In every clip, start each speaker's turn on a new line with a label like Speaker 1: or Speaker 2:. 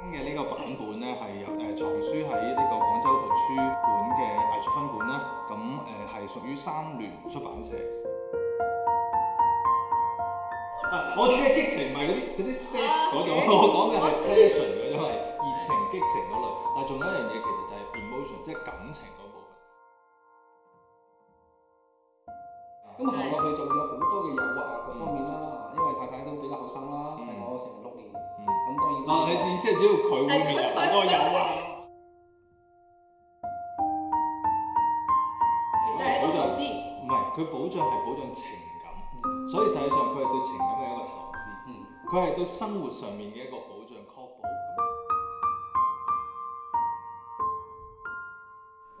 Speaker 1: 嘅呢個版本咧係由誒藏書喺呢個廣州圖書館嘅藝術分館啦，咁誒係屬於三聯出版社。啊！我指嘅激情唔係嗰啲嗰啲 sex 嗰種， 我講嘅係 passion 嘅，因為熱情激情嗰類。但係仲有一樣嘢其實就係 emotion，即係感情嗰部分。啊
Speaker 2: 咁
Speaker 1: 嗯
Speaker 2: 行落去就會有好多嘅誘惑啊各方面啦，因為太太都比較後生啦，細我成六年，
Speaker 1: 嗯。
Speaker 2: 咁當然
Speaker 1: 啊！你意思係只要佢會面有好多誘惑。
Speaker 3: 其實
Speaker 1: 哦
Speaker 3: 係一個投資。
Speaker 1: 唔係，佢保障係保障情感，所以實際上佢係對情感嘅一個投資，
Speaker 2: 嗯
Speaker 1: 佢係對生活上面嘅一個保障確保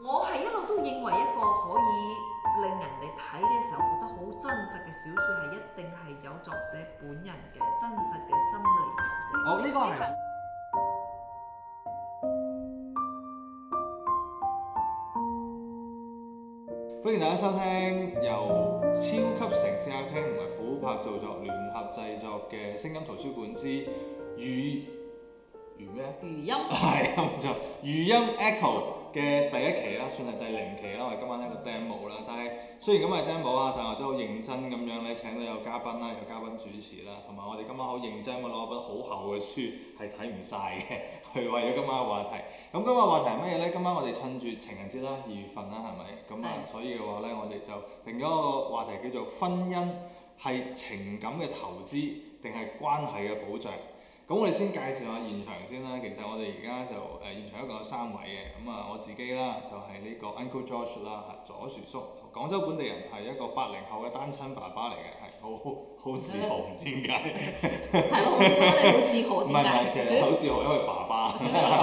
Speaker 1: 咁。
Speaker 4: 我係一路都認為一個可以令人哋睇嘅時候覺得好真實嘅小説係一定係有作者本人嘅真實嘅心理投射。
Speaker 1: 哦，呢個係歡迎大家收聽由超級城市客廳同埋虎珀做作聯合製作嘅聲音圖書館之語語咩？
Speaker 3: 餘音
Speaker 1: 係冇錯，語音 Echo 嘅第一期啦，算係第零期啦，我哋今晚一個 demo 啦。但係雖然咁係 demo 啊，但係我都好認真咁樣咧請到有嘉賓啦，有嘉賓主持啦，同埋我哋今晚好認真咁攞本好厚嘅書係睇唔晒嘅， 去為咗今晚嘅話題。咁今日話題係乜嘢咧？今晚我哋趁住情人節啦，二月份啦，係咪？咁啊，所以嘅話咧，我哋就定咗個話題叫做婚姻係情感嘅投資定係關係嘅保障。咁我哋先介紹下現場先啦。其實我哋而家就誒、呃、現場一共有三位嘅，咁啊我自己啦就係、呢個 Uncle Josh 啦，係左樹叔，廣州本地人，係一個八零後嘅單親爸爸嚟嘅，係好好好自豪，唔知點解。
Speaker 3: 係咯，我覺得你好自豪，
Speaker 1: 唔
Speaker 3: 點
Speaker 1: 係唔係，其實
Speaker 3: 解？
Speaker 1: 好自豪，因為爸 爸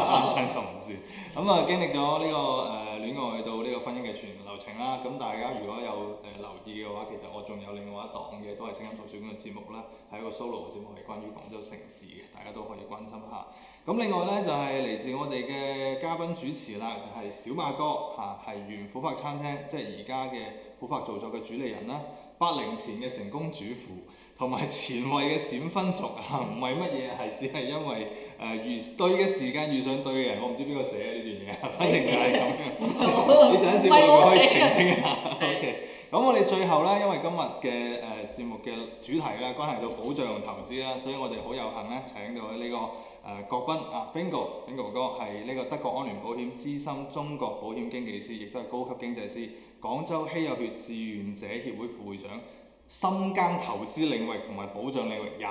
Speaker 1: 單親同事。咁啊，經歷咗呢、個誒、呃、戀愛到呢個婚姻嘅全流程啦。咁大家如果有誒、呃留意嘅話，其實我仲有另外一檔嘅都係聲音圖書館嘅節目啦，係一個 solo 嘅節目，係關於廣州城市嘅，大家都可以關心下。咁另外咧就係、嚟自我哋嘅嘉賓主持啦，就係、呃小馬哥嚇，係、原琥珀餐廳，即係而家嘅琥珀造作嘅主理人啦，八零前嘅成功主婦。同埋前衞嘅閃婚族 啊，唔係乜嘢，係只係因為誒遇、對嘅時間遇上對嘅人，我唔知邊個寫嘅呢段嘢，啊反正就係咁樣。
Speaker 4: 哦
Speaker 1: 你陣間節目可以
Speaker 4: 啊
Speaker 1: 澄清一下。OK，咁我哋最後咧，因為今日嘅誒節目嘅主題啦，關係到保障同投資啦，所以我哋好有幸咧請到呢、個誒、國賓啊 Bingo Bingo 哥係呢個德國安聯保險資深中國保險經紀師，亦都係高級經濟師，廣州稀有血志願者協會副會長。深耕投資領域同埋保障領域廿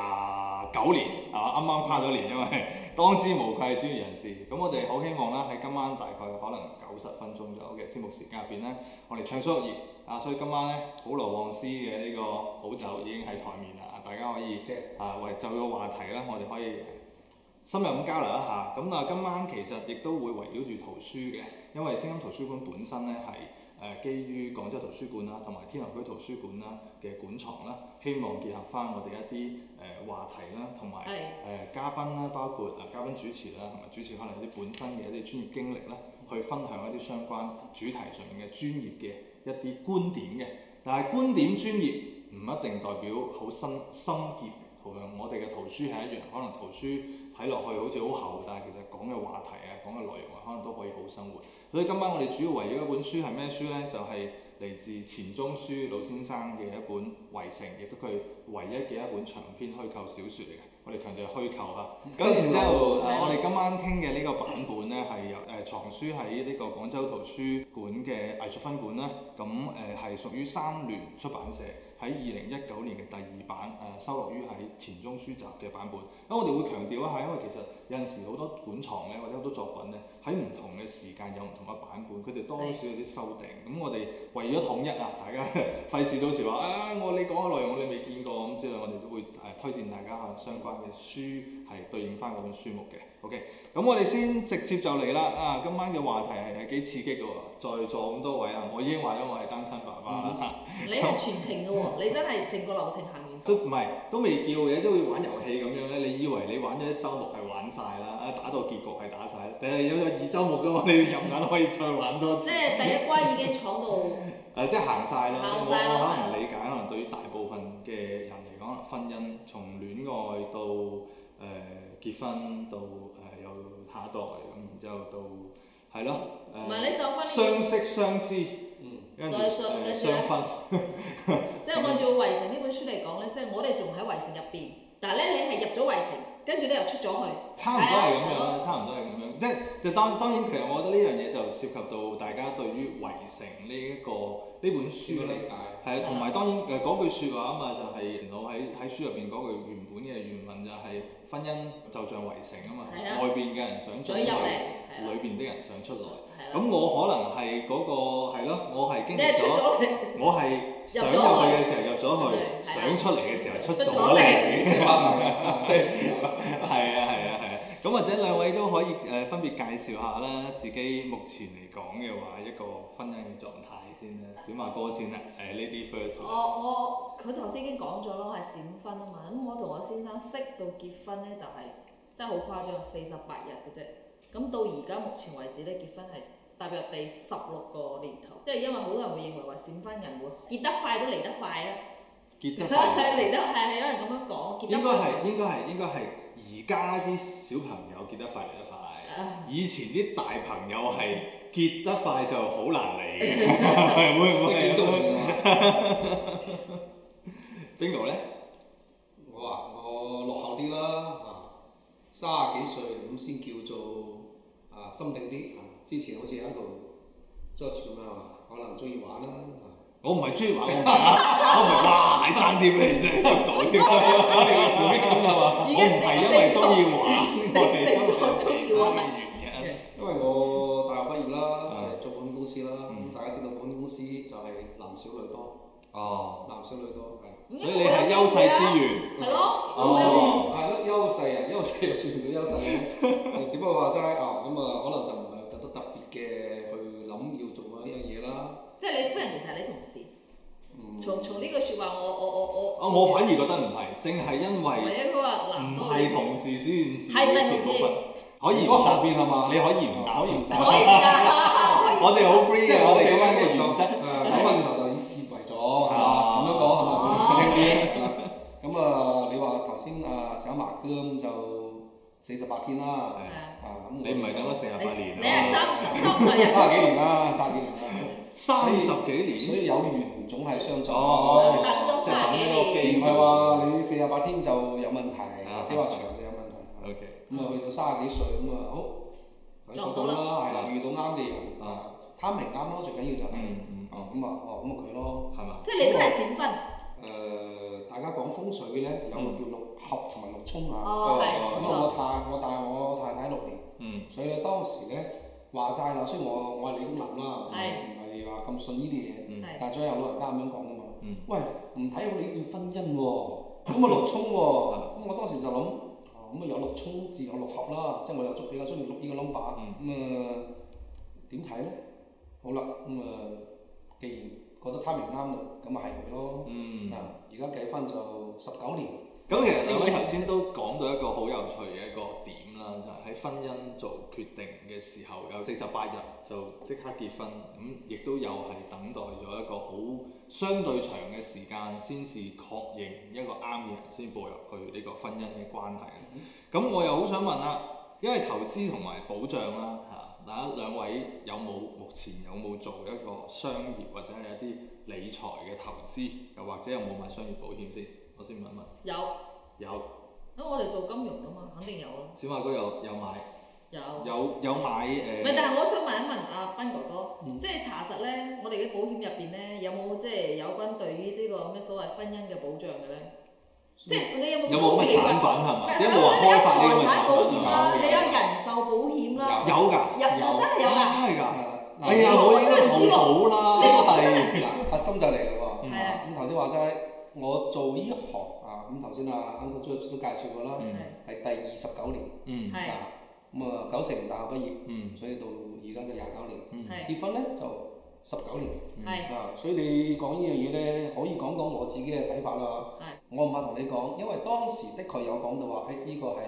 Speaker 1: 九年，啊啱啱跨咗年，因為當之無愧係專業人士。咁我哋好希望啦，喺今晚大概可能九十分鐘左右嘅節目時間入邊咧，我哋暢所欲言啊！所以今晚咧，普羅旺斯嘅呢個好酒已經喺台面啦，大家可以
Speaker 2: 即係
Speaker 1: 啊為就個話題啦，我哋可以深入咁交流一下。咁啊，今晚其實亦都會圍繞住圖書嘅，因為聲音圖書館本身咧係。誒基於廣州圖書館啦，同埋天河區圖書館啦嘅館藏啦，希望結合翻我哋一啲誒、呃、話題啦，同埋
Speaker 3: 係
Speaker 1: 誒嘉賓啦，包括誒嘉賓主持啦，同埋主持可能有啲本身嘅一啲專業經歷啦，去分享一啲相關主題上面嘅專業嘅一啲觀點嘅。但係觀點專業唔一定代表好深深澀，同樣我哋嘅圖書係一樣，可能圖書睇落去好似好厚，但係其實講嘅話題啊，講嘅內容啊，可能都可以好生活。所以今晚我哋主要圍繞一本書係咩書呢？就係、嚟自錢鍾書老先生嘅一本《圍城》，亦都佢唯一嘅一本長篇虛構小説嚟嘅。我哋強調係虛構嚇。咁嗯然之後，啊我哋今晚傾嘅呢個版本呢，係由誒藏書喺呢個廣州圖書館嘅藝術分館啦。咁誒係屬於三聯出版社喺二零一九年嘅第二版誒、收錄於喺錢鍾書集嘅版本。咁我哋會強調一下，因為其實有陣時好多館藏咧，或者好多作品咧，喺唔同嘅時間有唔同嘅版本，佢哋多少有啲修訂。咁我哋為咗統一啊，大家費事到時話啊，我你講嘅內容我哋未見過咁之類，我哋都會誒推薦大家可能相關嘅書係對應翻嗰本書目嘅。OK，咁我哋先直接就嚟啦。啊，今晚嘅話題係係幾刺激嘅喎，在座咁多位啊，我已經話咗我係單親爸爸啦。
Speaker 4: 你係全程嘅喎，你真係成個流程行完
Speaker 1: 都
Speaker 4: 手。
Speaker 1: 唔係，都未叫嘅，都好似玩遊戲咁樣咧。你以為你玩咗一週目係玩晒啦，啊打到結局係打晒，但係有咗二週目嘅話，你要入眼可以再玩多次
Speaker 4: 即。係第一關已經闖 到，
Speaker 1: 誒，即係行晒啦。
Speaker 4: 行
Speaker 1: 我
Speaker 4: 晒啦
Speaker 1: 我可能理解，可能對於大部分嘅人嚟講，可能婚姻從戀愛到誒、誒、結婚到誒、有下一代咁，然之後到係咯
Speaker 4: 唔
Speaker 1: 誒
Speaker 4: 係你就分呢
Speaker 1: 相識相知，
Speaker 2: 嗯，
Speaker 1: 跟住
Speaker 4: 再上跟
Speaker 1: 誒
Speaker 4: 住咧
Speaker 1: 相婚，
Speaker 4: 即係按照《圍城》呢本書嚟講咧，即係我哋仲喺圍城入邊，但係咧你係入咗圍城，跟住咧又出咗去。
Speaker 1: 差唔多係咁樣啦，差唔多係咁樣。即係就當當然，其實我覺得呢樣嘢就涉及到大家對於圍城呢、一個呢本書
Speaker 2: 書
Speaker 1: 咧。
Speaker 2: 理解，
Speaker 1: 係啊，同埋當然誒嗰句説話啊嘛，就係元老喺喺書入邊嗰句原本嘅原文就係婚姻就像圍城啊嘛，
Speaker 4: 係啊
Speaker 1: 外邊嘅人想上
Speaker 4: 想入嚟，
Speaker 1: 去，
Speaker 4: 係
Speaker 1: 裏
Speaker 4: 啦，
Speaker 1: 邊的人想出來。
Speaker 4: 係啦。
Speaker 1: 咁我可能係嗰、個係咯，我係經
Speaker 4: 你
Speaker 1: 歷
Speaker 4: 係出
Speaker 1: 咗，
Speaker 4: 咗嚟，
Speaker 1: 我係想入去嘅時候入咗去，
Speaker 4: 係啊
Speaker 1: 想出嚟嘅時候出
Speaker 4: 出
Speaker 1: 咗嚟。
Speaker 4: 咗
Speaker 2: 即係發明啊，即係自由
Speaker 1: 係啊係啊係啊，咁或者兩位都可以誒、分別介紹下啦，自己目前嚟講嘅話一個婚姻嘅狀態先啦，小馬哥先啦，誒呢啲 first
Speaker 4: 我
Speaker 1: 啦。
Speaker 4: 我佢頭先已經講咗咯，我係閃婚啊嘛。咁我同我先生識到結婚咧，就係真係好誇張，四十八日嘅啫。咁到而家目前為止咧，結婚係踏入第十六個年頭，即係因為好多人會認為話閃婚人會結得快都嚟得快啊，
Speaker 1: 結得快。
Speaker 4: 嚟得係係有人咁樣講，結
Speaker 1: 應
Speaker 4: 得
Speaker 1: 該
Speaker 4: 快
Speaker 1: 係應該係應該係而家啲小朋友結得快嚟得快，
Speaker 4: 啊
Speaker 1: 以前啲大朋友係結得快就好難嚟嘅， 係會唔
Speaker 2: 我
Speaker 1: 會
Speaker 2: 建
Speaker 1: 係
Speaker 2: 造
Speaker 1: 咁
Speaker 2: 成
Speaker 1: 樣
Speaker 2: 啊。
Speaker 1: 邊個咧？
Speaker 2: 我啊，我落後啲啦，啊，三十幾歲咁先叫做啊心定啲啊。之前好似喺度 judge 咁樣啊，可能中意玩啦。啊
Speaker 1: 我唔係中意玩，我唔係啊，我唔係哇，係爭啲咩 真係捉到添，所以我唔會咁啊嘛。我
Speaker 4: 已經
Speaker 1: 唔係因為中意玩，我係因為
Speaker 4: 定性咗中意玩
Speaker 1: 原因。
Speaker 2: 因為我大學畢業啦，
Speaker 1: 啊
Speaker 2: 就係做保險公司啦。
Speaker 1: 嗯
Speaker 2: 咁大家知道保險公司就係男少女多，
Speaker 1: 哦，
Speaker 2: 男少女多係。
Speaker 1: 所以你係優勢之源。
Speaker 4: 啊係咯，
Speaker 1: 哦
Speaker 4: 咁樣
Speaker 2: 係咯，優勢啊，優勢又算唔到優勢 嘅，誒只不過話齋啊，咁啊，可能就唔係有得特別嘅去諗要做嗰一樣嘢啦。
Speaker 4: 即係你夫人其實係你同事。
Speaker 2: 嗯
Speaker 4: 從從呢句説話，我我我
Speaker 1: 啊，我
Speaker 4: 我
Speaker 1: 反而覺得唔係，正係因
Speaker 4: 唔
Speaker 1: 為
Speaker 4: 係啊，佢話
Speaker 1: 唔
Speaker 4: 男多
Speaker 1: 係同事先至
Speaker 4: 係咪
Speaker 1: 結到
Speaker 4: 同事
Speaker 1: 婚， 可以唔
Speaker 2: 如果
Speaker 1: 答
Speaker 2: 後，邊係嘛？
Speaker 1: 你可以唔答，可以唔答。
Speaker 4: 可以㗎，
Speaker 1: 我哋好 free
Speaker 2: 即
Speaker 1: 嘅，我
Speaker 2: 係我
Speaker 1: 哋嗰
Speaker 2: 哋嗰
Speaker 1: 班嘅
Speaker 2: 班嘅
Speaker 1: 原
Speaker 2: 原
Speaker 1: 則
Speaker 2: 則，誒啊問頭就以事為咗，
Speaker 1: 啊
Speaker 2: 係嘛咁樣講係咪
Speaker 4: 哦
Speaker 2: 好聽啲？咁啊，你話頭先啊，小麻哥咁就四十八天啦，
Speaker 1: 係
Speaker 4: 係
Speaker 2: 啊咁
Speaker 1: 你唔係等咗四十
Speaker 4: 啊，
Speaker 1: 八
Speaker 4: 你
Speaker 1: 年
Speaker 4: 你係
Speaker 1: 啊？
Speaker 4: 三十三十
Speaker 2: 三十
Speaker 4: 日，
Speaker 2: 幾年啦，三十幾年啦，
Speaker 1: 三十幾
Speaker 2: 所
Speaker 1: 年，
Speaker 2: 以有緣總係相助。Ờ,
Speaker 1: 哦，
Speaker 4: 等咗
Speaker 1: 即係等咗個
Speaker 2: 唔
Speaker 1: 機會
Speaker 2: 係話你四十八天就有問題，
Speaker 1: 啊
Speaker 2: 或者話長就有問題。
Speaker 1: OK，
Speaker 2: 咁啊，去到三十幾歲咁啊，好睇數到啦，係啦，遇到啱嘅人啊，timing 啱咯，最緊要就係
Speaker 1: 嗯嗯
Speaker 2: 哦
Speaker 1: 哦，嗯
Speaker 2: 咁啊，哦咁啊佢咯。
Speaker 1: 係嘛？
Speaker 4: 即係你都係閃婚，
Speaker 2: 誒，大家講風水咧，有個叫六合同埋六沖啊。
Speaker 4: 哦係
Speaker 2: 咁
Speaker 4: 冇錯，
Speaker 2: 啊，我太我大我太太六年，
Speaker 1: 嗯
Speaker 2: 所以咧當時咧話晒啦，雖然我我係理工男啦，唔
Speaker 4: 係
Speaker 2: 係話咁信呢啲嘢，
Speaker 1: 嗯
Speaker 4: 係
Speaker 2: 但係最後有老人家咁樣講噶嘛。
Speaker 1: 嗯，
Speaker 2: 喂，唔睇好你段婚姻喎， 咁啊六沖喎，咁我當時就諗，哦咁啊有六沖自有六合啦，即係我又比較中意六呢個 number，
Speaker 1: 嗯
Speaker 2: 咁啊點睇咧？好啦，咁啊既然覺得 timing 啱啦，咁咪係佢咯。
Speaker 1: 嗯。
Speaker 2: 啊，而家計翻就十九年，
Speaker 1: 咁其實兩位頭先都講到一個好有趣嘅一個點啦，就係、喺婚姻做決定嘅時候，有四十八日就即刻結婚，咁亦都有係等待咗一個好相對長嘅時間，先至確認一個啱嘅人先步入去呢個婚姻嘅關係。咁我又好想問啦，因為投資同埋保障啦嚇，嗱兩位有冇目前有冇做一個商業或者係一啲理財嘅投資，又或者有冇買商業保險先？我先問一問。
Speaker 4: 有。
Speaker 1: 有，
Speaker 4: 咁我哋做金融噶嘛，肯定有啦，
Speaker 1: 小馬哥有有買，
Speaker 4: 有。
Speaker 1: 有有買誒。
Speaker 4: 唔係，但係我想問一問阿斌哥哥，
Speaker 2: 嗯
Speaker 4: 即係查實咧，我哋嘅保險入邊咧，有冇即係有關對於呢個咩所謂婚姻嘅保障嘅咧？即係你有冇
Speaker 1: 有冇乜
Speaker 4: 好奇
Speaker 1: 產
Speaker 4: 怪
Speaker 1: 品係
Speaker 4: 唔
Speaker 1: 嘛？
Speaker 4: 係
Speaker 1: 即係冇人開發呢
Speaker 4: 有
Speaker 1: 啲咁嘅
Speaker 4: 財產保
Speaker 1: 產品
Speaker 4: 險
Speaker 1: 係嘛
Speaker 4: 啦，你有人壽保險啦，
Speaker 1: 有㗎，
Speaker 4: 入我真係有
Speaker 1: 啊
Speaker 4: 㗎，
Speaker 1: 真係㗎。
Speaker 2: 嗱
Speaker 1: 哎呀，我應該投保
Speaker 4: 你
Speaker 1: 啦，
Speaker 4: 我
Speaker 1: 係。
Speaker 2: Dạ.
Speaker 4: 真係知。
Speaker 2: 核心就嚟啦喎。
Speaker 1: 嗯
Speaker 4: 係啊
Speaker 2: 咁頭先話齋，我做呢行啊，咁頭先啊 Uncle George 都介紹過啦，
Speaker 4: Dạ.
Speaker 1: 嗯
Speaker 2: 係第二十九年
Speaker 1: 嗯
Speaker 4: 係
Speaker 2: 啊，咁啊九成大學畢業，
Speaker 1: 嗯
Speaker 2: 所以到而家就廿九年，
Speaker 1: 嗯
Speaker 4: 係
Speaker 2: 結婚咧就十九年
Speaker 4: 係
Speaker 2: 啊，所以你講呢樣嘢咧，可以講講我自己哎嘅睇法啦。我唔怕同你講，因為當時的確有講到話，誒、呢個係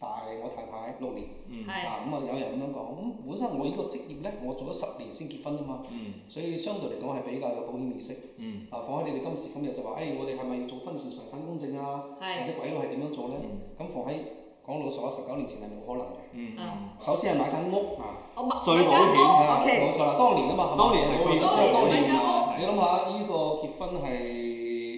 Speaker 2: 大我太太六年。
Speaker 1: 嗯
Speaker 3: 係
Speaker 2: 啊，咁啊有人咁樣講，咁本身我呢個職業咧，我做咗十年先結婚啊嘛，
Speaker 1: 嗯
Speaker 2: 所以相對嚟講係比較有保險意識。
Speaker 1: 嗯
Speaker 2: 啊，放喺你哋今時今日就話，誒、我哋係咪要做婚前財產公證啊，或
Speaker 3: 係
Speaker 2: 者鬼佬係點樣做咧？
Speaker 1: 嗯
Speaker 2: 咁放喺講老實話，十九年前係冇可能嘅。
Speaker 1: 嗯嗯，
Speaker 2: 首先係買間屋啊，
Speaker 3: 我買
Speaker 1: 最
Speaker 3: 買間
Speaker 1: 保險
Speaker 4: 哦
Speaker 3: 屋
Speaker 2: 啊
Speaker 3: OK，
Speaker 2: 冇錯啦，當年啊嘛，係嘛
Speaker 1: 當年係貴
Speaker 3: 當年
Speaker 1: 當
Speaker 3: 買
Speaker 1: 年
Speaker 3: 間屋
Speaker 2: 你諗下，呢個結婚係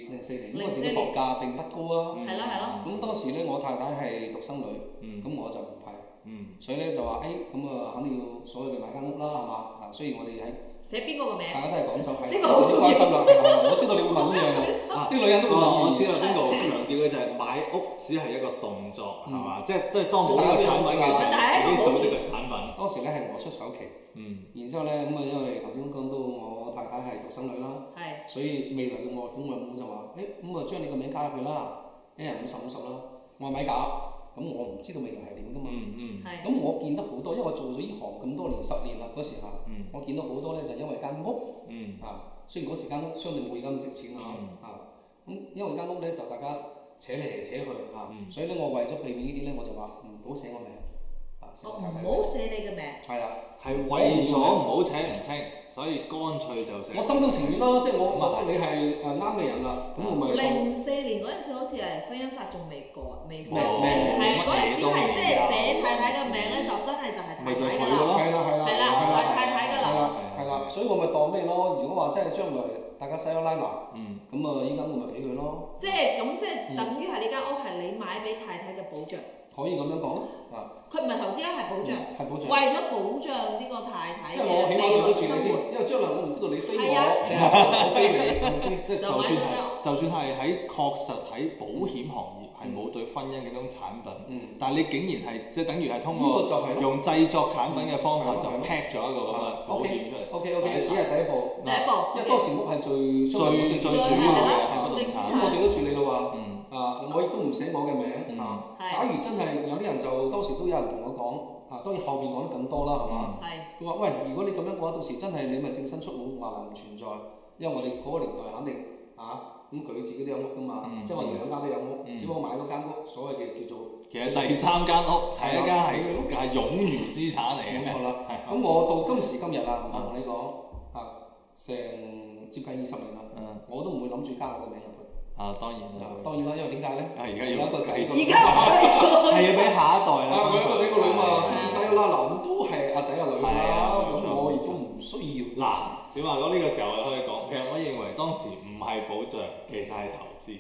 Speaker 2: 零四年，嗰時嘅房價並不高啊。
Speaker 3: 係咯係咯
Speaker 2: 咁當時咧，我太太係獨生女，
Speaker 1: 嗯
Speaker 2: 咁我就唔係。
Speaker 1: 嗯
Speaker 2: 所以咧就話誒，咁、啊肯定要所有嘅買間屋啦，係嘛？啊，雖然我哋喺
Speaker 3: 寫邊個個名？
Speaker 2: 大家都係廣州，係
Speaker 3: 呢個好重要
Speaker 2: 關心啦，係嘛我知道你會問呢樣嘢，
Speaker 1: 啊
Speaker 2: 啲女人都會
Speaker 1: 哦，我
Speaker 2: 問
Speaker 1: 知
Speaker 2: 呢樣嘢。
Speaker 1: 啦，邊個強調嘅就係買屋只係一個動作，係嘛？即係即係當冇呢個產品嘅時候，自己組織個產品。
Speaker 2: 當時咧係我出首期，
Speaker 1: 嗯
Speaker 2: 然之後咧咁啊，因為頭先講到我太太係獨生女啦，
Speaker 3: 係
Speaker 2: 所以未來嘅外父外母就話：誒咁啊，將你個名加入去啦，一人五十五十啦。我話咪搞，咁我唔知道未來係點噶嘛。
Speaker 1: 嗯嗯
Speaker 3: 係
Speaker 2: 咁我見得好多，因為我做咗呢行咁多年，十年啦嗰時候，
Speaker 1: 嗯
Speaker 2: 我見到好多咧就因為間屋。
Speaker 1: 嗯
Speaker 2: 啊，雖然嗰時間屋相對冇而家咁值錢啊，啊，咁因為間屋咧就大家扯嚟扯去啊，
Speaker 1: 嗯
Speaker 2: 所以咧我為咗避免呢啲咧，我就話唔好寫我名，啊，寫
Speaker 3: 我
Speaker 2: 我太太
Speaker 3: 哦唔好寫你嘅名。
Speaker 2: 係啦，
Speaker 1: 係為咗唔好扯唔清，所以乾脆就寫
Speaker 2: 我。心甘情願咯，即係我覺得你係誒啱嘅人啦，咁我咪
Speaker 3: 零四年嗰陣時好似係婚姻法仲未改，未修訂，
Speaker 1: 咩咩
Speaker 3: 係
Speaker 1: 乜
Speaker 3: 嗰陣時
Speaker 1: 嘢都
Speaker 3: 係即係
Speaker 1: 未
Speaker 3: 寫
Speaker 1: 有
Speaker 3: 太太嘅名咧，就真係就係
Speaker 1: 咪
Speaker 3: 太
Speaker 1: 就係
Speaker 3: 太㗎
Speaker 1: 佢
Speaker 3: 啦。
Speaker 1: 咯
Speaker 2: 係啦
Speaker 3: 啊係
Speaker 2: 係啦，
Speaker 3: 啦，就係太太㗎
Speaker 2: 係
Speaker 3: 啦。
Speaker 2: 啦係啦，所以我咪當咩咯？如果話真係將來大家西咗拉埋，
Speaker 1: 嗯
Speaker 2: 咁啊依家我咪俾佢咯，
Speaker 3: 即係咁，即係
Speaker 2: 嗯
Speaker 3: 等於係呢間屋係你買俾太太嘅保障，
Speaker 2: 可以咁樣講啊，
Speaker 3: 佢唔係投資啊，
Speaker 2: Ừ.
Speaker 3: 係保障。
Speaker 2: 係保障。
Speaker 3: 為咗保障呢個太太
Speaker 2: 即
Speaker 3: 嘅
Speaker 2: 係我起
Speaker 3: 未
Speaker 2: 碼對
Speaker 3: 來
Speaker 2: 得住你
Speaker 3: 生
Speaker 2: 先
Speaker 3: 活，，
Speaker 2: 因為將來我唔知道你飛我，
Speaker 3: 係啊
Speaker 2: 我飛你，係咪先？
Speaker 1: 即係就算係就算係喺確實喺保險行業係冇對婚姻嗰種產品，
Speaker 2: 嗯，
Speaker 1: 但係你竟然係即係等於係通
Speaker 2: 呢個
Speaker 1: 過
Speaker 2: 就係
Speaker 1: 用製作產品嘅方法就劈咗一個咁嘅保險出嚟。
Speaker 2: O K O K，只係第一步，
Speaker 3: 第一步
Speaker 2: 因為當時屋係最
Speaker 1: 最最主
Speaker 2: 主
Speaker 1: 要嘅係不動
Speaker 2: 咁
Speaker 1: 產。
Speaker 2: 我哋都處理啦話，
Speaker 1: 嗯
Speaker 2: 啊，我亦都唔寫我嘅名啊。
Speaker 1: 嗯
Speaker 2: 假
Speaker 3: 係
Speaker 2: 如真係有啲人就當時都有人同我講，啊，當然後面講得更多啦，係嘛？
Speaker 3: 係
Speaker 2: 佢話：喂，如果你咁樣嘅話，到時真係你咪淨身出戶，華能唔存在，因為我哋嗰個年代肯定啊，咁佢自己都有屋噶嘛，
Speaker 1: 嗯
Speaker 2: 即係我哋兩家都有屋，
Speaker 1: 嗯
Speaker 2: 只不過買嗰間屋所謂嘅叫做
Speaker 1: 其實第三間屋係一間係係冗餘資產嚟嘅。
Speaker 2: 冇錯啦。
Speaker 1: 係
Speaker 2: 咁我到今時今日啊，我同你講啊，成接近二十年啦，
Speaker 1: 嗯
Speaker 2: 我都唔會諗住加我個名入去。
Speaker 1: 啊，當然
Speaker 2: 啊
Speaker 1: 啦，
Speaker 2: 當然啦，因為點解咧？
Speaker 1: 啊而家要
Speaker 3: 而
Speaker 1: 繼續
Speaker 3: 家唔需
Speaker 1: 係要俾下一代啦。
Speaker 2: 啊，我有一個仔個女嘛，
Speaker 3: 係
Speaker 2: 即使細啦，嗱咁都係阿仔阿女啦，
Speaker 1: 係啊冇錯
Speaker 2: 咁我亦都唔需
Speaker 1: 嗱，
Speaker 2: 要啊
Speaker 1: 小華哥呢個時候可以講，其實我認為當時唔係保障，其實係投資。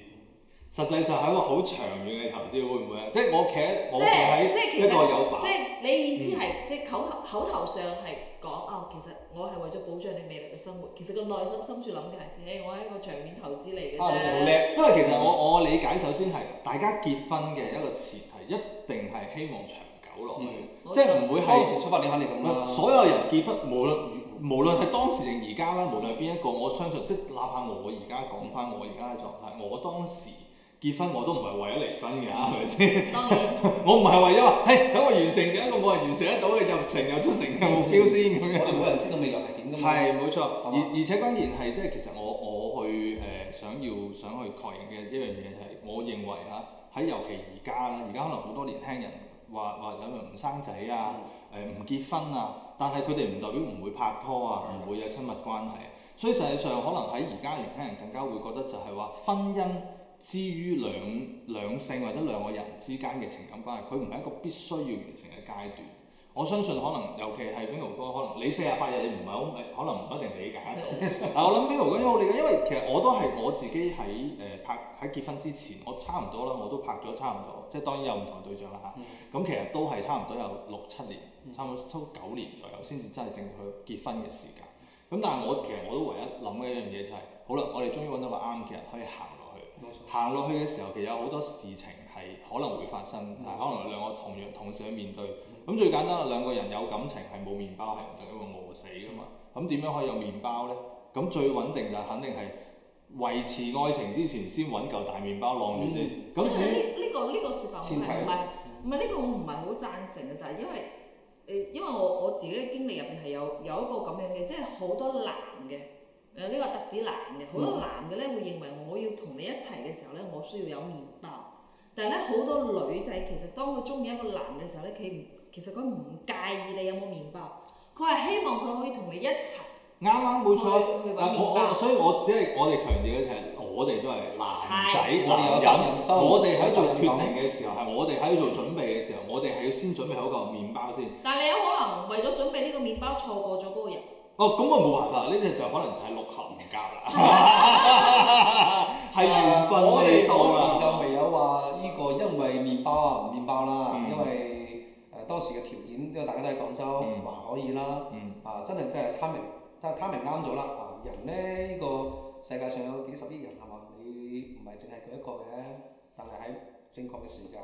Speaker 1: 實際上係一個好長遠嘅投資，會唔會啊？即係我企喺我企喺一個有把
Speaker 3: 要，即係你意思係即係口頭口頭上係講啊，其實我係為咗保障你未來嘅生活，其實個內心深處諗嘅係，誒哎我係一個長遠投資嚟嘅
Speaker 2: 啊，你哋好
Speaker 3: 啫。
Speaker 2: 叻，
Speaker 1: 因為其實我我理解首先係大家結婚嘅一個前提，一定係希望長久落去，
Speaker 2: 嗯，
Speaker 1: 即係唔會係
Speaker 2: 當。時出發你肯定咁啦，
Speaker 1: 所有人結婚，無論無論係當時定而家啦，無論係邊一個，我相信即係哪怕我而家講翻我而家嘅狀態，我當時結婚我都唔係為咗離婚㗎，係咪先？
Speaker 3: 當然
Speaker 1: 我唔係為咗話，嘿，等我完成咗一個冇人完成得到嘅入成又出成嘅目標先咁
Speaker 2: 我
Speaker 1: 樣。
Speaker 2: 哋冇人知道未來係點噶嘛。
Speaker 1: 係冇錯，
Speaker 2: 嘛
Speaker 1: 而而且關鍵係即係其實我我去誒、呃想要想去確認嘅一樣嘢係，我認為嚇喺尤其而家啦，而家可能好多年輕人話話有人唔生仔啊。誒唔結婚啊，但係佢哋唔代表唔會拍拖啊，唔會有親密關係啊。所以實際上可能喺而家嘅年輕人更加會覺得就係話婚姻之於兩兩性或者兩個人之間嘅情感關係，佢唔係一個必須要完成嘅階段。我相信可能尤其係 Bingo 哥，可能你四十八日你唔係好，可能唔一定理解得到。但我諗 Bingo 哥都好理解，因為其實我都係我自己喺誒、呃拍喺結婚之前，我差唔多啦，我都拍咗差唔多，即係當然有唔同對象啦嚇。
Speaker 2: 嗯
Speaker 1: 咁其實都係差唔多有六七年，
Speaker 2: 嗯
Speaker 1: 差唔多都九年左右先至真係正去結婚嘅時間。咁但係我其實我都唯一諗嘅一樣嘢就係、好啦，我哋終於揾到個啱嘅人可以行落去。
Speaker 2: 冇錯，
Speaker 1: 行落去嘅時候，其實有好多事情係可能會發
Speaker 2: 嗯
Speaker 1: 生，但係可能兩個同樣同時去面對。咁最簡單啦，兩個人有感情係冇麵包係唔得，因為餓死噶嘛。
Speaker 2: 嗯
Speaker 1: 咁點樣可以有麵包呢？咁最穩定就肯定係維持愛情之前先揾嚿大麵包晾住
Speaker 2: 嗯
Speaker 1: 先。咁
Speaker 3: 其實
Speaker 1: 至於
Speaker 3: 呢呢個呢個説法我
Speaker 2: 前提
Speaker 3: 係唔係唔係呢個我唔係好贊成嘅，就係因為誒，因為我我自己嘅經歷入邊係有有一個咁樣嘅，即係好多男嘅誒呢個特指男嘅，好多男嘅咧會認為我要同你一齊嘅時候咧，我需要有麵包。但係咧好多女仔其實當佢中意一個男嘅時候咧，佢唔其實佢唔介意你有冇麵包，佢係希望佢可以同你一齊
Speaker 1: 啱啱冇錯。啊
Speaker 3: 去去揾
Speaker 1: 嗱，
Speaker 3: 麵
Speaker 1: 我我
Speaker 3: 包。
Speaker 1: 所以我只係我哋強調嘅就係我哋作為男仔
Speaker 2: 係
Speaker 1: 男
Speaker 2: 我哋有責任
Speaker 1: 人，
Speaker 2: 心
Speaker 1: 我哋喺做決定嘅時候，係我哋喺做準備嘅時候，我哋係要先準備好嚿麵包先。
Speaker 3: 但係你有可能為咗準備呢個麵包錯過咗嗰個人，
Speaker 1: 哦，咁我冇辦法，呢啲就可能就係六合唔夾 啦，係緣分
Speaker 2: 啊我哋
Speaker 1: 未到啊
Speaker 2: 當
Speaker 1: 啦。
Speaker 2: 時就未有話呢個因為麵包啊唔麵包啦，
Speaker 1: 嗯
Speaker 2: 因為誒、當時嘅條件，因為大家都喺廣州，
Speaker 1: 嗯
Speaker 2: 還可以啦。
Speaker 1: 嗯，
Speaker 2: 啊，真係真係 timing，但係 timing 啱咗啦。啊，人咧呢、個世界上有幾十億人係嘛，你唔係淨係佢一個嘅，但係喺正確嘅時間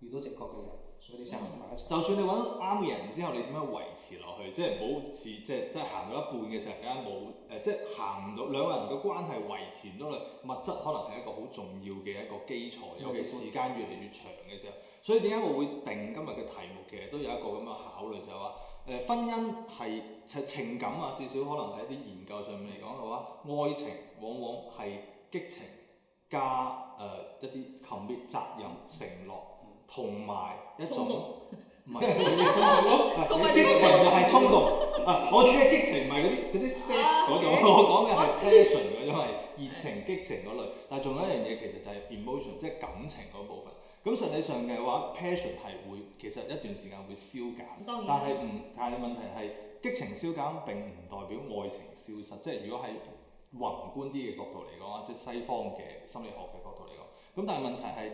Speaker 2: 遇到正確嘅人，所以你先
Speaker 1: 嗯
Speaker 2: 行埋一齊。
Speaker 1: 就算你揾到啱嘅人之後，你點樣維持落去？即係唔好似即係即係行到一半嘅時候，突然間冇誒，即係行唔到兩個人嘅關係維持唔到啦。物質可能係一個好重要嘅一個基礎，尤其時間越嚟越長嘅時候。所以點解我會定今日嘅題目，其實都有一個咁嘅考慮，就係話誒婚姻係情情感啊，至少可能喺一啲研究上面嚟講嘅話，愛情往往係激情加誒、呃一啲 commit 責任承諾，同埋一
Speaker 3: 嗯
Speaker 1: 種
Speaker 3: 衝動
Speaker 1: 唔係。
Speaker 3: 同埋
Speaker 1: 激情就係衝動 啊！我指嘅激情唔係嗰啲嗰啲
Speaker 3: 啊
Speaker 1: sex 嗰種，我講嘅係 passion 嗰種係熱情、激情嗰類。但係仲有一樣嘢其實就係 emotion，即係感情嗰部分。咁實際上嘅話，passion 係會其實一段時間會消減，
Speaker 3: 當然
Speaker 1: 但係唔但係問題係激情消減並唔代表愛情消失。即係如果係宏觀啲嘅角度嚟講啊，即係西方嘅心理學嘅角度嚟講，咁但係問題係。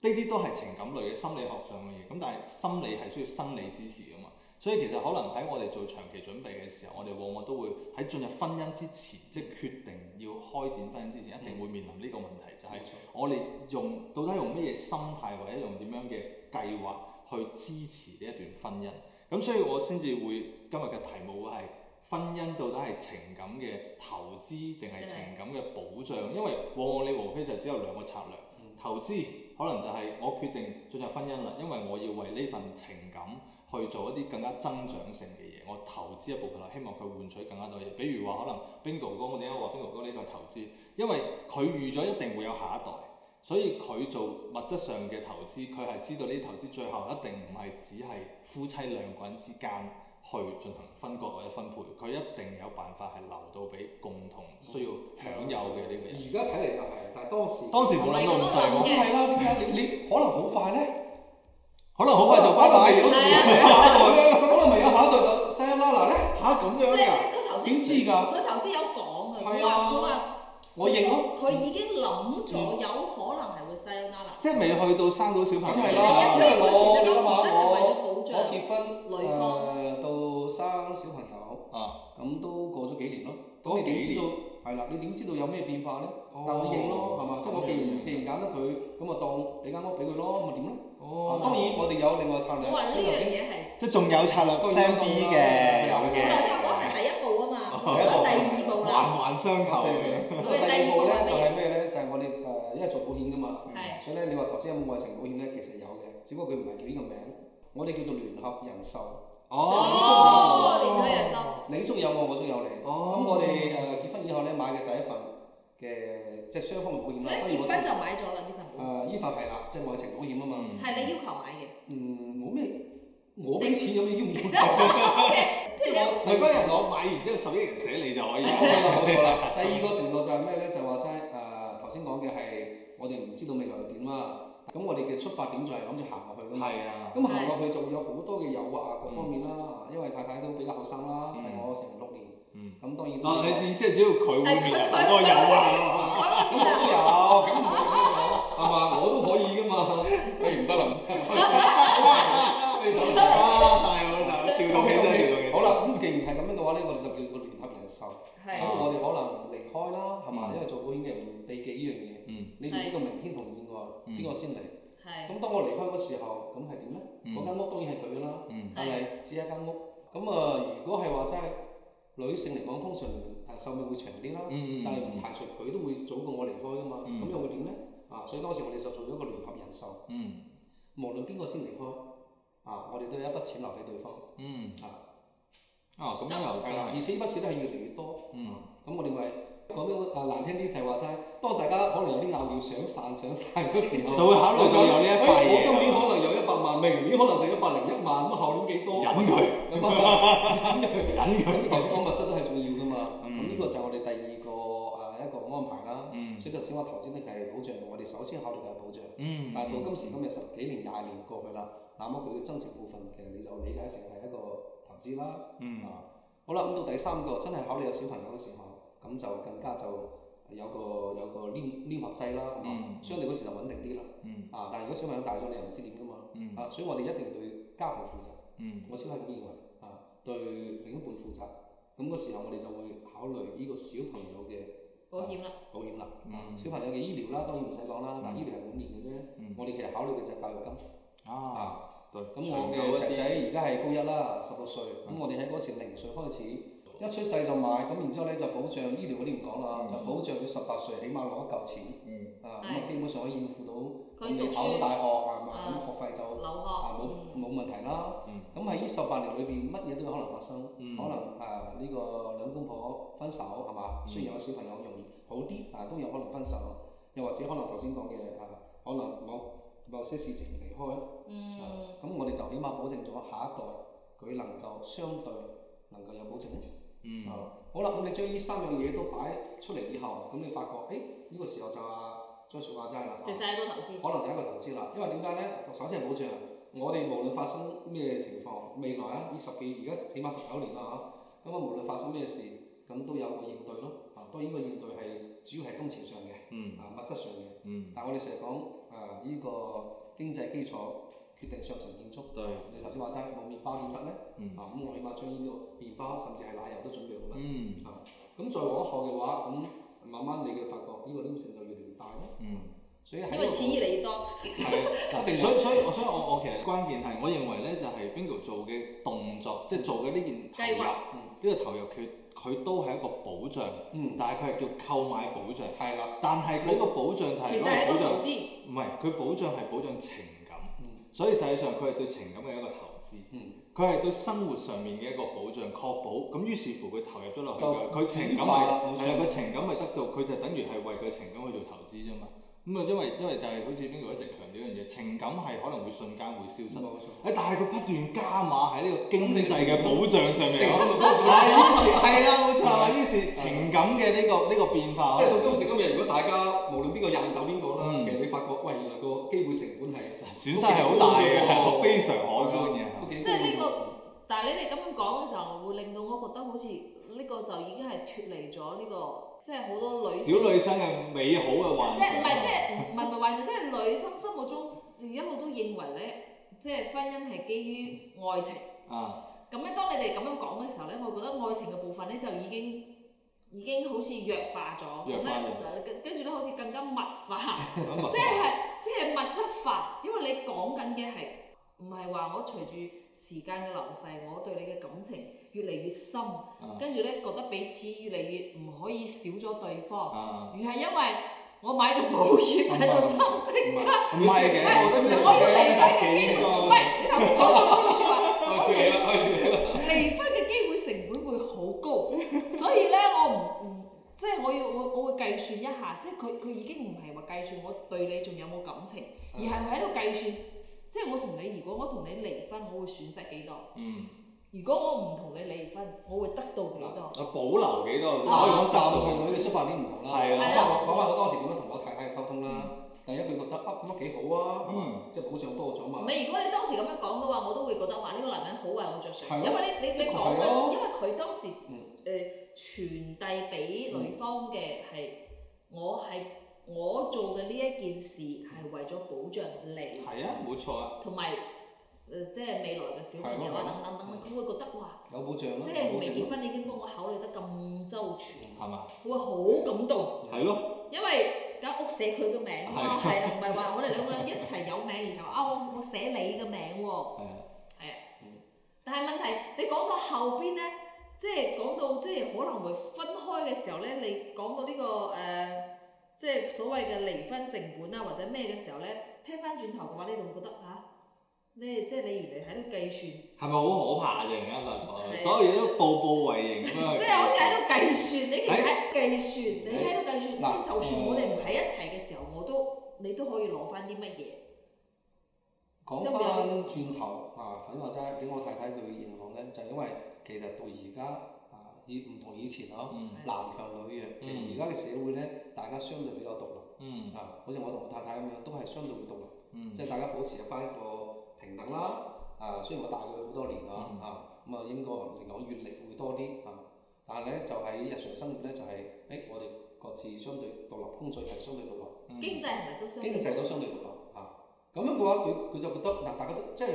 Speaker 1: 呢啲都係情感類嘅心理學上嘅嘢，咁但係心理係需要生理支持噶嘛，所以其實可能喺我哋做長期準備嘅時候，我哋往往都會喺進入婚姻之前，即係決定要開展婚姻之前，一定會面臨呢個問題，就係、我哋用到底用乜嘢心態或者用點樣嘅計劃去支持呢一段婚姻？咁所以我先至會今日嘅題目會係婚姻到底係情感嘅投資定係情感嘅保障？因為往往你無非就只有兩個策略，
Speaker 2: 嗯
Speaker 1: 投資可能就係我決定進入婚姻啦，因為我要為呢份情感去做一啲更加增長性嘅嘢，我投資一部分落，希望佢換取更加多嘢。比如話可能 Bingo 哥，我點解話 Bingo 哥呢個係投資？因為佢預咗一定會有下一代。所以佢做物質上嘅投資，佢係知道呢啲投資最後一定唔係只係夫妻兩個人之間去進行分割或者分配，佢一定有辦法係留到俾共同需要享有嘅呢個人。
Speaker 2: 而家睇嚟就係、但係當時
Speaker 1: 當時冇諗到咁細，
Speaker 2: 咁
Speaker 1: 我
Speaker 2: 係啦，點解你你可能好快咧？
Speaker 1: 可能好快就拜拜咗
Speaker 3: 係啊
Speaker 1: 咁樣
Speaker 2: 可能咪有下一代就西啦嗱咧，
Speaker 1: 嚇咁
Speaker 3: 即
Speaker 1: 樣
Speaker 3: 係
Speaker 1: 㗎，
Speaker 3: 佢頭
Speaker 2: 點
Speaker 3: 先
Speaker 2: 知㗎？
Speaker 3: 佢頭先有講嘅，佢
Speaker 2: 係啊
Speaker 3: 話佢話
Speaker 2: 我認咯，
Speaker 3: 佢已經諗咗有可能係會 s a y o n a r a
Speaker 1: 即係未去到生到小
Speaker 2: 梗
Speaker 1: 朋
Speaker 2: 係
Speaker 1: 友
Speaker 2: 啦，
Speaker 1: 啦。
Speaker 2: 因為我你諗下我
Speaker 3: 我
Speaker 2: 我
Speaker 3: 其實當時真係為咗保障
Speaker 2: 結婚
Speaker 3: 女方
Speaker 2: 誒到生小朋友，
Speaker 1: 啊，
Speaker 2: 咁都過咗幾年咯，
Speaker 1: 過
Speaker 2: 咁
Speaker 1: 咗
Speaker 2: 你
Speaker 1: 幾
Speaker 2: 點
Speaker 1: 年
Speaker 2: 知道係啦？你點知道有咩變化咧？
Speaker 1: 哦
Speaker 2: 但我認咯，係嘛？即係我既
Speaker 1: 咁樣
Speaker 2: 然既然揀得佢，咁啊當俾間屋俾佢咯，咁咪點咧？啊
Speaker 1: 哦，
Speaker 2: 當然我哋有另外策略，
Speaker 3: 我話呢
Speaker 2: 所以頭
Speaker 3: 樣
Speaker 2: 先
Speaker 3: 嘢係，
Speaker 1: 即係仲有策略 Plan B 嘅，有
Speaker 3: 我頭先講
Speaker 1: 嘅，
Speaker 3: 係第一步啊嘛，
Speaker 1: 哦
Speaker 3: 我講第二步啦，
Speaker 1: 環環相扣嘅。
Speaker 2: 咁第二步咧就係咩咧？就係我哋誒因為做保險噶嘛。
Speaker 3: 係
Speaker 2: 所以咧，你話頭先有冇愛情保險咧？其實有嘅，只不過佢唔係叫呢個名，我哋叫做聯合人壽。
Speaker 3: 哦連佢人壽
Speaker 2: 你中有我，我中有你。咁、
Speaker 1: 哦
Speaker 2: 我哋誒、結婚以後咧買嘅第一份嘅即係雙方嘅保險
Speaker 3: 所
Speaker 2: 啦
Speaker 3: 以，
Speaker 2: 不如
Speaker 3: 結
Speaker 2: 我
Speaker 3: 婚就嗯買咗啦呢份保
Speaker 2: 誒依份係啦，即係愛情保險啊嘛。
Speaker 3: 險，係你要求買嘅，
Speaker 2: 嗯，冇咩，我俾錢有咩要唔要？
Speaker 3: 即
Speaker 2: 即
Speaker 3: 係
Speaker 2: 係
Speaker 3: 你
Speaker 1: 唔
Speaker 2: 我
Speaker 1: 係嗰日 我買完之後，十億人寫你就可以有。
Speaker 2: 冇錯啦。第二個承諾就係咩咧？就話齋誒頭先講嘅係我哋唔知道未來係點啦。咁我哋嘅出發點就係諗住行落去噶嘛。
Speaker 1: 係啊，
Speaker 2: 咁行落去就會有好多嘅誘惑啊，各方面啦。因為太太都比較後生啦，細我成六年，
Speaker 1: 嗯，
Speaker 2: 咁當然都
Speaker 1: 哦，
Speaker 2: 有
Speaker 1: 你意思係只要佢會面臨嗰個誘惑咯，
Speaker 2: 咁我都有，咁唔係咁樣係嘛？啊我都可以噶 嘛，哎唔得啦，
Speaker 1: 啊，大佬，大佬，調動起身，調動起身。
Speaker 2: 好，啦，咁既然係咁樣嘅話咧，我哋就叫個聯合人壽。咁
Speaker 3: 係
Speaker 2: 我哋可能離開啦，係嘛？因為做保險嘅唔避忌呢樣嘢，
Speaker 1: 嗯，
Speaker 2: 你唔知道明天同意外邊個先嚟。
Speaker 3: 係
Speaker 2: 咁當我離開嗰時候，咁係點咧？嗰間屋當然係佢噶啦。
Speaker 1: 嗯，
Speaker 2: 但係只係一間屋。咁啊，如果係話真係女性嚟講，通常誒壽命會長啲啦，
Speaker 1: 嗯，
Speaker 2: 但係唔排除佢都會早過我離開噶嘛。
Speaker 1: 嗯
Speaker 2: 咁又會點咧？啊，所以當時我哋就做咗一個聯合人壽，
Speaker 1: 嗯，
Speaker 2: 無論邊個先離開，啊，我哋都有一筆錢留俾對方。
Speaker 1: 嗯，
Speaker 2: 啊，
Speaker 1: 啊，咁樣又
Speaker 2: 係
Speaker 1: 真
Speaker 2: 啦，
Speaker 1: 係，
Speaker 2: 而且呢筆錢咧係越嚟越多。
Speaker 1: 嗯，
Speaker 2: 咁我哋咪講得啊難聽啲就係話齋，當大家可能有啲拗要想散想散嗰時候，
Speaker 1: 就會考慮到有呢一
Speaker 2: 哎
Speaker 1: 塊嘢啊
Speaker 2: 我今年可能有一百萬，明年可能就一百零一萬，咁後年幾多？
Speaker 1: 忍佢，
Speaker 2: 咁啊，
Speaker 1: 忍
Speaker 2: 咁頭
Speaker 1: 佢。
Speaker 2: 先講物質都係重要㗎嘛。咁
Speaker 1: 嗯
Speaker 2: 呢個就係我哋第二個啊一個安排啦。
Speaker 1: 嗯
Speaker 2: 所以頭先話頭先咧係保障，我哋首先考慮嘅係保障。
Speaker 1: 嗯，
Speaker 2: 但係到今時今日十幾年廿年過去啦，那麼佢嘅增值部分其實你就理解成係一個投資啦。
Speaker 1: 嗯
Speaker 2: 啊，好啦，咁到第三個真係考慮有小朋友嘅時候，咁就更加就有個有個黏黏合劑啦，係嘛？
Speaker 1: 嗯
Speaker 2: 相對嗰時就穩定啲啦。
Speaker 1: 嗯
Speaker 2: 啊，但係如果小朋友大咗，你又唔知點噶嘛。
Speaker 1: 嗯
Speaker 2: 啊，所以我哋一定要對家庭負責，
Speaker 1: 嗯
Speaker 2: 我先係咁認為啊，對另一半負責。咁嗰時候我哋就會考慮呢個小朋友嘅
Speaker 4: 保險啦，
Speaker 2: 保險啦，啊
Speaker 1: 嗯
Speaker 2: 小朋友嘅醫療啦，當然唔使講啦，但
Speaker 1: 嗯
Speaker 2: 係醫療係每年嘅啫。
Speaker 1: 嗯
Speaker 2: 我哋其實考慮嘅就係教育金
Speaker 1: 啊，
Speaker 2: 啊。
Speaker 1: 對，
Speaker 2: 咁我嘅仔仔而家係高一啦，十六歲。
Speaker 1: 嗯
Speaker 2: 咁我哋喺嗰時零歲開始，一出世就買，咁然之後咧就保障醫療嗰啲唔講啦，
Speaker 1: 嗯
Speaker 2: 就保障佢十八歲起碼攞一嚿錢，
Speaker 1: 嗯
Speaker 2: 啊咁啊基本上可以應付到咁
Speaker 4: 佢
Speaker 2: 你
Speaker 4: 讀
Speaker 2: 考到
Speaker 4: 書
Speaker 2: 大學啊嘛，
Speaker 4: 啊
Speaker 2: 咁學費就
Speaker 4: 留學，
Speaker 2: 啊冇
Speaker 4: 嗯
Speaker 2: 冇問題啦。
Speaker 1: 嗯
Speaker 2: 咁喺呢十八年裏邊，乜嘢都有可能發生，
Speaker 1: 嗯
Speaker 2: 可能啊呢個兩公婆分手係嘛？
Speaker 1: 嗯
Speaker 2: 雖然有小朋友容易好啲，但係都有可能分手，又或者可能頭先講嘅啊，可能某某些事情離開。
Speaker 4: 嗯，
Speaker 2: 咁我哋就起碼保證咗下一代佢能夠相對能夠有保證。
Speaker 1: 嗯
Speaker 2: 啊，好啦，咁你將呢三樣嘢都擺出嚟以後，咁你發覺，誒、呢、個時候就話再説話齋啦，
Speaker 4: 其實係一個投資，
Speaker 2: 可能就係一個投資啦。因為點解咧？首先係保障，我哋無論發生咩情況，未來啊，呢十幾而家起碼十九年啦嚇，咁啊無論發生咩事，咁都有個應對咯。啊，當然個應對係主要係金錢上嘅，
Speaker 1: 嗯
Speaker 2: 啊物質上嘅，
Speaker 1: 嗯，
Speaker 2: 但係我哋成日講啊呢個經濟基礎決定上層建築。
Speaker 1: 對，
Speaker 2: 你頭先話齋冇麵包點得咧？
Speaker 1: 嗯
Speaker 2: 啊，咁我起碼將呢個麵包甚至係奶油都準備好啦。
Speaker 1: 嗯
Speaker 2: 咁再往後嘅話，咁慢慢你嘅發覺呢個黏性就越嚟越大咯。
Speaker 1: 嗯。
Speaker 2: 所以喺
Speaker 4: 因為
Speaker 2: 個
Speaker 4: 錢越嚟越多，
Speaker 1: 係，啊
Speaker 2: 定
Speaker 1: 所以所以所以我我其實關鍵係，我認為咧就係 Bingo 做嘅動作，即係做嘅呢件投
Speaker 4: 計劃
Speaker 1: 入，呢個投入佢佢都係一個保障，
Speaker 2: 嗯
Speaker 1: 但係佢係叫購買保障，
Speaker 2: 係啦，
Speaker 1: 但係佢個保障就係哦
Speaker 4: 其實
Speaker 1: 攞
Speaker 4: 係
Speaker 1: 嚟
Speaker 4: 一個
Speaker 1: 保
Speaker 4: 投
Speaker 1: 障，
Speaker 4: 資，
Speaker 1: 唔係佢保障係保障情感，
Speaker 2: 嗯
Speaker 1: 所以實際上佢係對情感嘅一個投資。
Speaker 2: 嗯，
Speaker 1: 佢係對生活上面嘅一個保障，確保咁於是乎佢投入咗落去嘅，
Speaker 2: 就
Speaker 1: 佢情感
Speaker 2: 轉化
Speaker 1: 咪
Speaker 2: 啦冇錯
Speaker 1: 係啊，佢情感咪得到，佢就等於係為佢情感去做投資啫嘛。咁啊，因為因為就係好似邊個一直強調一樣嘢，情感係可能會瞬間會消失，誒，
Speaker 2: 冇錯。
Speaker 1: 但係佢不斷加碼喺呢個經濟嘅保障上面啊。
Speaker 2: 咁啊
Speaker 1: 係於是係啦，冇錯啦，於是情感嘅呢個呢個變化
Speaker 2: 即係到今時今日，如果大家無論邊個引走邊個啦，
Speaker 1: 嗯
Speaker 2: 其實你發覺，喂，原來個機會成本係
Speaker 1: 損失係好大嘅，係非常可
Speaker 2: Ờ,
Speaker 1: 觀嘅。
Speaker 2: 都幾
Speaker 4: 即
Speaker 2: 高
Speaker 4: 係
Speaker 2: 嘅
Speaker 4: 呢個。但係你哋咁樣講嘅時候，會令到我覺得好似呢個就已經係脫離咗呢個，即係好多女性
Speaker 1: 小女生嘅美好嘅幻
Speaker 4: 即係唔係
Speaker 1: 想
Speaker 4: 即。係唔係唔係話即係女生心目中一路都認為咧，即係婚姻係基於愛情。
Speaker 1: 啊，
Speaker 4: 咁咧，當你哋咁樣講嘅時候咧，我覺得愛情嘅部分咧就已經已經好似弱化咗，
Speaker 1: 弱化咗
Speaker 4: 咁咧就跟跟住咧好似更加物化，
Speaker 1: 咁啊
Speaker 4: 即係即係物質化，因為你講緊嘅係唔係話我隨住時間嘅流逝，我對你嘅感情越嚟越深，
Speaker 1: 啊
Speaker 4: 跟住咧覺得彼此越嚟越唔可以少咗對方。
Speaker 1: 啊。
Speaker 4: 而係因為我買個保險喺度增值，
Speaker 2: 唔係
Speaker 1: 唔係嘅，我覺得佢
Speaker 4: 我要離婚嘅機會，
Speaker 1: 嘅
Speaker 4: 唔係你頭先講到嗰句説話，
Speaker 2: 開始你啦，開始你啦。
Speaker 4: 離婚嘅機會成本會好高，所以咧我唔唔即係我要我我會計算一下，即係佢佢已經唔係話計算我對你仲有冇感情，而係喺度計算，即係我同你如果我同你離婚，我會損失幾多？
Speaker 1: 嗯，
Speaker 4: 如果我唔同你離婚，我會得到幾多？
Speaker 1: 我保留幾多？可以講
Speaker 2: 我
Speaker 1: 答
Speaker 2: 教
Speaker 1: 到
Speaker 2: 同
Speaker 1: 佢。
Speaker 2: 佢哋出發點唔同啦。
Speaker 1: 係
Speaker 4: 啦
Speaker 2: 我講翻我當時點樣同我太太溝通啦。第一，佢覺得啊咁啊幾好啊，係
Speaker 1: Ừ.
Speaker 2: 嘛？即係保障多咗
Speaker 4: 唔
Speaker 2: 嘛。
Speaker 4: 係，如果你當時咁樣講嘅話，我都會覺得話呢個男人好為我着想，
Speaker 2: 係咯
Speaker 4: 因為你你你
Speaker 2: 係
Speaker 4: 講嘅
Speaker 2: 咯，
Speaker 4: 因為佢當時呃
Speaker 2: 嗯
Speaker 4: 誒傳遞俾女方嘅係我係我做嘅呢一件事係為咗保障你，
Speaker 1: 係啊，冇錯啊。
Speaker 4: 同埋誒即係未來嘅小朋友啊等
Speaker 2: 嗯
Speaker 4: 等等等，佢會覺得哇，
Speaker 2: 有保障啦，
Speaker 4: 即
Speaker 2: 有
Speaker 4: 係
Speaker 2: 保
Speaker 4: 未
Speaker 2: 障
Speaker 4: 結婚你已經幫我考慮得咁周全，
Speaker 1: 係嘛？
Speaker 4: 佢會好感動。
Speaker 1: 係咯，
Speaker 4: 因為間屋寫佢個名
Speaker 1: 係
Speaker 4: 啊，係啊，唔係話我哋兩個人一齊有名，然後啊我我寫你嘅名喎，
Speaker 1: 啊
Speaker 4: 係啊，但係問題你講到後邊咧，即係講到即係可能會分開嘅時候咧，你講到呢、個誒、呃即係所謂嘅離婚成本啊或者咩嘅時候咧，聽翻轉頭嘅話，你就會覺得嚇、你即係你原來喺度計算，
Speaker 1: 係咪好可怕嘅而家發覺，
Speaker 4: 係
Speaker 1: 所有嘢都步步為營咁樣
Speaker 2: 啊
Speaker 4: 即
Speaker 1: 去
Speaker 4: 係好似喺度計算，你其實喺計算，你喺度計算，即
Speaker 2: 嗱
Speaker 4: 係就算我哋唔喺一齊嘅時候，我都你都可以攞翻啲乜嘢？
Speaker 2: 講
Speaker 4: 即係
Speaker 2: 翻
Speaker 4: 會有呢種
Speaker 2: 轉頭啊，粉話齋點我太太佢認同咧，就因為其實到而家啊，以唔同以前咯，
Speaker 1: 嗯
Speaker 4: 係
Speaker 2: 男強女弱，其實
Speaker 1: 嗯
Speaker 2: 而家嘅社會咧，大家相對比較獨立
Speaker 1: 嗯
Speaker 2: 啊，好似我同我太太咁樣，都係相對會獨立。
Speaker 1: 嗯
Speaker 2: 即係大家保持翻一個平等啦。啊，雖然我大佢好多年啊，
Speaker 1: 嗯
Speaker 2: 啊咁啊應該嚟講閲歷會多啲啊，但係咧就喺日常生活咧就係、誒、我哋各自相對獨立，工作係相對獨立，
Speaker 1: 嗯
Speaker 4: 經濟係咪都相
Speaker 2: 經濟都相對獨立啊。咁樣嘅話，佢佢就覺得嗱，大家都即係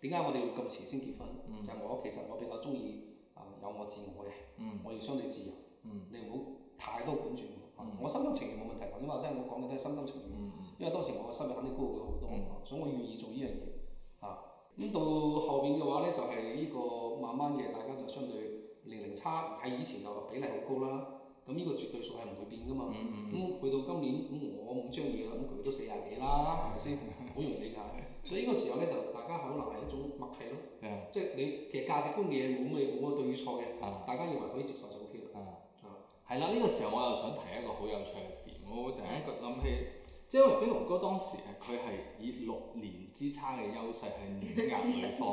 Speaker 2: 點解我哋會咁遲先結婚？
Speaker 1: 嗯
Speaker 2: 就係我其實我比較中意啊有我自我嘅，
Speaker 1: 嗯
Speaker 2: 我要相對自由，
Speaker 1: 嗯
Speaker 2: 你唔好太多管住我。啊
Speaker 1: 嗯
Speaker 2: 我心甘情願冇問題，頭先話真係我講嘅都係心甘情願。
Speaker 1: 嗯
Speaker 2: 因為當時我嘅收入肯定高過佢好多，啊
Speaker 1: 嗯
Speaker 2: 所以我願意做呢樣嘢啊。咁到後面嘅話咧，就係、呢個慢慢嘅，大家就相對年齡差喺以前就比例好高啦。咁呢個絕對數係唔會變噶嘛。
Speaker 1: 嗯
Speaker 2: 咁、
Speaker 1: 嗯
Speaker 2: 去到今年，咁、我五張嘢啦，咁佢都四廿幾啦，係咪先？好容易理解。所以呢個時候咧，就大家可能係一種默契咯，
Speaker 1: 嗯，係
Speaker 2: 即係你其實價值觀嘅嘢冇咩冇乜對與錯嘅，
Speaker 1: 啊。
Speaker 2: 大家認為可以接受就 O K 啦。
Speaker 1: 啊
Speaker 2: 啊，
Speaker 1: 係啦，呢、個時候我又想提一個好有趣嘅點，我會突然一個諗起，即係因為比龍哥當時係佢係以六年之差嘅優勢係碾壓對方，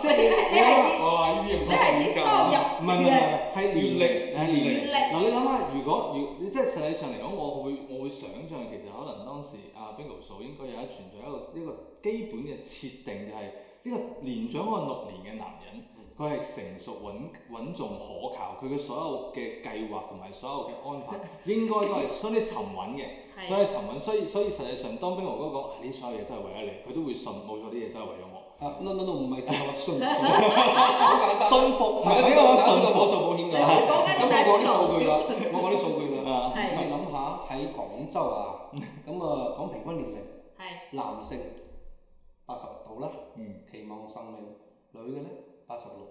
Speaker 1: 即係你
Speaker 4: 你係指
Speaker 1: 你哇哦呢啲唔
Speaker 4: 你係指收入
Speaker 1: 啊唔係唔係唔係係年齡係年
Speaker 4: 閱
Speaker 1: 齡。
Speaker 4: 歷
Speaker 1: 嗱，你諗下，如果如即係實際上嚟講，我會我會想像其實可能當時啊 Bingo 嫂應該有一存在一個一個基本嘅設定，就係、呢個年長我六年嘅男人
Speaker 2: 嗯，
Speaker 1: 佢係成熟穩穩重可靠，佢嘅所有嘅計劃同埋所有嘅安 排應該都係相對沉穩嘅，相
Speaker 4: 係
Speaker 1: 對沉穩。所以所以實際上，當 Bingo 哥講啊呢所有嘢都係為咗你，佢都會信冇錯，啲嘢都係為咗我，
Speaker 2: 啊，no no no，唔係就係話信唔信，好簡單。
Speaker 1: 信服
Speaker 2: 唔
Speaker 1: 唔
Speaker 2: 係，
Speaker 1: 係
Speaker 2: 即
Speaker 1: 呢
Speaker 2: 係我
Speaker 1: 個
Speaker 2: 信
Speaker 1: 信
Speaker 2: 我
Speaker 1: 服
Speaker 2: 做保險
Speaker 4: 你
Speaker 2: 㗎。
Speaker 4: 係講緊
Speaker 2: 咁
Speaker 4: 個
Speaker 2: 我
Speaker 4: 大
Speaker 2: 講
Speaker 4: 富
Speaker 2: 啲數
Speaker 4: 豪
Speaker 2: 據
Speaker 4: 先
Speaker 2: 啦，我講啲數據啦。
Speaker 1: 啊，
Speaker 2: 你
Speaker 4: 係
Speaker 2: 諗下喺廣州啊，咁啊講平均年齡，
Speaker 4: 係
Speaker 2: 男性八十度啦，
Speaker 1: 嗯
Speaker 2: 期望壽命，女嘅咧八十六。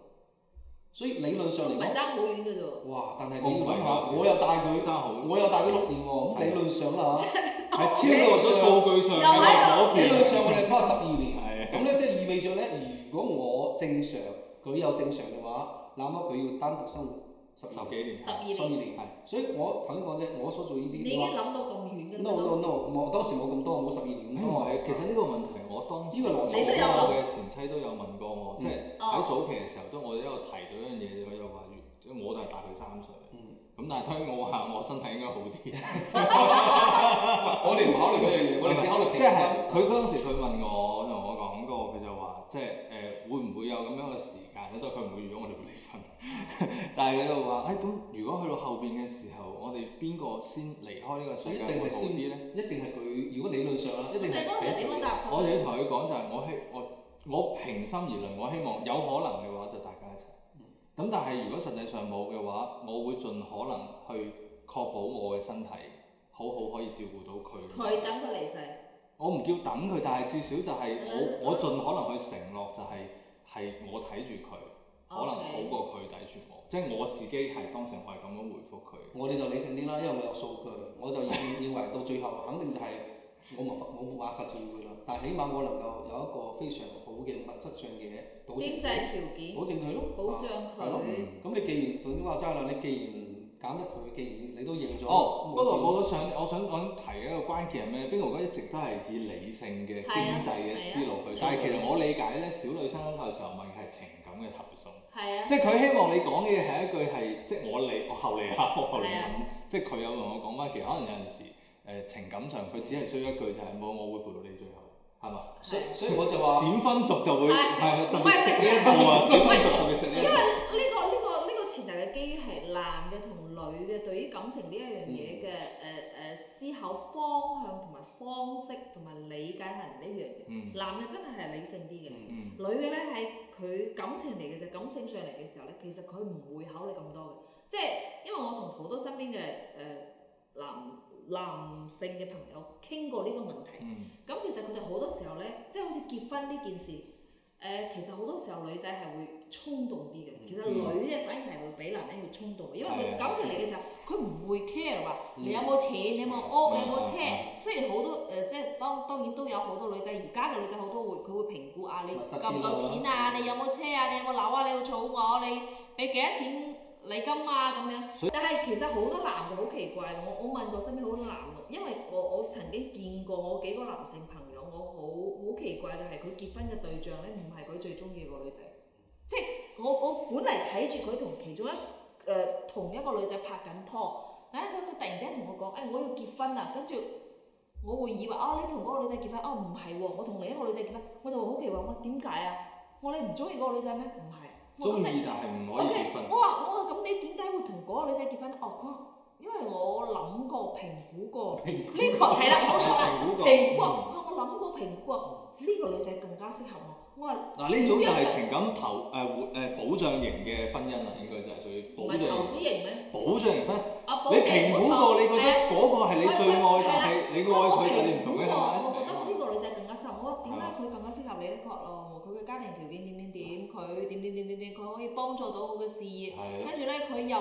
Speaker 2: 所以理論上
Speaker 4: 唔係
Speaker 2: 嚟講，
Speaker 4: 爭好遠嘅啫喎。
Speaker 2: 哇！但係你要諗下，我又大
Speaker 1: 爭
Speaker 2: 佢，
Speaker 1: 好，
Speaker 2: 我又大佢六年喎，咁理論上啦嚇，
Speaker 1: 嗯係超過咗數據上
Speaker 4: 又喺
Speaker 1: 嘅
Speaker 4: 度
Speaker 1: 嗰
Speaker 2: 理
Speaker 1: 邊
Speaker 2: 論上我哋差十二年。
Speaker 1: 係
Speaker 2: 咁咧即係意味著咧，如果我正常，佢有正常嘅話，那麼佢要單獨生活十
Speaker 1: 十
Speaker 2: 二
Speaker 1: 幾年
Speaker 4: 十二
Speaker 2: 十二
Speaker 4: 年，
Speaker 2: 年。所以我頭先講啫，我所做呢
Speaker 4: 你
Speaker 2: 啲
Speaker 4: 已
Speaker 2: 嘅
Speaker 4: 經
Speaker 2: 話
Speaker 4: 諗到咁遠嘅啦
Speaker 2: no
Speaker 4: 當
Speaker 2: no
Speaker 4: 時
Speaker 2: no，我當時冇咁多，冇十二年咁
Speaker 1: 因
Speaker 2: 多。
Speaker 1: 為其實呢個嗯問題，我當時
Speaker 2: 呢個邏
Speaker 1: 我
Speaker 2: 輯
Speaker 4: 你都有
Speaker 1: 我嘅前妻都有問過我，即係喺
Speaker 4: 哦，
Speaker 1: 早期嘅時候都我都有提到一樣嘢，佢就話如即係我就係大佢三歲，
Speaker 2: 嗯，
Speaker 1: 咁但係當然我話我身體應該好啲，
Speaker 2: 我哋唔考慮嗰樣嘢，我哋只考慮
Speaker 1: 即係佢嗰陣時佢問我同我講過，佢就話即係誒會唔會有咁樣嘅時間咧？都係佢唔會預咗我哋會離婚，
Speaker 2: 嗯
Speaker 1: 但係佢就話誒咁如果去到後邊嘅時候，我哋邊個先離開呢個世界
Speaker 2: 一定係
Speaker 1: 會好
Speaker 2: 先
Speaker 1: 啲咧？
Speaker 2: 一定係佢。如果理論上啊啦，一
Speaker 4: 咁
Speaker 2: 定係
Speaker 4: 你當時點樣答
Speaker 1: 我
Speaker 4: 佢？
Speaker 1: 哋同佢講就係我希我我平心而論，我希望有可能嘅話就大家一齊。
Speaker 2: 嗯
Speaker 1: 咁但係如果實際上冇嘅話，我會盡可能去確保我嘅身體好好可以照顧到佢。
Speaker 4: 佢等佢離世，
Speaker 1: 我唔叫等佢，但係至少就係
Speaker 4: 嗯
Speaker 1: 我我盡可能去承諾就係、係我睇住佢，可能好
Speaker 4: OK
Speaker 1: 過佢睇住我。即係我自己係當時我係咁樣回覆佢。
Speaker 2: 我哋就理性啲啦，因為我有數據，我就 認認為到最後肯定就係我冇法我冇辦法照顧佢啦。但係起碼我能夠有一個非常好嘅物質上嘅嘢保證
Speaker 4: 經濟
Speaker 2: 佢，
Speaker 4: 條件
Speaker 2: 保證佢咯。
Speaker 4: 保障
Speaker 2: 係咯
Speaker 1: 嗯
Speaker 4: 佢，
Speaker 2: 咁你既然總之話齋啦，你既然揀得佢，既然你都認咗，
Speaker 1: 哦，
Speaker 2: 咁
Speaker 1: 不過
Speaker 2: 我
Speaker 1: 我都想，我想講提一個關鍵係咩？Bingo 哥一直都係以理性嘅
Speaker 4: 係啊
Speaker 1: 經濟嘅思路去，
Speaker 4: 係啊
Speaker 1: 但係其實我理解咧，小女生嘅時候問嘅係情感嘅投訴，
Speaker 4: 係啊，
Speaker 1: 即係佢希望你講嘅嘢係一句係，即係我理我後理下，我後理
Speaker 4: 係啊
Speaker 1: 諗，即係佢有同我講翻，其實可能有陣時誒、呃情感上佢只係需要一句就係冇，我會陪到你最後，係嘛？
Speaker 2: 所以
Speaker 4: 係啊
Speaker 2: 所以我就話。
Speaker 1: 閃婚族就會
Speaker 4: 係
Speaker 1: 係特
Speaker 4: 唔
Speaker 1: 別
Speaker 4: 係
Speaker 1: 食呢一套啊，閃
Speaker 4: 唔係
Speaker 1: 婚族特別食呢一
Speaker 4: 因為
Speaker 1: 套。
Speaker 4: 呢個呢個呢個前提嘅基於係男嘅同女嘅對於感情呢一樣嘢嘅誒誒思考方向同埋方式同埋理解係唔一樣嘅。
Speaker 1: 嗯
Speaker 4: 男嘅真係係理性啲嘅，
Speaker 2: 嗯
Speaker 1: 嗯
Speaker 4: 女嘅咧喺佢感情嚟嘅就感性上嚟嘅時候咧，其實佢唔會考慮咁多嘅，即係因為我同好多身邊嘅誒、呃男男性嘅朋友傾過呢個問題。
Speaker 1: 嗯
Speaker 4: 咁其實佢哋好多時候咧，即係好似結婚呢件事，誒、呃其實好多時候女仔係會衝動啲嘅，其實
Speaker 2: 嗯
Speaker 4: 女嘅反而係會比男人要衝動，因為
Speaker 1: 係啊
Speaker 4: 佢感情嚟嘅時候，佢唔會 care 話
Speaker 2: 嗯
Speaker 4: 你有冇錢，你有冇屋，
Speaker 1: 嗯
Speaker 4: 你有冇
Speaker 1: 嗯
Speaker 4: 車。雖然好多誒，即係當當然都有好多女仔，而家嘅女仔好多會佢會評估啊，你
Speaker 2: 物質
Speaker 4: 夠唔夠
Speaker 2: 啲咯
Speaker 4: 錢啊，你有冇車啊，你有冇樓啊，你要儲我，你俾幾多錢禮金啊咁樣。但係其實好多男嘅好奇怪嘅，我我問過身邊好多男嘅，因為我我曾經見過我幾個男性朋友，我好好奇怪就係佢結婚嘅對象咧，唔係佢最中意個女仔，即係我我本嚟睇住佢同其中一誒、呃同一個女仔拍緊拖，但係佢佢突然之間同我講，誒、我要結婚啦，跟住。我會以為哦，你同嗰個女仔結婚，哦唔係喎，我同另一個女仔結婚，我就會好奇怪，我點解啊？我話你唔中意嗰個女仔咩？唔係，我話
Speaker 1: 中
Speaker 4: 咁你
Speaker 1: 意但係唔可以
Speaker 4: O.K.
Speaker 1: 結婚。
Speaker 4: 我話我話咁你點解會同嗰個女仔結婚咧？哦，佢話因為我諗過評估過
Speaker 1: 評
Speaker 4: 呢個係啦，冇錯啊啦，
Speaker 1: 評估過嗯
Speaker 4: 評估過佢話我諗過評估過呢個女仔更加適合我。我話
Speaker 1: 嗱，呢種就係情感投誒誒保障型嘅婚姻啦，應該就係屬於
Speaker 4: 唔
Speaker 1: 保障
Speaker 4: 係投資
Speaker 1: 型
Speaker 4: 型咩？啊
Speaker 1: 保障型婚姻。
Speaker 4: 阿寶
Speaker 1: 你評估過，你覺得嗰個係你最愛，但係你愛佢，但係你唔同佢喺埋一
Speaker 4: 我
Speaker 1: 齊
Speaker 4: 覺得
Speaker 1: 啊
Speaker 4: 呢個女仔更加適合我。點解佢更加適合你咧？佢話哦，佢嘅家庭條件點點點，佢點點點點點，佢可以幫助到我嘅事業。
Speaker 1: 係咯
Speaker 4: 跟住咧，佢又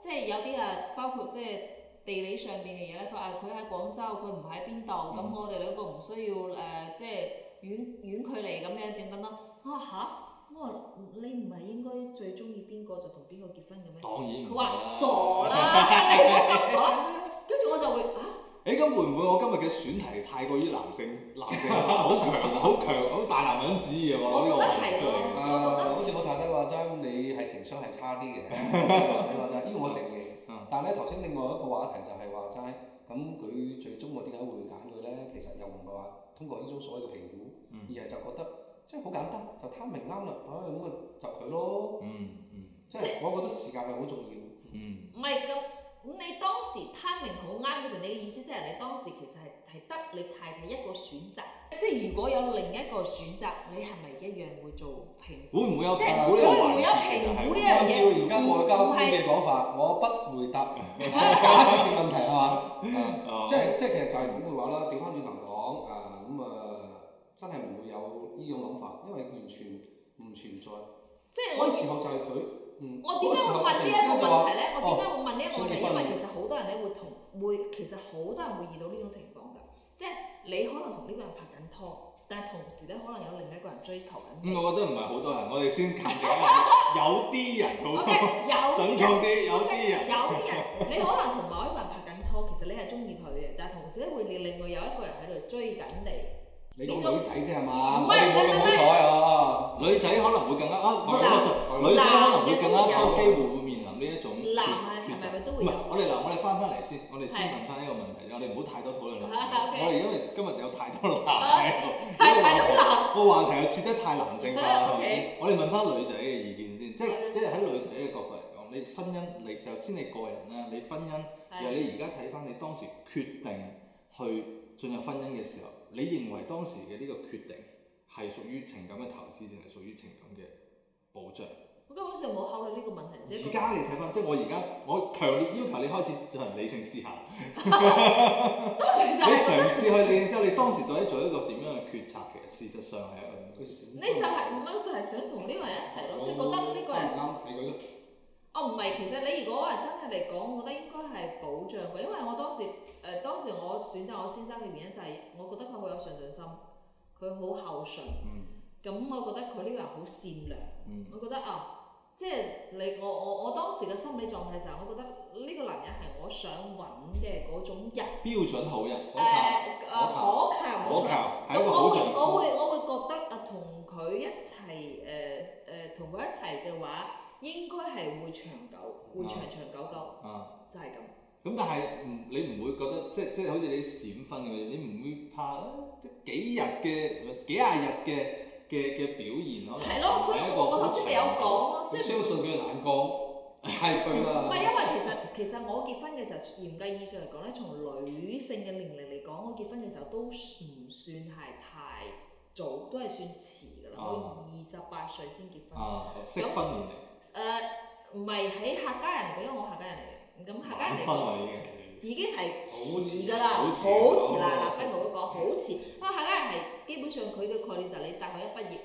Speaker 4: 即係有啲啊，包括即係地理上邊嘅嘢咧。佢話佢喺廣州，佢唔喺邊度，咁、
Speaker 1: 嗯
Speaker 4: 我哋兩個唔需要誒、呃即係遠遠距離咁樣點等等。啊嚇！我話嗯你唔係應該最中意邊個就同邊個結婚嘅咩？
Speaker 1: 當然唔
Speaker 4: 佢
Speaker 1: 係啊
Speaker 4: 話
Speaker 1: 啦。
Speaker 4: 傻啦，你唔好咁傻。跟住我就會啊，
Speaker 1: 誒咁會唔會我今日嘅選題太過於 男性，男性化好強，好強，好大男人主義啊！攞
Speaker 4: 我
Speaker 1: 呢
Speaker 4: 覺
Speaker 1: 個
Speaker 4: 得
Speaker 1: 題
Speaker 4: 係
Speaker 1: 出嚟。
Speaker 4: 咯，
Speaker 2: 啊，
Speaker 4: 我覺得。
Speaker 2: 好似我太太話齋，你係情商係差啲 嘅，你話齋，呢個我承認。
Speaker 1: 嗯
Speaker 2: 但係咧，頭先另外一個話題就係話齋，咁佢最終我點解會揀佢咧？其實又唔係話通過呢種所謂嘅評估，
Speaker 1: 嗯
Speaker 2: 而係就覺得即係好簡單，就貪明啱啦，唉咁啊就佢咯。
Speaker 1: 嗯嗯
Speaker 2: 即係我覺得時間係好重要。
Speaker 1: 嗯，
Speaker 4: 唔係咁，咁你當時 timing 好啱嘅時候，你嘅意思即係你當時其實係係得你太太一個選擇，即係如果有另一個選擇，你係咪一樣會做評估？
Speaker 1: 會唔會有
Speaker 4: 即係
Speaker 1: 評估呢個環
Speaker 4: 會唔會有
Speaker 1: 節就
Speaker 4: 評估呢
Speaker 1: 係？
Speaker 2: 按照而家外交官嘅講法，我不回 答假設性問題係嘛？啊
Speaker 1: 哦
Speaker 2: 即係即係其實就係咁嘅話啦，調翻轉頭講啊咁啊，真係唔會有呢種諗法，因為完全唔存在。
Speaker 4: 即係
Speaker 2: 嗰個
Speaker 4: 我
Speaker 2: 時候就係佢，嗯，
Speaker 4: 我點解會問呢一個問題咧？我點解會問呢一個問題？
Speaker 2: 哦
Speaker 4: 因為其實好多人咧會同會，其實好多人會遇到呢種情況㗎，即係你可能同呢個人拍緊拖，但係同時咧可能有另一個人追求緊你。
Speaker 1: 嗯，我覺得唔係好多人，我哋先近 定一下，有啲人
Speaker 4: O
Speaker 1: 好
Speaker 4: K，有
Speaker 1: 準確
Speaker 4: 啲人。啊
Speaker 1: 啲，有
Speaker 4: O
Speaker 1: 啲
Speaker 4: K，
Speaker 1: 人。
Speaker 4: 有啲人， 你可能同某一個人拍緊拖，其實你係中意佢嘅，但係同時咧會另外有一個人喺度追緊你。
Speaker 2: 你講女仔啫係嘛？
Speaker 4: 唔係
Speaker 2: 我哋冇咁好彩啊！
Speaker 1: 女仔可能會更加啊，我
Speaker 4: 嗱
Speaker 2: 嗱
Speaker 1: 我女仔可能會更加多機會會面臨呢一種
Speaker 4: 男
Speaker 1: 抉
Speaker 4: 係
Speaker 1: 抉
Speaker 4: 係咪
Speaker 1: 擇。
Speaker 4: 咪都
Speaker 1: 唔
Speaker 4: 會
Speaker 1: 係
Speaker 4: 有？，
Speaker 1: 我哋嗱，我哋翻翻嚟先，我哋先
Speaker 4: 係
Speaker 1: 問翻呢個問題，我哋唔好太多討論啦。
Speaker 4: 啊，OK
Speaker 1: 我哋因為今日有太多男喺度，
Speaker 4: 係
Speaker 1: 呢個
Speaker 4: 係
Speaker 1: 話
Speaker 4: 都男。
Speaker 1: 個話題又設得太男性化啦。
Speaker 4: 啊
Speaker 1: 係咪
Speaker 4: OK
Speaker 1: 我哋問翻女仔嘅意見先，即係
Speaker 4: 係啊
Speaker 1: 即係喺女仔嘅角度嚟講，你婚姻你就先你個人啦，你婚姻由
Speaker 4: 係
Speaker 1: 你而家睇翻你當時決定去進入婚姻嘅時候，你認為當時嘅呢個決定係屬於情感嘅投資，定係屬於情感嘅保障？
Speaker 4: 我根本上冇考慮呢個問題，只
Speaker 1: 而
Speaker 4: 係
Speaker 1: 家你睇翻，即係我而家我強烈要求你開始進行理性思考，你嘗試去理
Speaker 4: 當時就係覺得
Speaker 1: 性思考，你當時到底做一個點樣嘅決策？其實事實上係一個點樣嘅決策
Speaker 2: 佢閃
Speaker 4: 你就係唔係 就係想同哦呢個人一齊咯，即係覺得呢個人。
Speaker 2: 啱唔啱？你覺得？
Speaker 4: 哦，唔係，其實你如果話真係嚟講，我覺得應該係保障嘅，因為我當時誒、呃、當時我選擇我先生嘅原因就係我覺得佢好有上進心，佢好孝順，
Speaker 1: 嗯
Speaker 4: 咁我覺得佢呢個人好善良。
Speaker 1: 嗯
Speaker 4: 我覺得啊，即係你我我我當時嘅心理狀態就係，我覺得呢個男人係我想揾嘅嗰種人，
Speaker 1: 標準好人，
Speaker 4: 誒
Speaker 1: 可靠，
Speaker 4: 誒可靠冇
Speaker 1: 可
Speaker 4: 錯。
Speaker 1: 靠係一
Speaker 4: 咁
Speaker 1: 個
Speaker 4: 我
Speaker 1: 好
Speaker 4: 會
Speaker 1: 丈
Speaker 4: 我
Speaker 1: 夫。
Speaker 4: 會我會覺得啊，同佢一齊誒誒同佢一齊嘅話，應該係會長久，會長長久久，
Speaker 1: 啊，
Speaker 4: 就係咁。
Speaker 1: 咁但係唔你唔會覺得即即係好似你閃婚咁樣，你唔會怕啊即幾日嘅幾廿日嘅嘅嘅表現可能
Speaker 4: 係咯，所以
Speaker 1: 係一個
Speaker 4: 我我
Speaker 1: 好
Speaker 4: 頭先咪有講咯，即
Speaker 2: 你
Speaker 4: 係
Speaker 2: 相信佢嘅眼光係佢
Speaker 4: 唔
Speaker 2: 啦。
Speaker 4: 係因啊為其實其實我結婚嘅時候，嚴格意義上嚟講咧，從女性嘅年齡嚟講，我結婚嘅時候都唔算係太早，都係算遲㗎啦。我二十八歲先結婚。
Speaker 1: 啊適婚年齡
Speaker 4: 誒唔係喺客家人嚟講，因為我客家人嚟嘅，咁客家人
Speaker 1: 晚
Speaker 4: 嚟
Speaker 1: 婚
Speaker 4: 講
Speaker 1: 啦已經。
Speaker 4: 已經係
Speaker 2: 好
Speaker 4: 遲
Speaker 2: 遲
Speaker 4: 㗎啦，
Speaker 1: 啊好
Speaker 4: 好
Speaker 1: 遲
Speaker 4: 遲啦。
Speaker 1: 好
Speaker 4: 嗱，跟我都講好遲，因為客家人係基本上佢嘅概念就係你大學一畢業，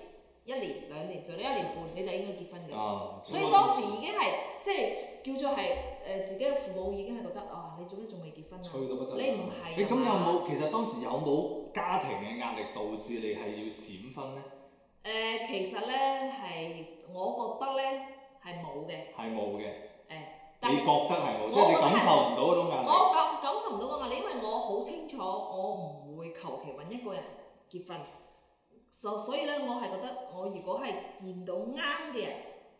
Speaker 4: 一年兩年，最多一年半你就應該結婚嘅。
Speaker 1: 啊，
Speaker 4: 所以當時已經係即係叫做係誒、呃自己嘅父母已經係覺得啊，你做咩仲未結婚啊？
Speaker 2: 吹到不得
Speaker 4: 你
Speaker 2: 了。
Speaker 4: 唔係
Speaker 1: 你咁有
Speaker 4: 啊嘛
Speaker 1: 冇其實當時有冇家庭嘅壓力導致你係要閃婚咧？
Speaker 4: 誒、其實咧係我覺得咧係冇嘅，誒、
Speaker 1: 係冇嘅，
Speaker 4: 但
Speaker 1: 你
Speaker 4: 係
Speaker 1: 覺得係冇，即係你
Speaker 4: 我覺得係
Speaker 1: 感受唔到嗰種壓力。
Speaker 4: 我感感受唔到嗰個壓力，因為我好清楚我唔會求其揾一個人結婚，所所以咧我係覺得我如果係見到啱嘅人，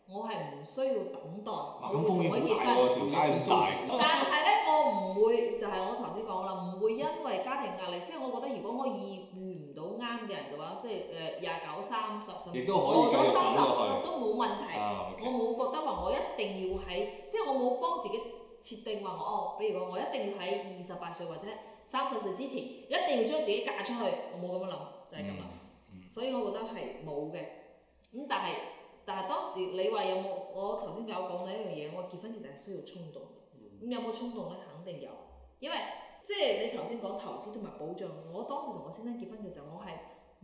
Speaker 4: 我係唔需要等待，
Speaker 1: 哇！
Speaker 4: 我
Speaker 1: 咁風險
Speaker 4: 會同佢
Speaker 1: 好大
Speaker 4: 結婚。
Speaker 2: 哦
Speaker 1: 喎，條街咁大。
Speaker 4: 但係咧，我唔會就係、我頭先講啦，唔會因為家庭壓力，即係我覺得如果我遇遇唔到啱嘅人嘅話，即係誒廿九、三十甚
Speaker 1: 亦
Speaker 4: 至
Speaker 1: 都可以
Speaker 4: 過咗
Speaker 1: 繼續
Speaker 4: 三
Speaker 1: 走
Speaker 4: 十
Speaker 1: 落
Speaker 4: 都都冇問題。
Speaker 1: 啊
Speaker 4: 我
Speaker 1: ，OK，
Speaker 4: 冇覺得話我一定要喺，即係我冇幫自己設定話我哦，比如講我一定要喺二十八歲或者三十歲之前，一定要將自己嫁出去，我冇咁樣諗，就係咁啦。
Speaker 1: 嗯嗯
Speaker 4: 所以我覺得係冇嘅。咁但係但係當時你話有冇？我頭先有講到一樣嘢，我結婚其實係需要衝動嘅。
Speaker 2: 嗯
Speaker 4: 咁有冇衝動咧？肯定有，因為即係你頭先講投資同埋保障，我當時同我先生結婚嘅時候，我係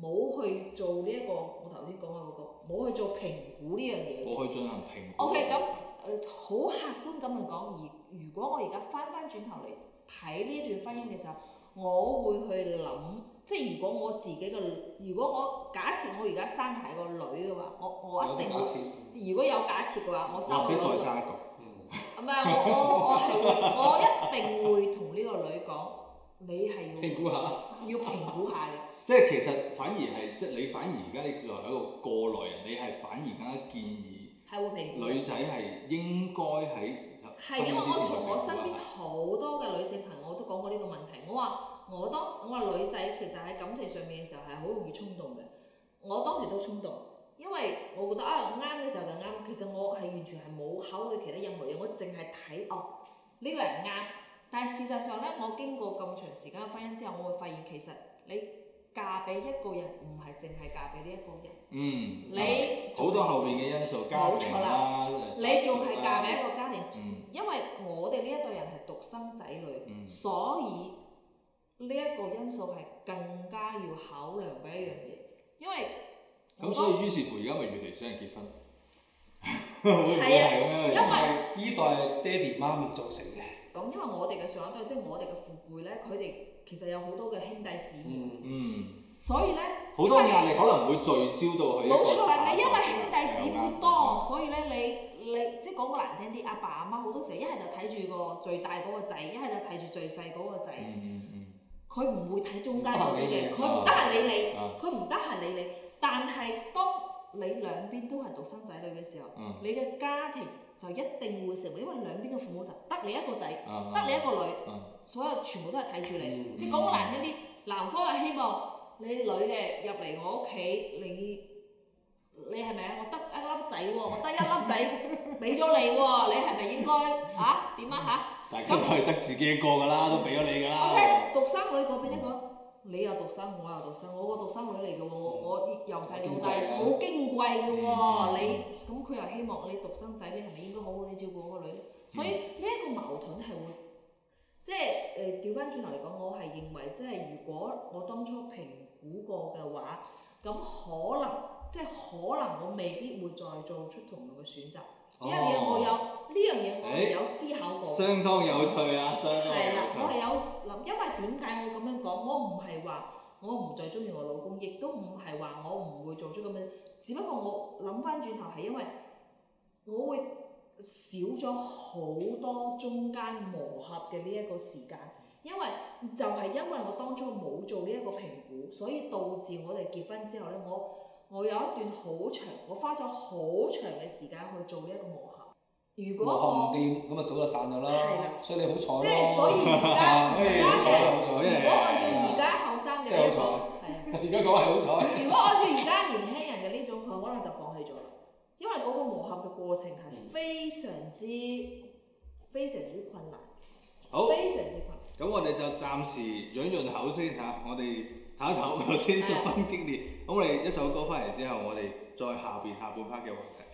Speaker 4: 冇去做呢、一個我頭先講嘅嗰個，冇去做評估呢樣嘢。
Speaker 2: 哦
Speaker 1: 我嗯去進行評估。
Speaker 4: OK，咁誒好客觀咁去講，而如果我而家翻翻轉頭嚟睇呢一段婚姻嘅時候，我會去諗，即係如果我自己嘅，如果我假設我而家生嘅係個女嘅話，我我
Speaker 2: 有
Speaker 4: 一
Speaker 2: 啲
Speaker 4: 定
Speaker 2: 假
Speaker 4: 會，
Speaker 2: 設，
Speaker 4: 如果有假設嘅話，我生
Speaker 1: 或者
Speaker 4: 個女
Speaker 1: 再
Speaker 4: 嘅
Speaker 1: 生一個。
Speaker 2: 嗯，
Speaker 4: 唔係我我我係會，我一定會同呢個女講，你係
Speaker 2: 評估下，
Speaker 4: 要要評估下嘅。
Speaker 1: 即係其實反而係即係你反而而家你作為一個過來人，你係反而更加建議
Speaker 4: 係會評估嘅。
Speaker 1: 女仔係應該喺
Speaker 4: 係因為我從我身邊好多嘅女性朋友都講過呢個問題，我話我當時我話女仔其實喺感情上面嘅時候係好容易衝動嘅，我當時都衝動，因為我覺得啊啱嘅時候就啱，其實我係完全係冇考慮其他任何嘢，我淨係睇哦呢、個人啱。但係事實上咧，我經過咁長時間嘅婚姻之後，我會發現其實你嫁俾一個人唔係淨係嫁俾呢一個人，
Speaker 1: 嗯，
Speaker 4: 你
Speaker 1: 好多後邊嘅因素，家庭啦，
Speaker 4: 你仲係嫁俾一個家庭，
Speaker 1: 嗯
Speaker 4: 因為我哋呢一代人係獨生仔女。
Speaker 1: 嗯
Speaker 4: 所以呢一個因素係更加要考量嘅一樣嘢，因為
Speaker 1: 咁所以於是乎而家咪越嚟少人結 婚，會唔會係咁樣？
Speaker 4: 啊因為
Speaker 2: 依代爹哋媽咪造成嘅，
Speaker 4: 咁，因為我哋嘅上一代即係我哋嘅父輩咧，佢哋其實有好多嘅兄弟姊妹，
Speaker 2: 嗯，
Speaker 1: 嗯，
Speaker 4: 所以咧
Speaker 1: 好多壓力可能會聚焦到去一個
Speaker 4: 冇錯啦，你因為兄弟姊
Speaker 1: 嗯
Speaker 4: 妹多，所以咧你你即係講個難聽啲，阿爸阿媽好多時候一係就睇住個最大嗰個仔，一係就睇住最細嗰個仔，
Speaker 1: 嗯嗯
Speaker 4: 佢唔會睇中間嗰啲嘢，
Speaker 2: 唔得閒理
Speaker 4: 佢唔得
Speaker 2: 你
Speaker 4: 閒理你，
Speaker 1: 嗯啊
Speaker 4: 佢唔得閒理你。但係當你兩邊都係獨生仔女嘅時候，
Speaker 1: 嗯
Speaker 4: 你嘅家庭就一定會成為，因為兩邊嘅父母就得你一個仔，得
Speaker 1: 啊
Speaker 4: 你一個女，
Speaker 1: 嗯
Speaker 4: 所有全部都係睇住你。
Speaker 2: 嗯
Speaker 4: 即係講個難聽啲，男方係希望你女嘅入嚟我屋企，你你係咪啊？我得一粒仔喎，我得一 粒仔俾咗你喎，你係咪應該啊點啊
Speaker 1: 大家都係得自己一個㗎啦，都俾咗你㗎
Speaker 4: 嚇
Speaker 1: 啦。
Speaker 4: ？OK，獨生女嗰邊咧講。你又獨生，我又獨生，我個獨生女嚟嘅喎，我我由細到大好矜貴嘅
Speaker 1: 嗯
Speaker 4: 喎，你咁佢又希望你獨生仔，你係咪應該好好地照顧我個女咧？所以呢一個矛盾係會，即係誒呃調翻轉頭嚟講，我係認為即係如果我當初評估過嘅話，咁可能即係可能我未必會再做出同樣嘅選擇。呢樣嘢我有，呢樣嘢我係有思考過。
Speaker 1: 哦相當有趣啊，相當
Speaker 4: 係啦，我
Speaker 1: 有趣。
Speaker 4: 係有諗，因為點解我咁樣講？我唔係話我唔再中意我老公，亦都唔係話我唔會做出咁樣。只不過我諗翻轉頭係因為我會少咗好多中間磨合嘅呢一個時間，因為就係因為我當初冇做呢一個評估，所以導致我哋結婚之後咧，我我有一段好長，我花咗好長嘅時間去做呢一個磨合。如果
Speaker 2: 磨合唔
Speaker 4: 我
Speaker 2: 掂，咁啊早就散咗
Speaker 4: 係
Speaker 2: 啦
Speaker 4: 啦，
Speaker 2: 所以你好彩
Speaker 1: 哦
Speaker 2: 咯，
Speaker 4: 即係所以而
Speaker 1: 哎
Speaker 4: 家
Speaker 2: 啊
Speaker 4: 而家嘅。
Speaker 2: 好
Speaker 4: 如果按
Speaker 1: 因
Speaker 4: 照
Speaker 2: 彩
Speaker 1: 為
Speaker 4: 而家後生嘅呢種，係啊
Speaker 2: 而家講係好彩，
Speaker 4: 如果按照而家年輕人嘅呢種，佢可能就放棄咗啦，因為嗰個磨合嘅過程係非常之非常之困難，
Speaker 1: 好，
Speaker 4: 非常之困難。
Speaker 1: 咁我哋就暫時潤潤口先嚇，我哋唞一唞，頭先十分激烈。咁我哋一首歌翻嚟之後，我哋再下邊下半 part 嘅話題。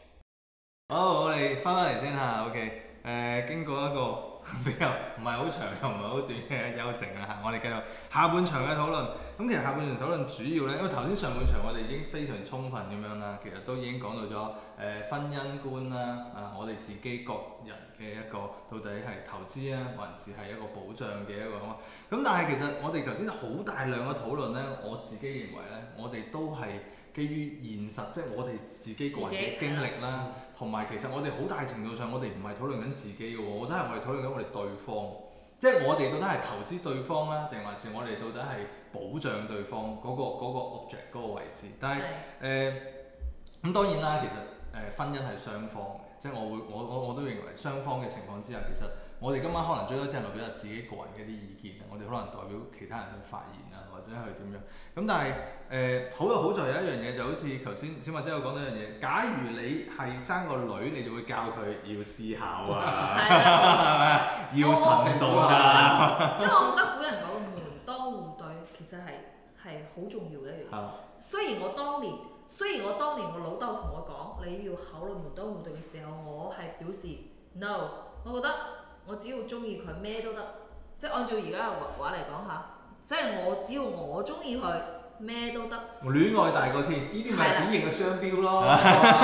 Speaker 1: 好，我哋翻返嚟先嚇，OK。誒、經過一個 比較唔係好長又唔係好短嘅休靜啦嚇，我哋繼續下半場嘅討論。誒、咁其實下半場討論主要咧，因為頭先上半場我哋已經非常充分咁樣啦，其實都已經講到咗誒、婚姻觀啦，啊我哋自己各人嘅一個到底係投資啊，還是係一個保障嘅一個咁啊。咁但係其實我哋頭先好大量嘅討論咧，我自己認為咧，我哋都係基於現實，即係我哋自己個人嗯嘅經歷啦。同埋其實我哋好大程度上，我哋唔係討論緊自己嘅喎，我覺得係我哋討論緊我哋對方，即係我哋到底係投資對方啦，定還是我哋到底係保障對方嗰、個嗰、個 object 嗰個位置？但係誒
Speaker 4: 係
Speaker 1: 咁、當然啦，其實誒、婚姻係雙方嘅，即係我會我我我都認為雙方嘅情況之下，其實我哋今晚可能最多只能代表自己個人嘅一啲意見，我哋可能代表其他人去發言啊，或者去點樣。咁但係誒、好就好在有一樣嘢就好似頭先小馬姐有講到一樣嘢，假如你係生個女，你就會教佢要思考啊，
Speaker 4: 係啦。
Speaker 1: 係咪啊要慎重啊，
Speaker 4: 因為我覺得古人講嘅門當戶對其實係係好重要嘅一樣嘢。
Speaker 1: 係
Speaker 4: 雖然我當年雖然我當年我老豆同我講你要考慮門當戶對嘅時候，我係表示 no，我覺得我只要中意佢咩都得，即係按照而家嘅話話嚟講嚇，即係我只要我中意佢咩都得，
Speaker 1: 戀愛大過天，
Speaker 2: 呢啲咪典型嘅商標咯，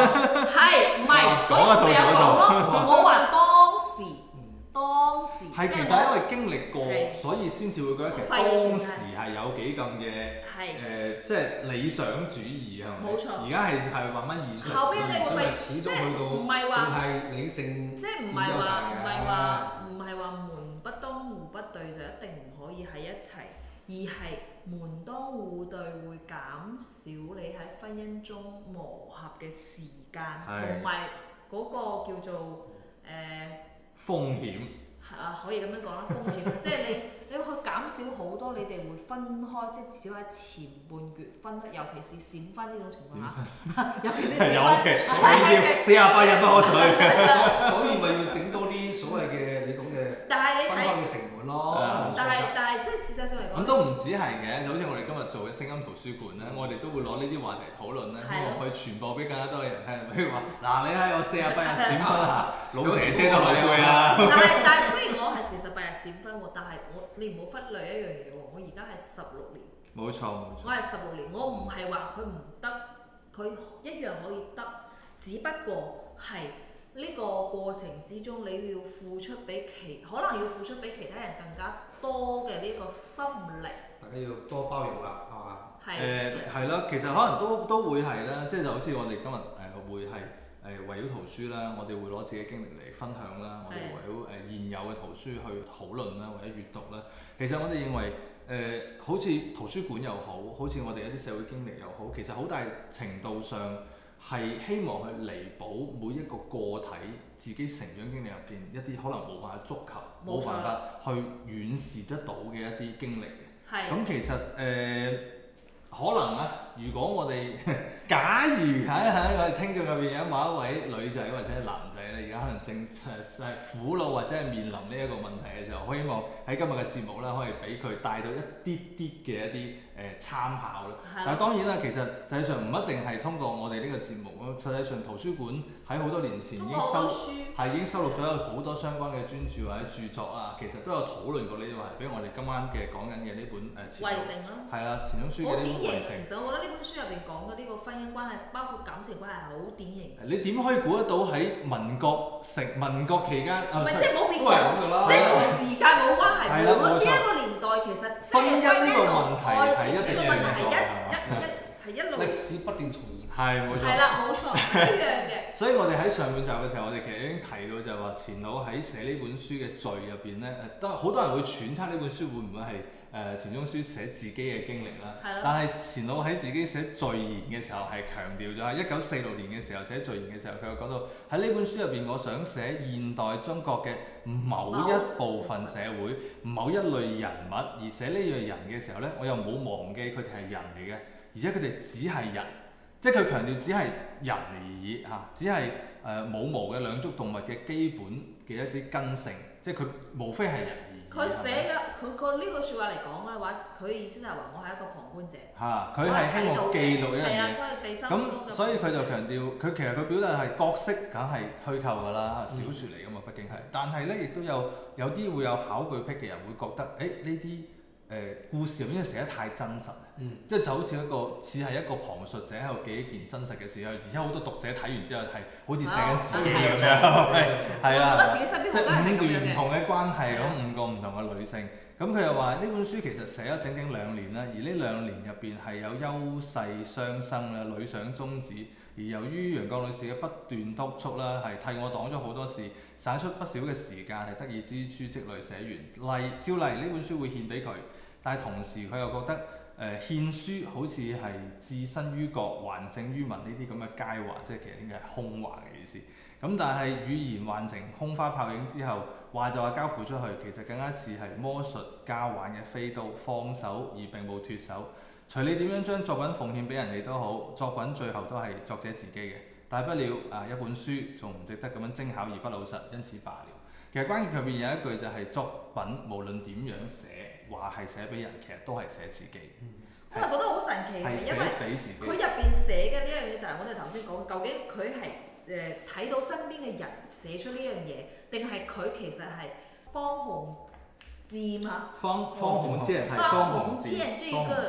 Speaker 4: 係唔係？所以我
Speaker 1: 講一套啊做
Speaker 4: 咪有
Speaker 1: 一
Speaker 4: 講
Speaker 1: 套
Speaker 4: 咯，我話當時
Speaker 2: 嗯
Speaker 4: 當時
Speaker 1: 係
Speaker 4: 即
Speaker 1: 其
Speaker 4: 係
Speaker 1: 實因
Speaker 4: 我
Speaker 1: 為經歷過，
Speaker 4: 係
Speaker 1: 所以先至會覺得其實
Speaker 4: 發現其實
Speaker 1: 當時係有幾咁嘅
Speaker 4: 係。
Speaker 1: 誒，即係理想主義啊，係咪
Speaker 4: 冇錯
Speaker 1: 而家係係慢慢意識
Speaker 4: 後邊你會
Speaker 2: 所
Speaker 4: 發
Speaker 2: 以
Speaker 4: 現，
Speaker 2: 始終
Speaker 4: 即係
Speaker 2: 去到
Speaker 4: 唔係
Speaker 2: 仲
Speaker 4: 話。
Speaker 2: 係理性
Speaker 4: 即係唔係話唔係話唔係話門不當戶不對就一定唔可以喺一齊，而係門當戶對會減少你喺婚姻中磨合嘅時間，
Speaker 1: 係
Speaker 4: 同埋嗰個叫做誒。呃
Speaker 1: 風險。
Speaker 4: 係啊，可以咁樣講啦，風險 即係你你會減少好多，你哋會分開，即係至少喺前半月分開，尤其是閃婚呢種情況下， 尤其是
Speaker 1: 有
Speaker 4: 閃婚，
Speaker 1: 嘅，
Speaker 4: 係
Speaker 1: 要四廿八日不可取。
Speaker 2: 所以咪要整多啲所謂嘅你講嘅
Speaker 4: 但係你
Speaker 2: 分
Speaker 4: 睇。
Speaker 2: 開嘅成本咯。
Speaker 1: 啊
Speaker 4: 但係但係即係事實上嚟
Speaker 1: 咁
Speaker 4: 講，
Speaker 1: 都唔止係嘅，就好似我哋今日做嘅聲音圖書館咧，我哋都會攞呢啲話題討論咧，希
Speaker 4: 係
Speaker 1: 望
Speaker 4: 咯
Speaker 1: 去傳播俾更加多嘅人聽。譬如話，嗱，你喺我四十八日閃婚 下，老姐姐都學啊你會
Speaker 2: 啊
Speaker 1: 啦。
Speaker 4: 但係但係雖然我係四十八日閃婚喎，但係我你唔好忽略一樣嘢喎，我而家係十六年，
Speaker 1: 冇錯冇
Speaker 4: 我
Speaker 1: 錯，
Speaker 4: 係十六年，我唔係話佢唔得，佢一樣可以得，只不過係呢個過程之中你要付出比其可能要付出比其他人更加多嘅呢個心力
Speaker 2: 啊大家要多包容啦，係嘛？
Speaker 1: 誒
Speaker 4: 係。
Speaker 1: 係啦，其實可能都都會係啦，即係就好似我哋今日誒會係。誒圍繞圖書啦，我哋會攞自己經歷嚟分享啦，我哋圍繞誒現有嘅圖書去討論啦，或者閱讀啦。其實我哋認為誒、好似圖書館又好，好似我哋一啲社會經歷又好，其實好大程度上係希望去彌補每一個個體自己成長經歷入邊一啲可能冇辦法觸及、
Speaker 4: 冇
Speaker 1: 冇
Speaker 4: 錯
Speaker 1: 辦法去遠視得到嘅一啲經歷嘅。
Speaker 4: 係
Speaker 1: 咁其實誒、呃可能啊，如果我哋 假如喺喺我哋聽眾入邊有某一位女仔或者係男仔咧，而家可能正呃係苦惱或者係面臨呢一個問題嘅時候，我希望喺今日嘅節目咧，可以俾佢帶到一啲啲嘅一啲誒、參考啦。
Speaker 4: 係
Speaker 1: 但係當然啦，其實實際上唔一定係通過我哋呢個節目，啊實際上圖書館喺好多年前已
Speaker 4: 通
Speaker 1: 經
Speaker 4: 過好
Speaker 1: 收
Speaker 4: 多。書。
Speaker 1: 係已經收錄咗有好多相關嘅專著或者著作啊，其實都有討論過呢啲話題，比如我哋今晚嘅講緊嘅呢本誒
Speaker 4: 圍
Speaker 1: 前
Speaker 4: 城啦，
Speaker 1: 係啦錢鍾書嘅
Speaker 4: 好
Speaker 1: 呢
Speaker 4: 典
Speaker 1: 本圍。
Speaker 4: 型
Speaker 1: 城，
Speaker 4: 其實我覺得呢本書入邊講嘅呢個婚姻關係，包括感情關係，好典型。
Speaker 1: 你點可以估得到喺民國成民國期間啊
Speaker 4: 唔？係即
Speaker 1: sorry，
Speaker 4: 係冇變
Speaker 2: 都係
Speaker 4: 過，
Speaker 2: 咁噶啦
Speaker 4: 即。係同時間冇關係。
Speaker 1: 啊係啦
Speaker 4: 無論
Speaker 1: 冇
Speaker 4: 呢
Speaker 1: 錯
Speaker 4: 一個年代，其實即係
Speaker 1: 婚姻呢個問題
Speaker 4: 愛
Speaker 1: 係
Speaker 4: 情
Speaker 1: 一定
Speaker 4: 呢個問題
Speaker 1: 存在
Speaker 4: 係一一一係一路
Speaker 2: 歷史不斷重現。
Speaker 1: 係啊冇
Speaker 4: 係
Speaker 1: 錯。
Speaker 4: 啦，冇錯 一樣嘅。
Speaker 1: 所以我哋喺上半集嘅時候，我哋其實已經提到就係話錢老喺寫呢本書嘅序入邊咧，誒都好多人會揣測呢本書會唔會係誒錢鍾書寫自己嘅經歷啦。
Speaker 4: 係咯
Speaker 1: 但係錢老喺自己寫序言嘅時候係強調咗，喺一九四六年嘅時候寫序言嘅時候，佢有講到喺呢本書入邊，我想寫現代中國嘅某一部分社會、某一類人物，而寫呢類人嘅時候呢，我又冇忘記佢哋係人嚟嘅，而且佢哋只係人，即係佢強調只係人而已嚇、只係誒冇毛嘅兩足動物嘅基本嘅一啲根性，即係佢無非係人而已。係
Speaker 4: 佢
Speaker 1: 咪
Speaker 4: 寫嘅佢個呢個説話嚟講嘅話，佢嘅意思就係話我係一個旁觀者，
Speaker 1: 嚇，佢係希望記錄一樣
Speaker 4: 係
Speaker 1: 嘢
Speaker 4: 啊。，佢係第三
Speaker 1: 咁所以佢就強調，佢其實佢表達係角色梗係虛構㗎啦，小説嚟㗎嘛，
Speaker 4: 嗯
Speaker 1: 畢竟係。但係咧，亦都有有啲會有考據癖嘅人會覺得，誒呢啲誒故事入邊寫得太真實啊，
Speaker 2: 嗯
Speaker 1: 即係就好似一個似係一個旁述者喺度記一件真實嘅事，而且好多讀者睇完之後係好似寫緊自
Speaker 4: 啊
Speaker 1: 己咁樣，係係
Speaker 4: 我覺得
Speaker 1: 啦
Speaker 4: 自。己身邊
Speaker 1: 即
Speaker 4: 好
Speaker 1: 係五
Speaker 4: 多人係咁樣
Speaker 1: 段唔
Speaker 4: 嘅。
Speaker 1: 同嘅關係，
Speaker 4: 係啊
Speaker 1: 咁五個唔同嘅女性。咁佢又話呢本書其實寫咗整整兩年啦，而呢兩年入邊係有優勢相生啦，女想終止。而由於楊國女士嘅不斷督促啦，係替我擋咗好多事，省出不少嘅時間係得以知書積累寫完。例照例呢本書會獻俾佢，但係同時佢又覺得誒、呃、獻書好似係置身於國，還政於民呢啲咁嘅佳話，即係其實應該係空話嘅意思。咁但係語言幻成空花泡影之後，話就話交付出去，其實更加似係魔術家玩嘅飛刀，放手而並冇脱手。隨你點樣將作品奉獻俾人哋都好，作品最後都係作者自己嘅。大不了啊一本書仲唔值得咁樣精巧而不老實，因此罷了。其實關鍵入邊有一句就係作品無論點樣寫，話係寫俾人，其實都係寫自己，
Speaker 4: 我係覺得好神奇
Speaker 1: 係
Speaker 4: 嘅，
Speaker 1: 寫
Speaker 4: 因為
Speaker 1: 俾自己
Speaker 4: 佢。入邊寫嘅呢樣嘢就係我哋頭先講，究竟佢係誒睇到身邊嘅人寫出呢樣嘢，定係佢其實係方紅啊志嘛？
Speaker 1: 方方孔之係
Speaker 4: 方
Speaker 1: 方
Speaker 4: 孔
Speaker 1: 孔之，
Speaker 4: 健這
Speaker 1: 方孔
Speaker 4: 個
Speaker 1: 之
Speaker 4: 誒、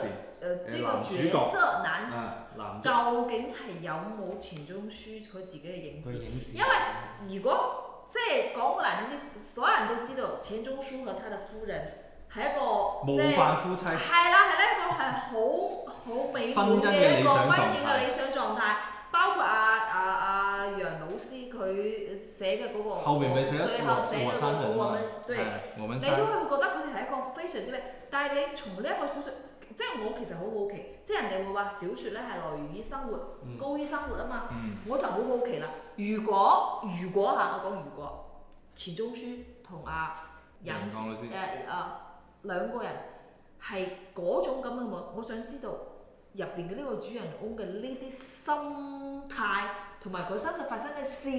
Speaker 4: 呃，這
Speaker 1: 男
Speaker 4: 個
Speaker 1: 主
Speaker 4: 角
Speaker 1: 角
Speaker 4: 色男
Speaker 1: 啊男主
Speaker 4: 究竟係有冇錢鍾書佢自己嘅影
Speaker 2: 佢
Speaker 4: 子？
Speaker 2: 影子
Speaker 4: 因為如果即係講難聽啲，所有人都知道錢鍾書和他的夫人係一個
Speaker 1: 模
Speaker 4: 即係。
Speaker 1: 範夫妻。
Speaker 4: 係啦，係呢一個係好好美滿
Speaker 1: 婚姻嘅
Speaker 4: 嘅
Speaker 1: 理
Speaker 4: 一個
Speaker 1: 想
Speaker 4: 婚
Speaker 1: 狀
Speaker 4: 姻
Speaker 1: 態
Speaker 4: 嘅理想狀態，包括啊阿阿阿楊老師佢寫嘅嗰個，
Speaker 1: 後面咪寫
Speaker 4: 最
Speaker 1: 咗
Speaker 4: 後
Speaker 1: 我
Speaker 4: 寫嘅
Speaker 1: 我
Speaker 4: 嗰
Speaker 1: 山
Speaker 4: 個
Speaker 1: 人
Speaker 4: 我
Speaker 1: 嘛
Speaker 4: 們，對，
Speaker 1: 係我們
Speaker 4: 你
Speaker 1: 山
Speaker 4: 都會覺得佢哋係一個非常之咩，但係你從呢一個小説，即係我其實好好奇，即係人哋會話小説咧係來源於生活，
Speaker 2: 嗯
Speaker 4: 高於生活啊嘛。
Speaker 1: 嗯
Speaker 4: 我就好好奇啦。如果如果嚇，我講如果錢鍾書同阿
Speaker 1: 楊
Speaker 4: 楊
Speaker 1: 光老師
Speaker 4: 誒啊兩個人係嗰種咁嘅我，我想知道入邊嘅呢個主人翁嘅呢啲心態同埋佢身上發生嘅事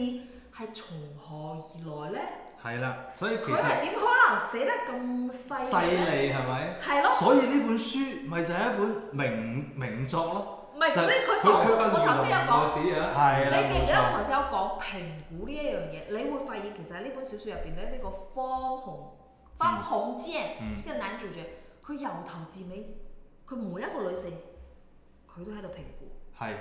Speaker 4: 係從何而來咧？
Speaker 1: 係啦，所以其
Speaker 4: 佢
Speaker 1: 實
Speaker 4: 係點可能寫得咁細
Speaker 1: 犀
Speaker 4: 嘅呢？
Speaker 1: 利係咪？
Speaker 4: 係咯，
Speaker 1: 所以呢本書咪就係一本名名作咯，
Speaker 4: 唔係，
Speaker 1: 就
Speaker 4: 所
Speaker 1: 係
Speaker 4: 以佢
Speaker 2: 佢
Speaker 4: 講
Speaker 2: 佢
Speaker 4: 我頭先有講。
Speaker 2: 先有講，
Speaker 1: 係
Speaker 4: 你
Speaker 1: 啦，
Speaker 4: 記唔
Speaker 1: 冇
Speaker 4: 記得
Speaker 1: 錯。
Speaker 4: 我頭先有講評估呢一樣嘢？你會發現其實喺呢本小説入邊咧，呢、個方洪方洪健
Speaker 1: 嗯
Speaker 4: 呢個男主角，佢由頭至尾，佢每一個女性，佢都喺度評估，
Speaker 1: 係，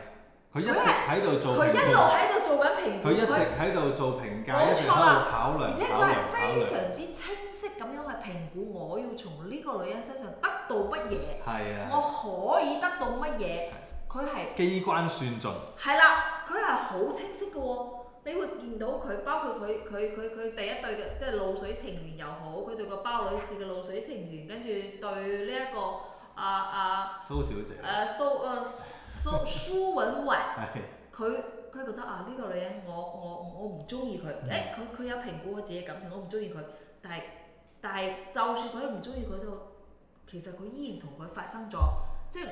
Speaker 1: 佢一直喺度做
Speaker 4: 佢
Speaker 1: 評
Speaker 4: 一路
Speaker 1: 估，
Speaker 4: 喺度做緊評估，
Speaker 1: 佢一直喺度做評價，
Speaker 4: 冇
Speaker 1: 一直喺
Speaker 4: 錯啦
Speaker 1: 度考量
Speaker 4: 而且佢
Speaker 1: 考量
Speaker 4: 係
Speaker 1: 考
Speaker 4: 非
Speaker 1: 量。
Speaker 4: 常之清晰咁樣去評估，我要從呢個女人身上得到乜嘢，
Speaker 1: 係啊，
Speaker 4: 我可以得到乜嘢
Speaker 1: 係，
Speaker 4: 佢係。
Speaker 1: 機關算盡，
Speaker 4: 係啦，佢係好清晰嘅喎。你會見到佢，包括佢佢佢佢第一對嘅，即係露水情緣又好，佢對個包女士嘅露水情緣，跟住對呢、一個啊啊
Speaker 1: 蘇小姐
Speaker 4: 誒蘇誒蘇蘇文慧，
Speaker 1: 係
Speaker 4: 佢佢覺得啊呢、個女人我我我唔中意佢，誒佢佢有評估我自己嘅感情，我唔中意佢，但係但係就算佢唔中意佢都，其實佢依然同佢發生咗即係。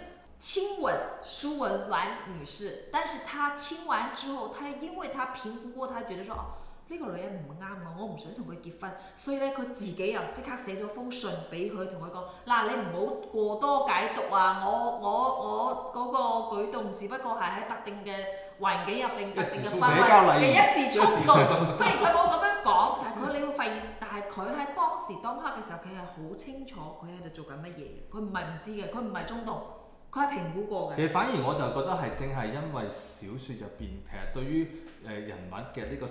Speaker 4: 親吻舒文婉女士，但是她親完之後，她因為她評估過，她覺得說哦呢、個女人唔啱我，我唔想同佢結婚，所以咧佢自己又即刻寫咗封信俾佢，同佢講嗱你唔好過多解讀啊，我我我嗰個舉動只不過係喺特定嘅環境入定特定嘅氛
Speaker 1: 社交禮
Speaker 4: 圍
Speaker 1: 儀
Speaker 4: 嘅一時衝動
Speaker 2: 一時衝，動
Speaker 4: 雖然佢冇咁樣講，但係佢你會發現，但係佢喺當時當刻嘅時候，佢係好清楚佢喺度做緊乜嘢嘅，佢唔係唔知嘅，佢唔係衝動。佢係評估過
Speaker 1: 其
Speaker 4: 嘅，
Speaker 1: 實反而我就覺得係正係因為小説入邊其實對於誒人物嘅呢個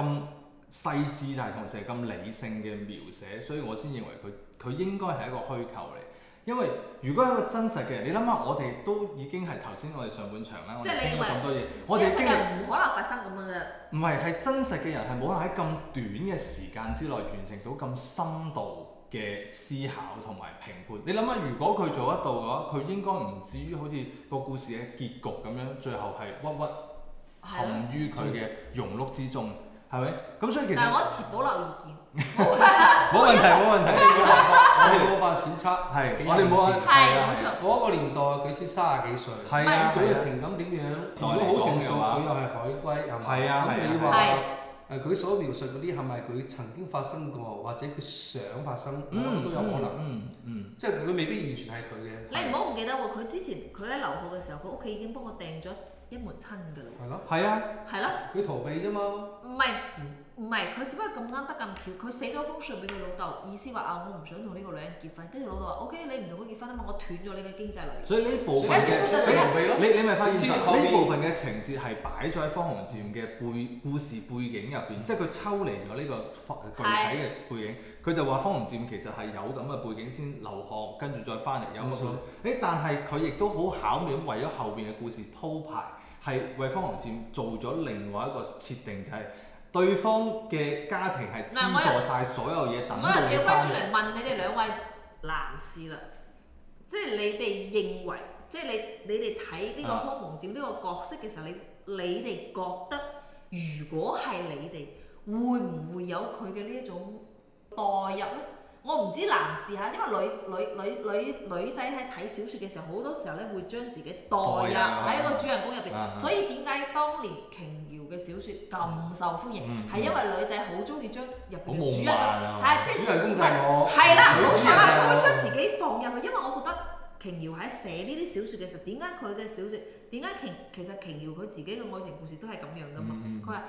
Speaker 1: 咁細緻，但係同時係咁理性嘅描寫，所以我先認為佢佢應該係一個虛構嚟。因為如果係一個真實嘅人，你諗下，我哋都已經係頭先我哋上半場啦，我
Speaker 4: 即係
Speaker 1: 哋
Speaker 4: 你
Speaker 1: 傾咗
Speaker 4: 認為
Speaker 1: 咁多嘢，我哋
Speaker 4: 即係
Speaker 1: 經
Speaker 4: 世界
Speaker 1: 歷
Speaker 4: 唔可能發生咁樣嘅。
Speaker 1: 唔係係真實嘅人係冇可能喺咁短嘅時間之內完成到咁深度嘅思考同埋評判。你諗下，如果佢做得到嘅話，佢應該唔至於好似個故事嘅結局咁樣，最後係屈屈
Speaker 4: 係咯
Speaker 1: 陷於佢嘅庸碌之中，係咪？咁所以其實
Speaker 4: 但係我持保留意見。
Speaker 1: 冇問題，冇問題。
Speaker 2: 我哋
Speaker 1: 我
Speaker 2: 冇辦法選測。
Speaker 1: 哋係我哋冇
Speaker 2: 係
Speaker 1: 係啊
Speaker 4: 冇錯
Speaker 2: 嗰個年代佢先三十幾歲，
Speaker 1: 係啊
Speaker 2: 佢嘅情感點樣？如果好成熟，佢又係海歸，係咪？
Speaker 1: 係啊係啊
Speaker 2: 咁你話
Speaker 4: 係
Speaker 2: 誒佢所描述嗰啲係咪佢曾經發生過，或者佢想發生，我覺得
Speaker 1: 嗯
Speaker 2: 啊都有可能。
Speaker 1: 嗯嗯
Speaker 2: 即係佢未必完全係佢嘅。
Speaker 4: 你唔好唔記得喎，佢之前佢喺留學嘅時候，佢屋企已經幫我訂咗一門親㗎啦。
Speaker 2: 係咯，
Speaker 1: 係啊，
Speaker 4: 係啦，
Speaker 2: 佢逃避啫嘛，
Speaker 4: 唔係
Speaker 2: 嗯
Speaker 4: 唔係，佢只不過咁啱得咁巧，佢寫咗封信俾佢老豆，意思話啊，我唔想同呢個女人結婚。跟住老豆話：O K，你唔同佢結婚啊嘛，我斷咗你嘅經濟來源。
Speaker 1: 所以呢部分
Speaker 4: 所以
Speaker 1: 嘅
Speaker 4: 呢部分
Speaker 2: 佢逃避咯。
Speaker 1: 你你咪發現就
Speaker 2: 知
Speaker 1: 係
Speaker 2: 後面
Speaker 1: 呢部分嘅情節係擺咗喺《方鴻漸》嘅背故事背景入邊，即係佢抽離咗呢個方呃具體嘅背景，佢就話《方鴻漸》其實係有咁嘅背景先留學，跟住再翻嚟有
Speaker 2: 冇
Speaker 1: 個
Speaker 2: 錯
Speaker 1: 背景。誒，但係佢亦都好巧妙，為咗後邊嘅故事鋪排，係為《方鴻漸》做咗另外一個設定，就係、對方嘅家庭係資
Speaker 4: 嗱我又
Speaker 1: 助晒所有嘢，等
Speaker 4: 我
Speaker 1: 到
Speaker 4: 又
Speaker 1: 你
Speaker 4: 調
Speaker 1: 翻
Speaker 4: 翻
Speaker 1: 嚟
Speaker 4: 轉。嚟問你哋兩位男士啦，即係你哋認為，即係你你哋睇呢個
Speaker 1: 啊
Speaker 4: 康宏照呢個角色嘅時候，你你哋覺得如果係你哋，會唔會有佢嘅呢一種代入咧？我唔知男士嚇，因為女女女女女仔喺睇小説嘅時候，好多時候咧會將自己代入喺個主人公入邊，
Speaker 1: 啊啊
Speaker 4: 所以點解當年瓊瑤嘅小説咁受歡迎，
Speaker 1: 嗯
Speaker 4: 係因為女仔好中意將入
Speaker 1: 好
Speaker 4: 邊嘅主
Speaker 1: 夢幻
Speaker 4: 人公。
Speaker 1: 啊！
Speaker 4: 係即係
Speaker 2: 主人公就係我，
Speaker 4: 係啦，
Speaker 2: 女
Speaker 4: 冇
Speaker 2: 主
Speaker 4: 錯
Speaker 2: 人
Speaker 4: 啦，佢
Speaker 2: 就係
Speaker 4: 會
Speaker 2: 我
Speaker 4: 將自己放入去，因為我覺得瓊瑤喺寫呢啲小説嘅時候，點解佢嘅小説點解瓊其實瓊瑤佢自己嘅愛情故事都係咁樣噶嘛？
Speaker 1: 嗯
Speaker 4: 佢話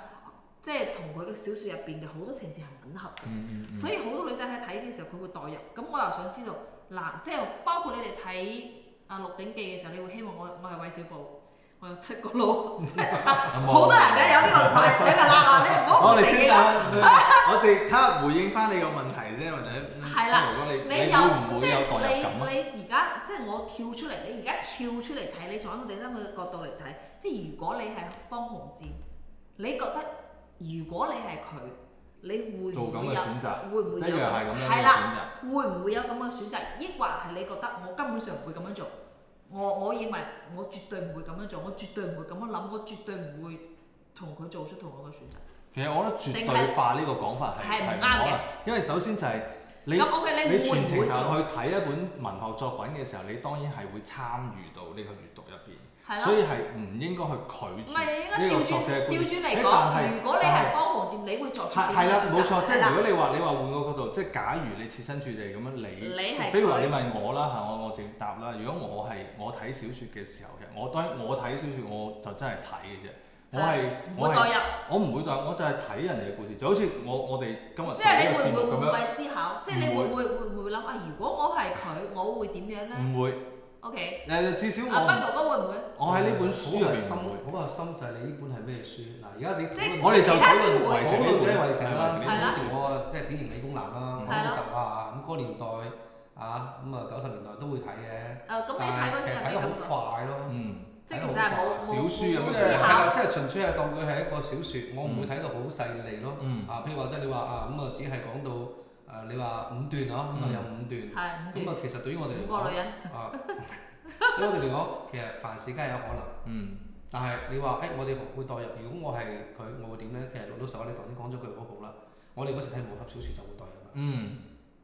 Speaker 4: 即係同佢嘅小説入邊嘅好多情節係吻合嘅，
Speaker 1: 嗯嗯嗯
Speaker 4: 所以好多女仔喺睇嘅時候佢會代入。咁我又想知道男即係包括你哋睇啊《鹿鼎記》嘅時候，你會希望我我係韋小寶，我有七個 佬，即係好多男人有呢個幻想㗎啦，你唔好
Speaker 1: 我
Speaker 4: 唔
Speaker 1: 哋
Speaker 4: 哦死
Speaker 1: 先
Speaker 4: 記
Speaker 1: 等，
Speaker 4: 啦。
Speaker 1: 我哋睇下回應翻你個問題先，或者嗯
Speaker 4: 係啦
Speaker 1: 如果你
Speaker 4: 你
Speaker 1: 你
Speaker 4: 有
Speaker 1: 會唔會
Speaker 4: 即
Speaker 1: 有代入感啊？
Speaker 4: 係你你而家即係我跳出嚟，你而家跳出嚟睇，你從一個第三個角度嚟睇，即係如果你係方鴻漸，你覺得如果你係佢，你會
Speaker 1: 做
Speaker 4: 唔
Speaker 1: 咁
Speaker 4: 會
Speaker 1: 嘅
Speaker 4: 有
Speaker 1: 選擇，
Speaker 4: 會唔會
Speaker 1: 一
Speaker 4: 有
Speaker 1: 樣係咁樣嘅
Speaker 4: 係啦？
Speaker 1: 選擇。
Speaker 4: 會唔會有咁嘅選擇？抑或係你覺得我根本上唔會咁樣做？我我認為我絕對唔會咁樣做，我絕對唔會咁樣諗，我絕對唔會同佢做出同樣嘅選擇。
Speaker 1: 其實我覺得絕
Speaker 4: 定
Speaker 1: 對
Speaker 4: 係
Speaker 1: 化呢個講法係
Speaker 4: 係唔
Speaker 1: 係唔
Speaker 4: 啱
Speaker 1: 可
Speaker 4: 嘅
Speaker 1: 能，因為首先就係你
Speaker 4: 咁 OK，
Speaker 1: 你
Speaker 4: 你會
Speaker 1: 全
Speaker 4: 唔
Speaker 1: 程
Speaker 4: 會
Speaker 1: 頭
Speaker 4: 做？
Speaker 1: 去睇一本文學作品嘅時候，你當然係會參與到呢個閱讀入邊，
Speaker 4: 係啦
Speaker 1: 所。以係唔應該去
Speaker 4: 唔
Speaker 1: 拒
Speaker 4: 係
Speaker 1: 絕。
Speaker 4: 應該調轉調轉嚟講，如果你係方鴻漸，你會作出
Speaker 1: 係
Speaker 4: 點
Speaker 1: 係啦，
Speaker 4: 樣
Speaker 1: 冇
Speaker 4: 嘅選
Speaker 1: 錯，
Speaker 4: 擇？
Speaker 1: 即係如果你話你話換個角度，即係假如你設身處地咁樣，你
Speaker 4: 你係
Speaker 1: 比如話
Speaker 4: 佢
Speaker 1: 你問我啦嚇，我我直接答啦。如果我係我睇小説嘅時候，其實我當然我睇小説我就真係睇嘅啫，我係
Speaker 4: 啊唔
Speaker 1: 我
Speaker 4: 會
Speaker 1: 係
Speaker 4: 代入，
Speaker 1: 我唔會代，我就係睇人哋嘅故事，就好似我我哋今日
Speaker 4: 即係你
Speaker 1: 做呢個節
Speaker 4: 會唔
Speaker 1: 目
Speaker 4: 會
Speaker 1: 咁樣，
Speaker 4: 換位思考？即係你會唔會會唔會諗啊？如果我係佢，我會點樣咧
Speaker 1: 唔會
Speaker 4: ？OK，
Speaker 1: 誒至少
Speaker 4: 阿斌
Speaker 1: 我
Speaker 4: 哥哥會唔會？
Speaker 1: 唔我喺呢本書入
Speaker 2: 好核
Speaker 1: 面
Speaker 2: 心，
Speaker 1: 唔會，
Speaker 2: 好核心就係你呢本係咩書？嗱，而家你
Speaker 4: 即係
Speaker 1: 我哋就
Speaker 4: 其他書
Speaker 1: 討論
Speaker 4: 會
Speaker 1: 圍
Speaker 2: 講
Speaker 1: 城呢
Speaker 2: 到梗係
Speaker 1: 本
Speaker 2: 為啊食啦，
Speaker 1: 係
Speaker 4: 係
Speaker 2: 好
Speaker 4: 啦
Speaker 2: 似我啊即係典型理工男啦，
Speaker 4: 係
Speaker 2: 講
Speaker 4: 啦
Speaker 2: 實話咁嗰年代啊，咁啊九十年代都會睇嘅，
Speaker 4: 誒，咁你
Speaker 2: 但
Speaker 4: 睇嗰
Speaker 2: 其
Speaker 4: 陣
Speaker 2: 實
Speaker 4: 係咩
Speaker 2: 睇
Speaker 4: 感
Speaker 2: 得
Speaker 4: 覺？
Speaker 2: 好快咯，
Speaker 1: 嗯
Speaker 4: 即係其實係冇
Speaker 1: 小書咁樣
Speaker 4: 冇冇
Speaker 2: 即
Speaker 4: 思
Speaker 2: 係
Speaker 4: 考
Speaker 2: 係。即係純粹係當佢係一個小説，我唔會睇到好細膩咯。
Speaker 1: 嗯
Speaker 2: 啊，譬如話即係你話啊，咁啊只係講到誒你話五段啊，咁啊
Speaker 1: 嗯
Speaker 2: 有五段，
Speaker 4: 係五段
Speaker 2: 咁啊其實對於我哋嚟
Speaker 4: 五個
Speaker 2: 講
Speaker 4: 女人，
Speaker 2: 啊， 對於我哋嚟講，其實凡事皆有可能。
Speaker 1: 嗯
Speaker 2: 但係你話誒、我哋會代入，如果我係佢，我會點咧？其實老老實話，你頭先講咗句好好啦。我哋嗰時睇武俠小説就會代入啦，
Speaker 1: 嗯，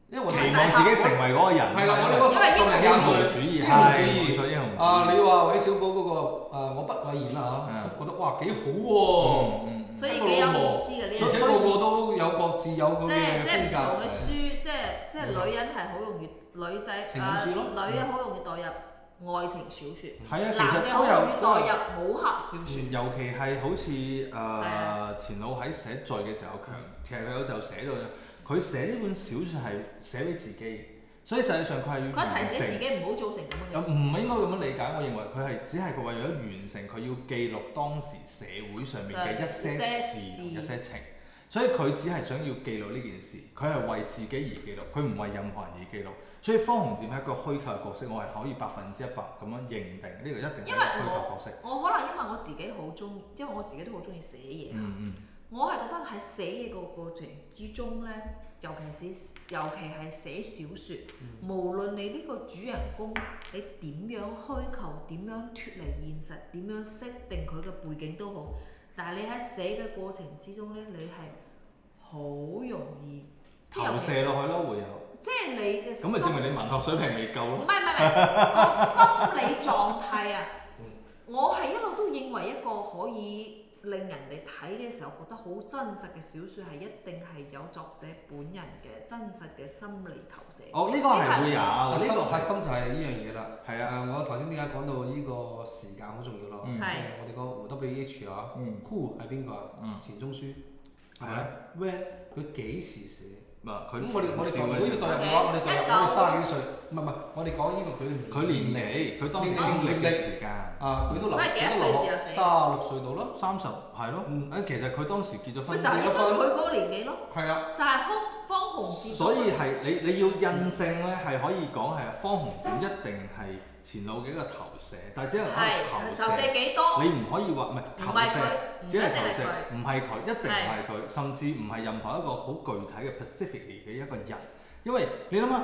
Speaker 2: 因為我
Speaker 1: 期
Speaker 2: 哋
Speaker 1: 望自己成為嗰個人，啊
Speaker 2: 係啦，我哋
Speaker 4: 因
Speaker 2: 嗰
Speaker 4: 為
Speaker 2: 十零
Speaker 1: 英
Speaker 2: 廿
Speaker 1: 雄
Speaker 2: 歲
Speaker 1: 主義
Speaker 2: 英雄
Speaker 1: 係
Speaker 2: 主義
Speaker 1: 冇錯，英雄主義
Speaker 2: 啊，你話韋小寶嗰、個、誒我不諱言啦啊
Speaker 1: 嗯
Speaker 2: 嚇，都覺得哇幾好喎、
Speaker 1: 嗯嗯
Speaker 4: 所以幾有意思
Speaker 2: 而
Speaker 4: 嘅呢
Speaker 2: 且
Speaker 4: 樣
Speaker 2: 個個都有各自有佢
Speaker 4: 即係
Speaker 2: 嘅
Speaker 4: 即係唔
Speaker 2: 風
Speaker 4: 同
Speaker 2: 格
Speaker 4: 嘅。書，即係即係女人係好容易，女仔
Speaker 2: 情感
Speaker 4: 啊
Speaker 2: 書咯
Speaker 4: 女人好容易代入愛情小説。
Speaker 1: 係啊，其
Speaker 4: 男
Speaker 1: 實
Speaker 4: 嘅
Speaker 1: 都
Speaker 4: 好容易
Speaker 1: 有都有
Speaker 4: 代入武俠小説，
Speaker 1: 尤其係好似誒、
Speaker 4: 啊
Speaker 1: 前老喺寫序嘅時候強，其實佢有就寫到佢寫呢本小説係寫俾自己嘅，所以實際上佢係要
Speaker 4: 佢
Speaker 1: 完
Speaker 4: 提醒自
Speaker 1: 成。
Speaker 4: 己唔好做成咁
Speaker 1: 又
Speaker 4: 樣嘅。
Speaker 1: 唔應該咁樣理解，我認為佢係只係佢為咗完成佢要記錄當時社會上面嘅一些事同一些情，所以佢只係想要記錄呢件事，佢係為自己而記錄，佢唔為任何人而記錄。所以方鴻漸係一個虛構嘅角色，我係可以百分之一百咁樣認定呢個一定係一
Speaker 4: 因
Speaker 1: 個
Speaker 4: 為
Speaker 1: 虛構角色。
Speaker 4: 我可能因為我自己好中意，因為我自己都好中意寫嘢，
Speaker 1: 嗯嗯。
Speaker 4: 我係覺得喺寫嘢個過程之中咧，尤其是尤其係寫小説，嗯無論你呢個主人公你點樣虛構，點樣脱離現實，點樣設定佢嘅背景都好，但係你喺寫嘅過程之中咧，你係好容易即係
Speaker 1: 投
Speaker 4: 尤其
Speaker 1: 射落去咯，會有。
Speaker 4: 即係你嘅
Speaker 1: 咁咪證明你
Speaker 4: 心
Speaker 1: 文學水平未夠
Speaker 4: 唔係唔係唔
Speaker 1: 咯。
Speaker 4: 係，我心理狀態啊
Speaker 2: 嗯，
Speaker 4: 我係一路都認為一個可以誒、令人哋睇嘅時候覺得好真實嘅小説係一定係有作者本人嘅真實嘅心理投射。
Speaker 1: 哦，呢個係會有，
Speaker 2: 核心
Speaker 1: 呢個
Speaker 2: 核
Speaker 1: 係
Speaker 2: 心就啊係呢樣嘢啦。
Speaker 1: 係
Speaker 2: 誒、
Speaker 1: 啊，
Speaker 2: 我頭先點解講到呢個時間好重要咯？
Speaker 1: 嗯
Speaker 4: 係
Speaker 2: 誒我哋個胡 W H 啊
Speaker 1: 嗯
Speaker 2: ，Who 係邊個啊？
Speaker 1: 嗯，
Speaker 2: 錢鍾書係
Speaker 1: 係啊
Speaker 2: 咪？When 佢幾時寫？
Speaker 1: 嗱
Speaker 2: 咁我哋我哋講如果要代入嘅
Speaker 4: OK，
Speaker 2: 話，我哋代入
Speaker 4: 一
Speaker 2: 我哋
Speaker 4: 九
Speaker 2: 三十幾歲，唔係唔係，我哋講呢個佢
Speaker 1: 佢年嚟，佢當時經歷嘅時間，
Speaker 2: 啊，佢都留
Speaker 4: 佢係幾多
Speaker 2: 佢都留
Speaker 4: 歲
Speaker 2: 學
Speaker 4: 時候死
Speaker 2: 三十六歲到咯，
Speaker 1: 三十係咯，
Speaker 2: 嗯
Speaker 1: 誒其實佢當時結咗
Speaker 4: 咪
Speaker 1: 婚
Speaker 4: 就，係因為佢嗰個年紀咯，
Speaker 2: 係啊，
Speaker 4: 就係方方紅字。
Speaker 1: 所以係你你要印證咧，係可以講係方紅展一定係前路嘅一個投射，但係只能講
Speaker 4: 係
Speaker 1: 係
Speaker 4: 投
Speaker 1: 投射
Speaker 4: 射，幾多？
Speaker 1: 你唔可以話唔係
Speaker 4: 唔
Speaker 1: 投
Speaker 4: 係
Speaker 1: 射。
Speaker 4: 佢，唔一
Speaker 1: 只
Speaker 4: 定
Speaker 1: 係投
Speaker 4: 係
Speaker 1: 射
Speaker 4: 佢。，
Speaker 1: 唔係佢，一定唔係佢，甚至唔係任何一個好具體嘅 specific 嘅一個人，因為你諗下，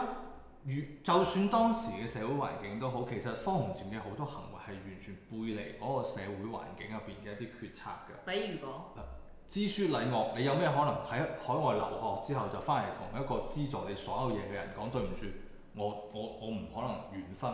Speaker 1: 如就算當時嘅社會環境都好，其實方鴻漸嘅好多行為係完全背離嗰個社會環境入邊嘅一啲決策嘅。
Speaker 4: 比如講，
Speaker 1: 知書禮樂，你有咩可能喺海外留學之後就翻嚟同一個資助你所有嘢嘅人講對唔住，我我我唔可能完婚。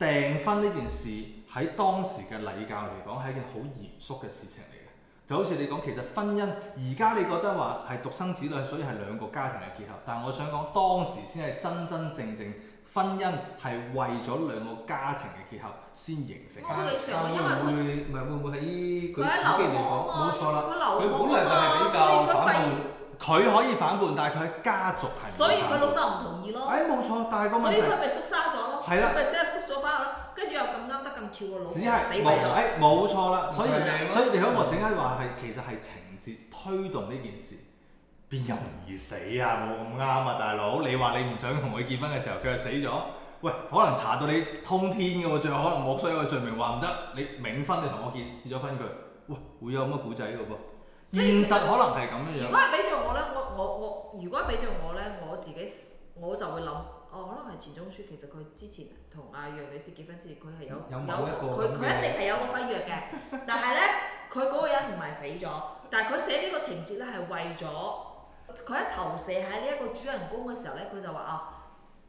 Speaker 1: 訂婚呢件事喺當時嘅禮教嚟講係一件好嚴肅嘅事情嚟嘅，就好似你講，其實婚姻而家你覺得話係獨生子女，所以係兩個家庭嘅結合，但我想講當時先係真真正正婚姻係為咗兩個家庭嘅結合先形成
Speaker 4: 我
Speaker 1: 嘅。
Speaker 4: 會
Speaker 2: 但
Speaker 4: 上，因為
Speaker 2: 會唔
Speaker 4: 佢
Speaker 2: 會唔係會唔會喺佢
Speaker 4: 佢喺
Speaker 2: 自己
Speaker 4: 留學
Speaker 2: 嚟講
Speaker 4: 啊嘛，
Speaker 2: 冇錯啦，
Speaker 4: 佢
Speaker 2: 佢
Speaker 4: 留
Speaker 2: 本
Speaker 4: 學
Speaker 2: 來就係比較
Speaker 4: 啊嘛所以佢發
Speaker 2: 反叛
Speaker 4: 現。
Speaker 1: 佢可以反叛，但係佢喺家族係唔
Speaker 4: 所以
Speaker 1: 會
Speaker 4: 佢
Speaker 1: 反
Speaker 4: 老
Speaker 1: 叛
Speaker 4: 豆唔同意咯，
Speaker 1: 誒哎冇錯，但係個問
Speaker 4: 所以
Speaker 1: 題
Speaker 4: 佢咪縮沙咗咯，
Speaker 1: 係啦
Speaker 4: 咪即係縮咗翻去咯，跟住又咁啱得咁巧個老婆
Speaker 1: 只
Speaker 4: 死
Speaker 1: 係
Speaker 4: 鬼
Speaker 1: 冇
Speaker 4: 咗，
Speaker 1: 誒冇錯啦，所以
Speaker 2: 就係你咯
Speaker 1: 所以你睇我點解話係其實係情節推動呢件事，邊有容易死啊？冇咁啱啊，大佬！你話你唔想同佢結婚嘅時候，佢就死咗。喂，可能查到你通天嘅喎，最後可能我所有嘅罪名話唔得，你冥婚你同我結結咗婚佢，喂會有咁嘅古仔嘅噃？
Speaker 4: 所以
Speaker 1: 現實可能係咁樣
Speaker 4: 如
Speaker 1: 樣。
Speaker 4: 果係俾咗我咧，我我我如果係俾咗我咧，我自己我就會諗，哦，可能係錢鍾書，其實佢之前同阿楊女士結婚之前，佢係有
Speaker 2: 有某一個
Speaker 4: 佢
Speaker 2: 咁嘅
Speaker 4: 佢一定係有個婚約嘅， 但係咧佢嗰個人唔係死咗，但係佢寫呢個情節咧係為咗佢一投射喺呢一個主人公嘅時候咧，佢就話啊。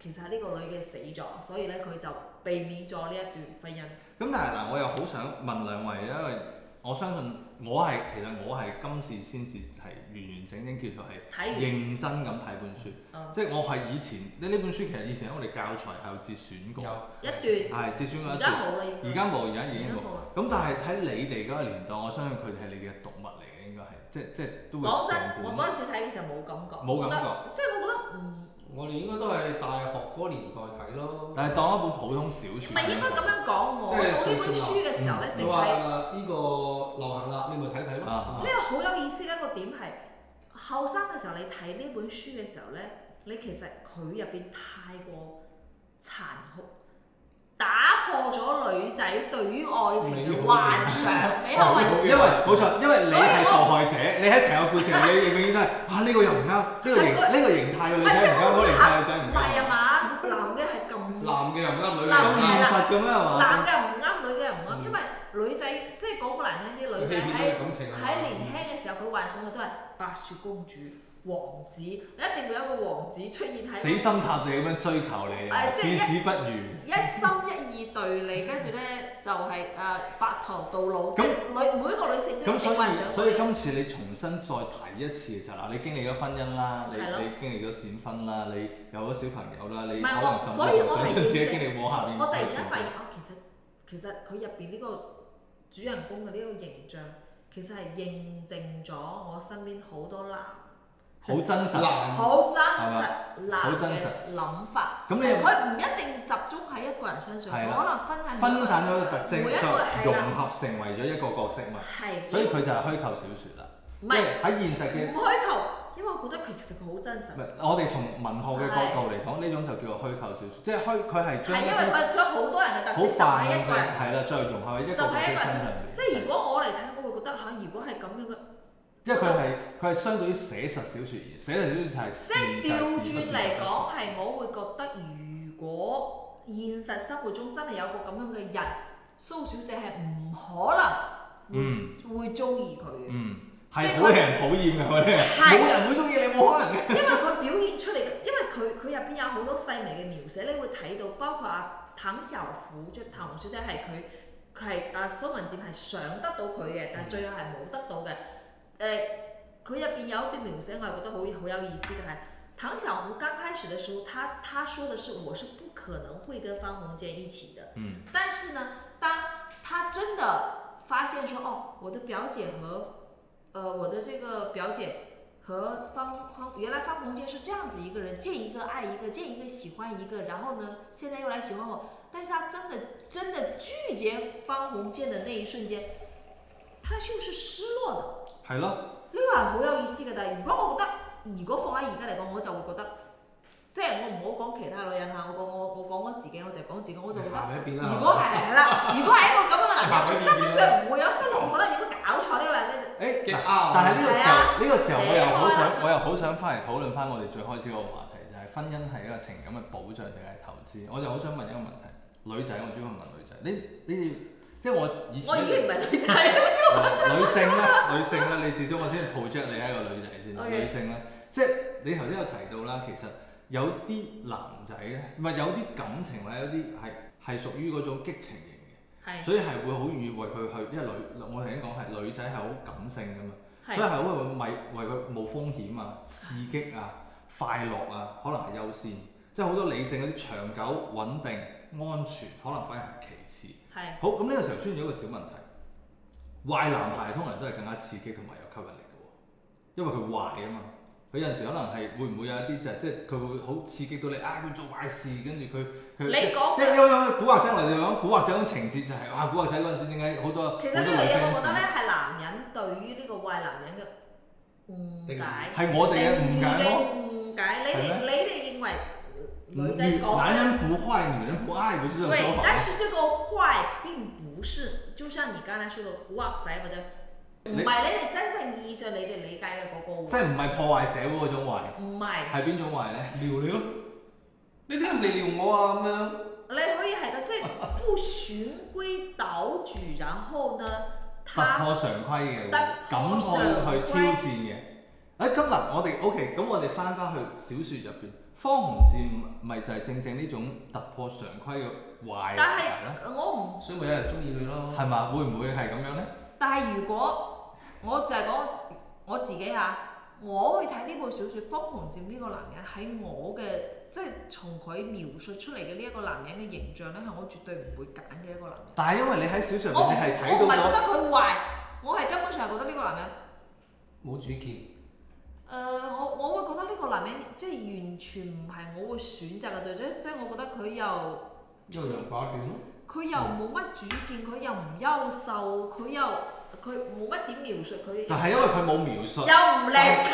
Speaker 4: 其實係呢個女嘅死咗，所以咧佢就避免咗呢一段婚姻。
Speaker 1: 咁但係嗱，我又好想問兩位，因為我相信我係其實我係今次先至係完完整整叫做係。
Speaker 4: 睇完
Speaker 1: 認真咁睇本書，
Speaker 4: 嗯
Speaker 1: 即係我係以前呢呢本書其實以前喺我哋教材係有節選過，
Speaker 4: 一
Speaker 2: Dạ.
Speaker 4: 段，
Speaker 1: 係節選過
Speaker 4: 而
Speaker 1: 一
Speaker 4: 家
Speaker 1: 段。
Speaker 4: 冇啦，
Speaker 1: 而家冇，而家
Speaker 4: 而
Speaker 1: 已
Speaker 4: 家
Speaker 1: 經冇。
Speaker 4: 冇啦。
Speaker 1: 咁但係喺你哋嗰個年代，我相信佢哋係你嘅讀物嚟嘅，應該係即即都會
Speaker 4: 講真，
Speaker 1: 成
Speaker 4: 我
Speaker 1: 本。
Speaker 4: 嗰陣時睇嘅時候冇感覺，
Speaker 1: 冇感覺
Speaker 4: 覺得，即係我覺得唔
Speaker 2: 我哋應該都係大學嗰個年代睇咯。
Speaker 1: 但係當一本普通小説，
Speaker 4: 唔係應該咁樣講我。我讀
Speaker 2: 即係
Speaker 4: 呢本
Speaker 2: 最少
Speaker 4: 書嘅時候咧，
Speaker 2: 你
Speaker 4: 淨
Speaker 2: 話
Speaker 4: 係
Speaker 2: 呢個流行啦，嗯你咪睇
Speaker 1: 啊
Speaker 2: 睇咯。
Speaker 4: 呢個好有意思嘅一個點係，後生嘅時候你睇呢本書嘅時候咧，你其實佢入邊太過殘酷，打破咗女仔對於愛情嘅幻想，俾我係。
Speaker 1: 因為冇錯，因為你係受害者，你喺成個故事入面，你永遠都係啊呢個又唔啱，呢個形呢個形態嘅女仔唔啱，嗰個形態嘅女仔唔
Speaker 4: 唔係啊
Speaker 1: 啱，
Speaker 4: 嘛，男嘅係咁
Speaker 2: 男嘅又唔啱，女嘅又
Speaker 1: 咁
Speaker 2: 唔
Speaker 1: 現
Speaker 2: 啱，
Speaker 1: 實咁樣係
Speaker 4: 男
Speaker 1: 嘛？
Speaker 4: 嘅唔啱，女嘅又唔啱，因為女仔即係講個難聽啲，女
Speaker 2: 佢
Speaker 4: 仔喺
Speaker 2: 欺騙咗感情係嘛
Speaker 4: 喺年輕嘅時候，佢幻想嘅都係白雪公主、王子，一定會有一個王子出現
Speaker 1: 死
Speaker 4: 喺
Speaker 1: 心塌地咁樣追求你啊，至
Speaker 4: 誒即係一
Speaker 1: 死不渝。
Speaker 4: 一心一意對你，跟住咧就係誒啊白頭到老，即
Speaker 1: 咁
Speaker 4: 係女每一個女性都
Speaker 1: 咁
Speaker 4: 一
Speaker 1: 所
Speaker 4: 定幻想
Speaker 1: 以所以
Speaker 4: 過
Speaker 1: 今次你重新再睇一次嘅時候嗱，你經歷咗婚姻啦，你
Speaker 4: 係咯
Speaker 1: 你經歷咗閃婚啦，你有咗小朋友啦，你
Speaker 4: 唔
Speaker 1: 可
Speaker 4: 係
Speaker 1: 能
Speaker 4: 我
Speaker 1: 甚至
Speaker 4: 所以我
Speaker 1: 乎想
Speaker 4: 係
Speaker 1: 將自己
Speaker 4: 認
Speaker 1: 經歷往下面。
Speaker 4: 我突然間發現，哦，其實其實佢入邊呢個主人公嘅呢個形象，其實係認證咗我身邊好多男
Speaker 1: 好真實。
Speaker 2: 男
Speaker 4: 好真
Speaker 1: 嗯係
Speaker 4: 實男
Speaker 1: 好真實
Speaker 4: 嘅諗法，
Speaker 1: 咁你
Speaker 4: 佢唔一定集中喺一個人身上，
Speaker 1: 係
Speaker 4: 佢
Speaker 1: 啦
Speaker 4: 可能分散
Speaker 1: 分散咗個特徵，
Speaker 4: 每一個人
Speaker 1: 就
Speaker 4: 係啦
Speaker 1: 融合成為咗一個角色嘛，
Speaker 4: 係，
Speaker 1: 所以佢就係虛構小説啦。
Speaker 4: 唔
Speaker 1: 因
Speaker 4: 係
Speaker 1: 為喺現實嘅
Speaker 4: 唔虛構，因為我覺得佢其實佢好真實
Speaker 1: 唔，係我哋從文學嘅角度嚟講，呢種就叫做虛構小説，即係虛佢係將
Speaker 4: 係
Speaker 1: 一
Speaker 4: 因為
Speaker 1: 啲
Speaker 4: 佢將好多人嘅特
Speaker 1: 好
Speaker 4: 徵集
Speaker 1: 泛
Speaker 4: 喺
Speaker 1: 嘅
Speaker 4: 一個人，
Speaker 1: 係啦，再融合喺一個角
Speaker 4: 就
Speaker 1: 色
Speaker 4: 喺一
Speaker 1: 身
Speaker 4: 個人
Speaker 1: 上
Speaker 4: 身
Speaker 1: 面。
Speaker 4: 即係如果我嚟睇，我會覺得嚇，如果係咁樣嘅，
Speaker 1: 因為佢係佢係相對於寫實小説而寫實小説係
Speaker 4: 即係
Speaker 1: 事
Speaker 4: 調
Speaker 1: 就事不
Speaker 4: 轉
Speaker 1: 事
Speaker 4: 嚟
Speaker 1: 不事
Speaker 4: 講係，我會覺得如果現實生活中真係有個咁樣嘅人，蘇小姐係唔可能
Speaker 1: 嗯
Speaker 4: 會會中意佢嘅。
Speaker 1: 嗯，係好令人討厭嘅佢哋，
Speaker 4: 係
Speaker 1: 冇人會中意你，冇可能嘅。
Speaker 4: 因為佢表現出嚟嘅，因為佢佢入邊有好多細微嘅描寫，你會睇到，包括阿譚小虎，即係譚小姐係佢佢係阿蘇文哲係想得到佢嘅，但係最後係冇得到嘅。誒、呃佢入邊有一段描寫，我係覺得好好有意思嘅係。唐小胡剛開始的時候，他他說的是我是不可能會跟方鸿渐一起的，
Speaker 1: 嗯，
Speaker 4: 但是呢，當他真的發現說，哦，我的表姐和，呃，我的這個表姐和呃方方，原來方鸿渐是這樣子一個人，见一個愛一個，见一個喜歡一個，然後呢，現在又來喜歡我，但是他真的真的拒絕方鸿渐的那一瞬間，他就是失落的。
Speaker 1: 嗯係咯，
Speaker 4: 呢個係好有意思嘅，但係如果我覺得，如果放喺而家嚟講，我就會覺得，即係我唔好講其他女人啊嚇，我講我我講我自己，我就係講自己，我就覺得，
Speaker 2: 喺一
Speaker 1: Ờ.
Speaker 2: 邊啦。
Speaker 4: 如果係係 啦，如果係一個咁樣嘅男人，
Speaker 1: 行
Speaker 4: 根
Speaker 1: 喺邊
Speaker 4: 本上唔會有失落，我覺得有冇搞錯呢個人咧？
Speaker 1: 誒
Speaker 2: 幾啱
Speaker 1: 但係呢個時
Speaker 4: 係啊
Speaker 1: 候，呢個時候我又好
Speaker 4: 寫開啊啦
Speaker 1: 想，我又好想翻嚟討論翻我哋最開始嗰個話題，就係婚姻係一個情感嘅保障定係投資？我就好想問一個問題，女仔我主要問女仔，你你哋即係我以前
Speaker 4: 我已經唔係女仔啦。
Speaker 1: 女性咧，女性咧，你至少我先 project 你啊係一個女仔先
Speaker 4: OK
Speaker 1: 女性咧，即係你頭先有提到啦，其實有啲男仔咧，唔係有啲感情咧，有啲係係屬於嗰種激情型嘅，
Speaker 4: 係
Speaker 1: 所以係會好願意為佢去，因為女我頭先講係女仔係好感性噶嘛，所以
Speaker 4: 係
Speaker 1: 係好為為佢冒風險啊、刺激啊、快樂啊，可能係優先，即係好多理性嗰啲長久穩定安全，可能反而係其次。
Speaker 4: 係
Speaker 1: 好，咁呢個時候出現咗一個小問題，壞男孩通常都係更加刺激同埋有吸引力嘅喎，因為佢壞啊嘛。佢有陣時可能係會唔會有一啲就係即係佢會好刺激到你啊！佢做壞事，跟住佢佢
Speaker 4: 你
Speaker 1: 即
Speaker 4: 講
Speaker 1: 即係因為因為古惑仔嚟講，古惑仔嗰種情節就係、啊，古惑仔嗰陣時點解好多好
Speaker 4: 其
Speaker 1: 多女
Speaker 4: 實呢樣嘢，我覺得
Speaker 1: fans
Speaker 4: 咧係男人對於呢個壞男人嘅誤解。
Speaker 1: 係我哋嘅誤解咯。
Speaker 4: 定義嘅誤解，你哋
Speaker 1: 係
Speaker 4: 你哋認為女仔
Speaker 1: 女
Speaker 4: 講
Speaker 1: 男
Speaker 4: 嘅
Speaker 1: 人不壞，女人不愛，不是這種
Speaker 4: 对
Speaker 1: 說，法
Speaker 4: 但
Speaker 1: 嗎。
Speaker 4: 是这个坏并不是，就像你刚才说的古惑仔或者唔
Speaker 1: 你
Speaker 4: 係你哋真正意義上你哋理解嘅嗰個
Speaker 1: 即
Speaker 4: 壞，
Speaker 1: 係唔係破壞社會嗰種壞，
Speaker 4: 唔係
Speaker 1: 係邊種壞咧？
Speaker 2: 撩你咯，你點解唔嚟撩我啊？咁樣
Speaker 4: 你可以係個即係不循規蹈矩，然後呢，
Speaker 1: 突
Speaker 4: 他
Speaker 1: 破常規嘅，
Speaker 4: 突
Speaker 1: 敢去去
Speaker 4: 破
Speaker 1: 挑
Speaker 4: 常規
Speaker 1: 戰嘅。誒咁嗱，我哋 OK，咁我哋翻翻去小説入邊，方鴻漸咪就係正正呢種突破常規嘅壞
Speaker 4: 但係
Speaker 1: 人啦，
Speaker 4: 我唔，
Speaker 2: 所以咪有人中意佢咯。
Speaker 1: 係嘛？會唔會係咁樣咧？
Speaker 4: 但係如果我就係講我自己嚇，我去睇呢部小説《方鴻漸》呢個男人喺我嘅即係從佢描述出嚟嘅呢一個男人嘅形象咧，係我絕對唔會揀嘅一個男人。
Speaker 1: 但係因為你喺小説入
Speaker 4: 我唔
Speaker 1: 邊，你係
Speaker 4: 我
Speaker 1: 睇
Speaker 4: 唔係覺
Speaker 1: 到
Speaker 4: 得佢壞，我係根本上係覺得呢個男人，誒、呃
Speaker 2: 冇主見，
Speaker 4: 我我會覺得呢個男人即係完全唔係我會選擇嘅對象，即係我覺得佢又
Speaker 2: 優柔寡斷咯。
Speaker 4: 佢又冇乜主見，佢又唔優秀，佢又佢冇乜點描述佢，
Speaker 1: 但係因為佢冇描述，
Speaker 4: 又唔靚仔，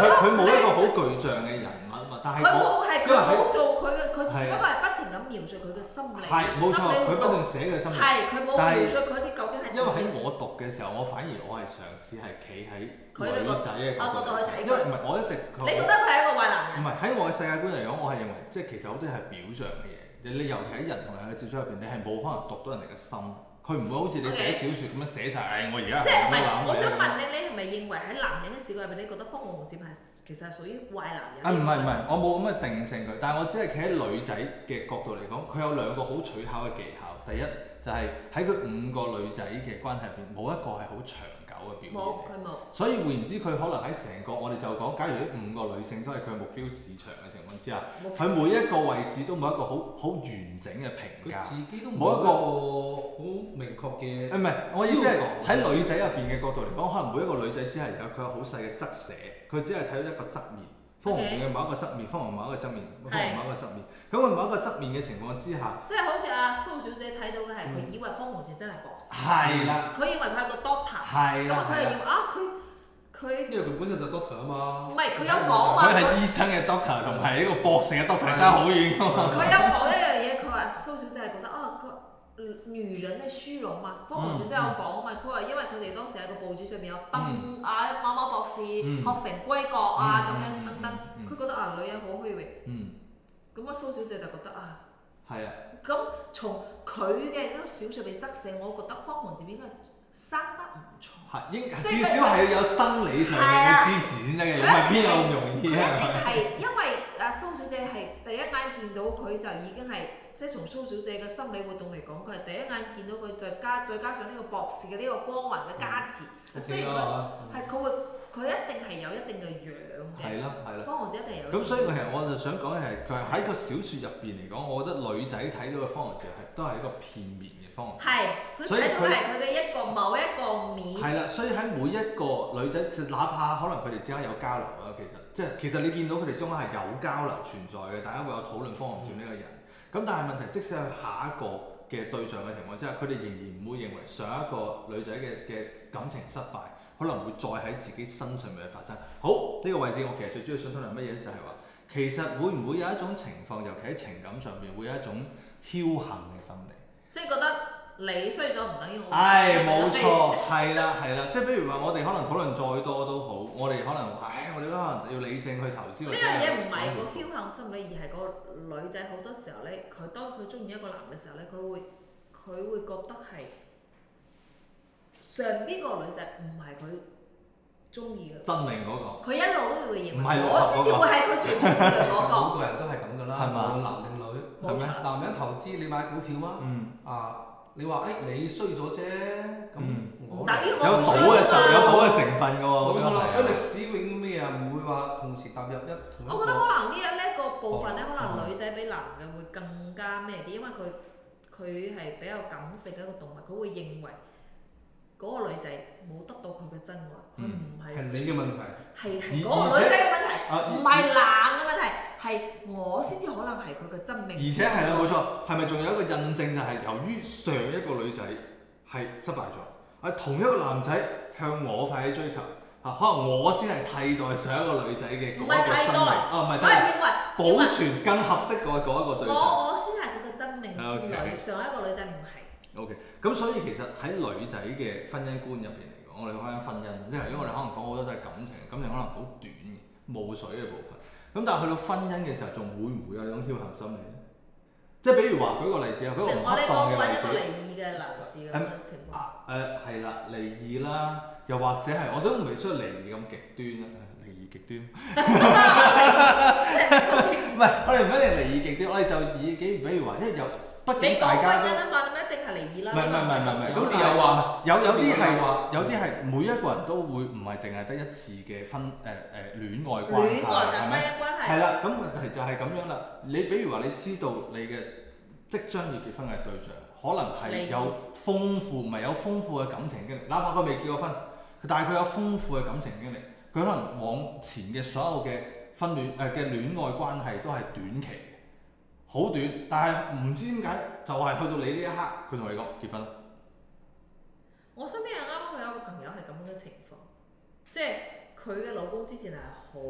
Speaker 1: 佢佢冇一個好具象嘅人物嘛。但係
Speaker 4: 佢
Speaker 1: 我
Speaker 4: 冇
Speaker 1: 因
Speaker 4: 係佢
Speaker 1: 為佢
Speaker 4: 冇做佢嘅，佢只
Speaker 1: 係
Speaker 4: 不過係不停咁描述佢嘅心理，
Speaker 1: 係冇錯，
Speaker 4: 心理
Speaker 1: 佢
Speaker 4: 活
Speaker 1: 不
Speaker 4: 動
Speaker 1: 斷寫佢心理。
Speaker 4: 係佢冇
Speaker 1: 但係
Speaker 4: 描述佢啲究竟
Speaker 1: 因
Speaker 4: 係
Speaker 1: 為喺
Speaker 4: 點
Speaker 1: 我讀嘅時候，我反而我係嘗試係企喺
Speaker 4: 佢嗰
Speaker 1: 女
Speaker 4: 個
Speaker 1: 仔嘅
Speaker 4: 啊
Speaker 1: 角
Speaker 4: 嗰度
Speaker 1: 度
Speaker 4: 去睇佢
Speaker 1: 因為唔係我一直
Speaker 4: 你覺得佢係一個壞男
Speaker 1: 唔
Speaker 4: 人？
Speaker 1: 係喺我嘅世界觀嚟講，我係認為即係其實好多係表象嘅嘢。你你尤其喺人同人嘅接觸入邊，你係冇可能讀到人哋嘅心，佢唔會好似你
Speaker 4: OK
Speaker 1: 寫小説咁樣寫晒。唉，我而家
Speaker 4: 即係唔
Speaker 1: 咁樣
Speaker 4: 係？
Speaker 1: 諗
Speaker 4: 我
Speaker 1: 嘅
Speaker 4: 想問你，你係咪認為喺男人嘅視角入邊，你覺得方鴻漸係其實係屬於壞男人？
Speaker 1: 啊，唔係唔係，我冇咁嘅定性佢，但係我只係企喺女仔嘅角度嚟講，佢有兩個好取巧嘅技巧。第一就係喺佢五個女仔嘅關係入邊，冇一個係好長久嘅表現嚟嘅
Speaker 4: 冇，。佢冇。
Speaker 1: 所以換言之，佢可能喺成個我哋就講，假如呢五個女性都係佢目標市場嘅情況之下，佢每一個位置都冇一個好好完整嘅評
Speaker 2: 佢
Speaker 1: 價。
Speaker 2: 自己都冇
Speaker 1: 冇一個
Speaker 2: 一個好明確嘅
Speaker 1: 誒唔係，我意思係喺女仔入邊嘅角度嚟講，可能每一個女仔只係有佢有好細嘅側寫，佢只係睇到一個側面，方紅仲嘅某一個側面，方紅某一個側面，
Speaker 4: 係
Speaker 1: 方紅某一個側面。咁佢某一個側面嘅情況之下，
Speaker 4: 即係好似阿蘇小姐睇到嘅係，佢以為方鴻漸真係博士，
Speaker 1: 係啦，
Speaker 4: 佢以為佢係個 doctor，
Speaker 1: 係
Speaker 4: 咁啊
Speaker 1: 啦，
Speaker 4: 佢
Speaker 1: 係
Speaker 4: 又
Speaker 1: 啦，
Speaker 4: 認為啊佢佢
Speaker 2: 因為佢本身就 doctor 啊嘛。
Speaker 4: 唔係佢有講嘛
Speaker 1: 佢係醫生嘅 doctor 同埋一個博士嘅 doctor 爭好遠㗎嘛。
Speaker 4: 佢有講一樣嘢，佢話蘇小姐係覺得啊個嗯女人嘅虛榮嘛，方
Speaker 1: 嗯
Speaker 4: 鴻漸都有講嘛，佢話因為佢哋當時喺個報紙上面有登啊某某博士學
Speaker 1: 嗯
Speaker 4: 成歸國啊咁樣
Speaker 1: 嗯
Speaker 4: 等等，，
Speaker 1: 嗯
Speaker 4: 佢覺得啊女人好虛榮，
Speaker 1: 嗯，
Speaker 4: 咁啊蘇小姐就覺得
Speaker 1: 嗯
Speaker 4: 啊。
Speaker 1: 係啊。
Speaker 4: 咁從佢嘅嗰個小説被側寫，我覺得方鴻漸應該生得唔錯，
Speaker 1: 係應
Speaker 4: 即係
Speaker 1: 至少係要有生理上
Speaker 4: 係啊
Speaker 1: 嘅支持先得嘅，如果唔係邊有咁容
Speaker 4: 佢一
Speaker 1: 易
Speaker 4: 定
Speaker 1: 啊？
Speaker 4: 呃係因為阿蘇小姐係第一眼見到佢就已經係即係從蘇小姐嘅心理活動嚟講，佢係第一眼見到佢，再加再加上呢個博士嘅呢個光環嘅加持，
Speaker 1: 嗯
Speaker 4: 雖
Speaker 2: ờ,
Speaker 4: 然佢係佢會佢一定係有一定嘅樣嘅，
Speaker 1: 啊係啦，係啦。
Speaker 4: 光王子一定有。
Speaker 1: 咁所以其實我就想講嘅係，佢係喺個小説入邊嚟講，我覺得女仔睇到嘅方程式係都係一個片面嘅方程式
Speaker 4: 係佢
Speaker 1: 所以
Speaker 4: 睇到
Speaker 1: 佢
Speaker 4: 係佢嘅一個某一個面。
Speaker 1: 係啦，所以喺每一個女仔，哪怕可能佢哋之間有交流啦，其實即係其實你見到佢哋中間係有交流存在嘅，大家會有討論方向轉呢個人。咁但係問題，即使係下一個嘅對象嘅情況之下，佢哋仍然唔會認為上一個女仔嘅嘅感情失敗，可能會再喺自己身上面發生。好，呢、個位置我其實最主要想討論乜嘢就係話，其實會唔會有一種情況，尤其喺情感上邊會有一種僥倖嘅心理？
Speaker 4: 即係覺得你衰咗唔等於我。
Speaker 1: 唉，冇錯，係啦，係啦，即係比如話，我哋可能討論再多都好，我哋可能話，唉，我哋都可能要理性去投資。
Speaker 4: 呢
Speaker 1: 或者
Speaker 4: 樣嘢唔係
Speaker 1: 係
Speaker 4: 個僥倖心理，而係個女仔好多時候咧，佢當佢中意一個男嘅時候咧，佢會佢會覺得係上邊個女仔唔係佢中意嘅，
Speaker 1: 真命嗰個，
Speaker 4: 佢一路都會認為
Speaker 1: 唔係
Speaker 4: 我先至會係佢最中意嘅嗰個。
Speaker 2: 每個人都係咁噶啦，
Speaker 1: 係嘛
Speaker 2: 無論男定女。
Speaker 1: 係咩？
Speaker 2: 男人投資你買股票嗎？
Speaker 1: 嗯，
Speaker 2: À, 啊，你話誒、你衰咗啫，咁
Speaker 1: 嗯
Speaker 2: 我
Speaker 4: 唔等於
Speaker 1: 有
Speaker 4: 我會
Speaker 1: 賭
Speaker 4: 衰
Speaker 1: 嘅成
Speaker 4: 㗎
Speaker 1: 有
Speaker 4: 嘛
Speaker 1: 賭嘅成分㗎喎。
Speaker 2: 冇錯
Speaker 1: 咁樣
Speaker 2: 啦，所以歷
Speaker 1: 係
Speaker 2: 史永咩啊，唔會話同時踏入一同一個
Speaker 4: 我覺得可能呢一呢個部分咧，
Speaker 2: 哦
Speaker 4: 可能女仔比男嘅會更加咩啲，因為佢佢係比較感性嘅一個動物，佢會認為嗰個女仔冇得到佢嘅真愛，佢唔
Speaker 2: 嗯係
Speaker 4: 係
Speaker 2: 你嘅問題。
Speaker 4: 係
Speaker 1: 而
Speaker 4: 係嗰個
Speaker 1: 而且
Speaker 4: 女仔嘅問題，
Speaker 1: 啊
Speaker 4: 唔係男嘅問題，係我先至可能係佢嘅真命。
Speaker 1: 而且係啦，冇錯，係咪仲有一個印證就係由於上一個女仔係失敗咗，啊同一個男仔向我發起追求，啊可能我先係替代上一個女仔嘅嗰
Speaker 4: 唔
Speaker 1: 一個
Speaker 4: 係替
Speaker 1: 真
Speaker 4: 代
Speaker 1: 命，啊唔係
Speaker 4: 我
Speaker 1: 真命
Speaker 4: 係認為
Speaker 1: 保
Speaker 4: 因為
Speaker 1: 存更合適嗰嗰一個對象。啊
Speaker 4: 我我先係佢嘅真命天女，
Speaker 1: OK
Speaker 4: 上一個女仔唔係。
Speaker 1: O.K. 咁所以其實喺女仔嘅婚姻觀入邊嚟講，我哋講緊婚姻，即係因為我哋可能講好多都係感情，感情可能好短嘅，冇水嘅部分。咁但係去到婚姻嘅時候，仲會唔會有呢種僥倖心理咧？即係比如話舉個例子啊，舉個唔
Speaker 4: 我哋
Speaker 1: 恰
Speaker 4: 講
Speaker 1: 當嘅
Speaker 4: 揾
Speaker 1: 例
Speaker 4: 一個
Speaker 1: 子
Speaker 4: 離異嘅男士咁嘅情 況，
Speaker 1: 啊，誒係啦，離異啦，又或者係我都未需要離異咁極端啦，啊離異極端。唔係，我哋唔一定離異極端，我哋就以幾比如話，因為有畢
Speaker 4: 你
Speaker 1: 竟
Speaker 4: 講
Speaker 1: 大
Speaker 4: 婚
Speaker 1: 家都
Speaker 4: 姻。啊嘛，你咪一定係離異
Speaker 1: 唔
Speaker 4: 啦。
Speaker 1: 係唔係唔係唔係，咁
Speaker 2: 咁
Speaker 1: 你
Speaker 2: 你
Speaker 1: 又
Speaker 2: 又
Speaker 1: 話
Speaker 2: 話
Speaker 1: 有有啲係
Speaker 4: 啊
Speaker 2: 話
Speaker 1: 有啲係每一個人都會唔係淨係得一次嘅婚誒誒戀愛關
Speaker 4: 戀
Speaker 1: 係，
Speaker 4: 愛
Speaker 1: 係
Speaker 4: 但
Speaker 1: 咪？
Speaker 4: 婚姻關
Speaker 1: 係
Speaker 4: 係，
Speaker 1: 啦，咁問題就係咁樣啦。你比如話，你知道你嘅即將要結婚嘅對象，可能係
Speaker 4: 離異
Speaker 1: 有豐富唔係有豐富嘅感情經歷，哪怕佢未結過婚，但係佢有豐富嘅感情經歷，佢可能往前嘅所有嘅婚戀誒嘅戀愛關係都係短期嘅，好短，但係唔知點解就係去到你呢一刻，佢同你講結婚啦。
Speaker 4: 我身邊係啱啱有個朋友係咁嘅情況，即係佢嘅老公之前係好，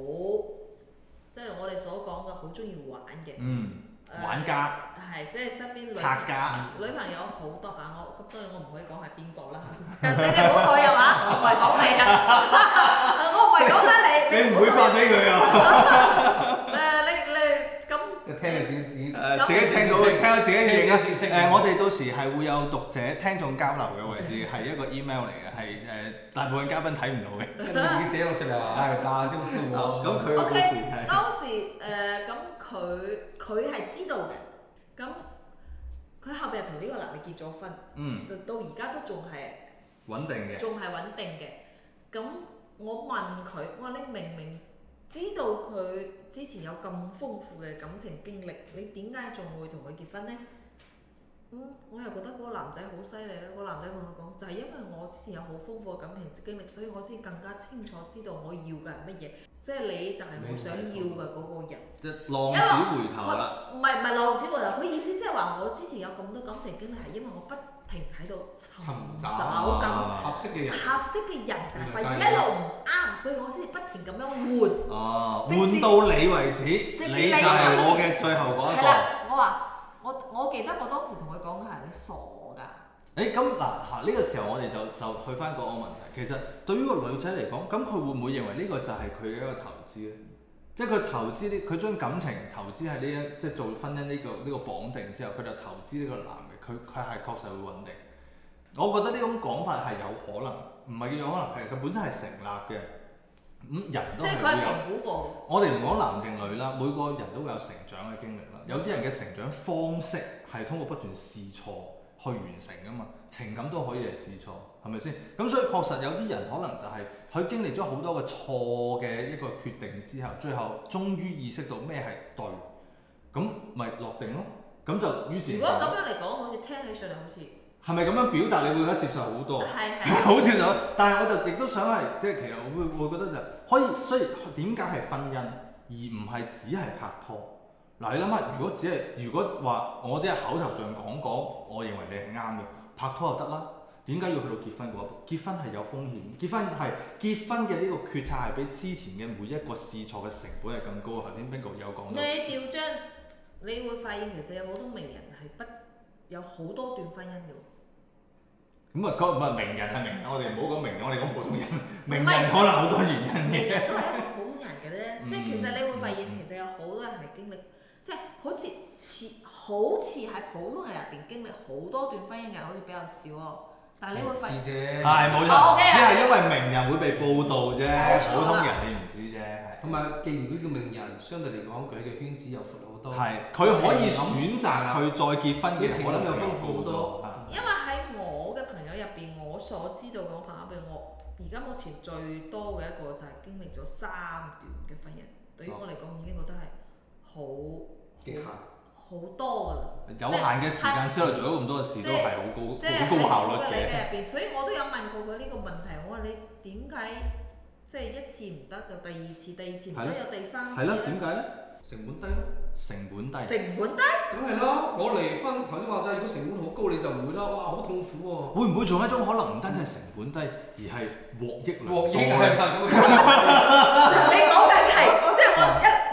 Speaker 4: 即係我哋所講嘅好中意玩嘅，
Speaker 1: 嗯，
Speaker 4: 誒嗯
Speaker 1: 玩家
Speaker 4: 係即係身邊女
Speaker 1: 拆家，
Speaker 4: 女朋友好多嚇，我咁當然我唔可以講係邊 個啦，但你哋唔好代入啊，我唔係講你啊， 我唔係講緊你，
Speaker 1: 你唔會發俾佢啊？
Speaker 4: 誒你你咁
Speaker 2: 就聽你自己
Speaker 1: 誒，自己聽到，
Speaker 2: 自己
Speaker 1: 聽到自己認啦。
Speaker 2: 自己認
Speaker 1: 誒，我哋到時係會有讀者聽眾交流嘅位置，係一個 email 嚟嘅，係誒大部分嘉賓睇唔到嘅。
Speaker 2: 自己寫落出嚟話，唉，打招呼我。
Speaker 1: 咁佢嘅故
Speaker 4: OK，
Speaker 1: 事係
Speaker 4: 當時誒咁佢佢係知道嘅，咁佢後邊係同呢個男嘅結咗婚，
Speaker 1: 嗯
Speaker 4: 到而家都仲係
Speaker 1: 穩定嘅，
Speaker 4: 仲係穩定嘅。咁我問佢：我話你明明知道佢之前有咁豐富嘅感情經歷，你點解仲會同佢結婚呢？嗯，我又覺得嗰個男仔好犀利啦。嗰個男仔同我講，就係、因為我之前有好豐富嘅感情經歷，所以我先更加清楚知道我要嘅係乜嘢。即係你就係我想要嘅嗰個人。
Speaker 1: 即係浪子回頭啦。
Speaker 4: 唔係唔係漏子喎，佢意思即係話我之前有咁多感情經歷係因為我不停喺度尋
Speaker 2: 尋
Speaker 4: 找
Speaker 2: 找
Speaker 4: 咁
Speaker 2: 合
Speaker 1: 啊
Speaker 2: 適嘅人，
Speaker 4: 合適嘅人，
Speaker 1: 嗯
Speaker 4: 但係發現
Speaker 2: 就係
Speaker 4: 一路唔啱，所以我先至不停咁樣換。
Speaker 1: 哦，
Speaker 4: 直
Speaker 1: 換
Speaker 4: 至
Speaker 1: 到你為止，
Speaker 4: 至
Speaker 1: 你
Speaker 4: 你
Speaker 1: 就係我嘅最後嗰一
Speaker 4: 係
Speaker 1: 個。
Speaker 4: 啦，我話我我記得我當時同佢講嘅係你傻㗎，
Speaker 1: 誒咁嗱嚇，呢個時候我哋就就去翻嗰個問題。其實對於個女仔嚟講，咁佢會唔會認為呢個就係佢嘅一個投資咧？即係佢投資呢，佢將感情投資喺呢一，即係做婚姻呢、個呢、個綁定之後，佢就投資呢個男嘅，佢佢係確實會穩定。我覺得呢種講法係有可能，唔係叫有可能係佢本身係成立嘅。咁人都
Speaker 4: 即
Speaker 1: 係
Speaker 4: 係佢係
Speaker 1: 會啊有。
Speaker 4: 評估過
Speaker 1: 我哋唔講男定女啦，每個人都會有成長嘅經歷啦。有啲人嘅成長方式係通過不斷試錯去完成噶嘛，情感都可以係試錯，係咪先？咁所以確實有啲人可能就係佢經歷咗好多嘅錯嘅一個決定之後，最後終於意識到咩係對，咁咪落定咯。咁就於
Speaker 4: 嘅。
Speaker 1: 是
Speaker 4: 如果咁樣嚟講，好似聽起上嚟好似
Speaker 1: 係咪咁樣表達，你會覺得接受好多？
Speaker 4: 係 係
Speaker 1: 好接受，但係我就亦都想係，即係其實我會我會覺得就可以，所以點解係婚姻而唔係只係拍拖？嗱，你諗下，如果只係如果話我只係口頭上講講，我認為你係啱嘅，拍拖就得啦。點解要去到結婚嗰一步？結婚係有風險，結婚係結婚嘅呢個決策係比之前嘅每一個試錯嘅成本係更高。啊頭先 Bingo 有講
Speaker 4: 你
Speaker 1: 到，
Speaker 4: 調張，你會發現其實有好多名人係不有好多段婚姻嘅喎。
Speaker 1: 咁啊，講唔係名人係名人，我哋唔好講名人，我哋講普通人。名
Speaker 4: 唔係
Speaker 1: 人可能好多原因嘅。
Speaker 4: 其實都係一個普通人嘅咧，
Speaker 1: 嗯
Speaker 4: 即係其實你會發現其實有好多人係經歷，即係好似似好似喺普通人入邊經歷好多段婚姻嘅人好似比較少哦，但係你會發現
Speaker 2: 知啫。
Speaker 1: 係冇
Speaker 4: 哦
Speaker 1: 錯，
Speaker 4: ，OK
Speaker 1: 只係因為名人會被報導啫
Speaker 4: 冇，錯啦啊
Speaker 1: 普通人你唔知啫。係
Speaker 2: 同埋，既然佢叫名人，相對嚟講佢嘅圈子又闊好多。
Speaker 1: 係，佢可以選擇去再結婚嘅
Speaker 2: 佢情
Speaker 1: 可
Speaker 2: 感
Speaker 1: 能
Speaker 2: 又
Speaker 1: 性
Speaker 2: 豐富好
Speaker 1: 高
Speaker 2: 多
Speaker 1: 多。
Speaker 4: 因為喺我嘅朋友入邊，我所知道嘅我朋友入邊，我而家目前最多嘅一個就係經歷咗三段嘅婚姻，對於我嚟講已經覺得係好
Speaker 2: 極限。
Speaker 4: 好多㗎啦。
Speaker 1: 有限嘅時間之內做咗咁多嘅事
Speaker 4: 即
Speaker 1: 都
Speaker 4: 係
Speaker 1: 係好
Speaker 4: 即係喺
Speaker 1: 高好高
Speaker 4: 我
Speaker 1: 效
Speaker 4: 嘅
Speaker 1: 率
Speaker 4: 理
Speaker 1: 嘅。
Speaker 4: 解入邊，所以我都有問過佢呢個問題。我話你點解即係一次唔得就第二次，第二次唔
Speaker 1: 係
Speaker 4: 得有第三次
Speaker 1: 係咯，
Speaker 4: 咧？
Speaker 1: 點解咧？
Speaker 2: 成本低咯，
Speaker 1: 成本低。
Speaker 4: 成本低，
Speaker 2: 梗係啦。我離婚頭先話齋，如果成本好高你就唔會啦，哇好痛苦
Speaker 1: 會唔會仲有一種可能唔單止係成本低，而係獲益良
Speaker 2: 喎。獲
Speaker 1: 多
Speaker 2: 益係
Speaker 1: 咧？
Speaker 2: 啦，咁
Speaker 4: 你講緊係即係我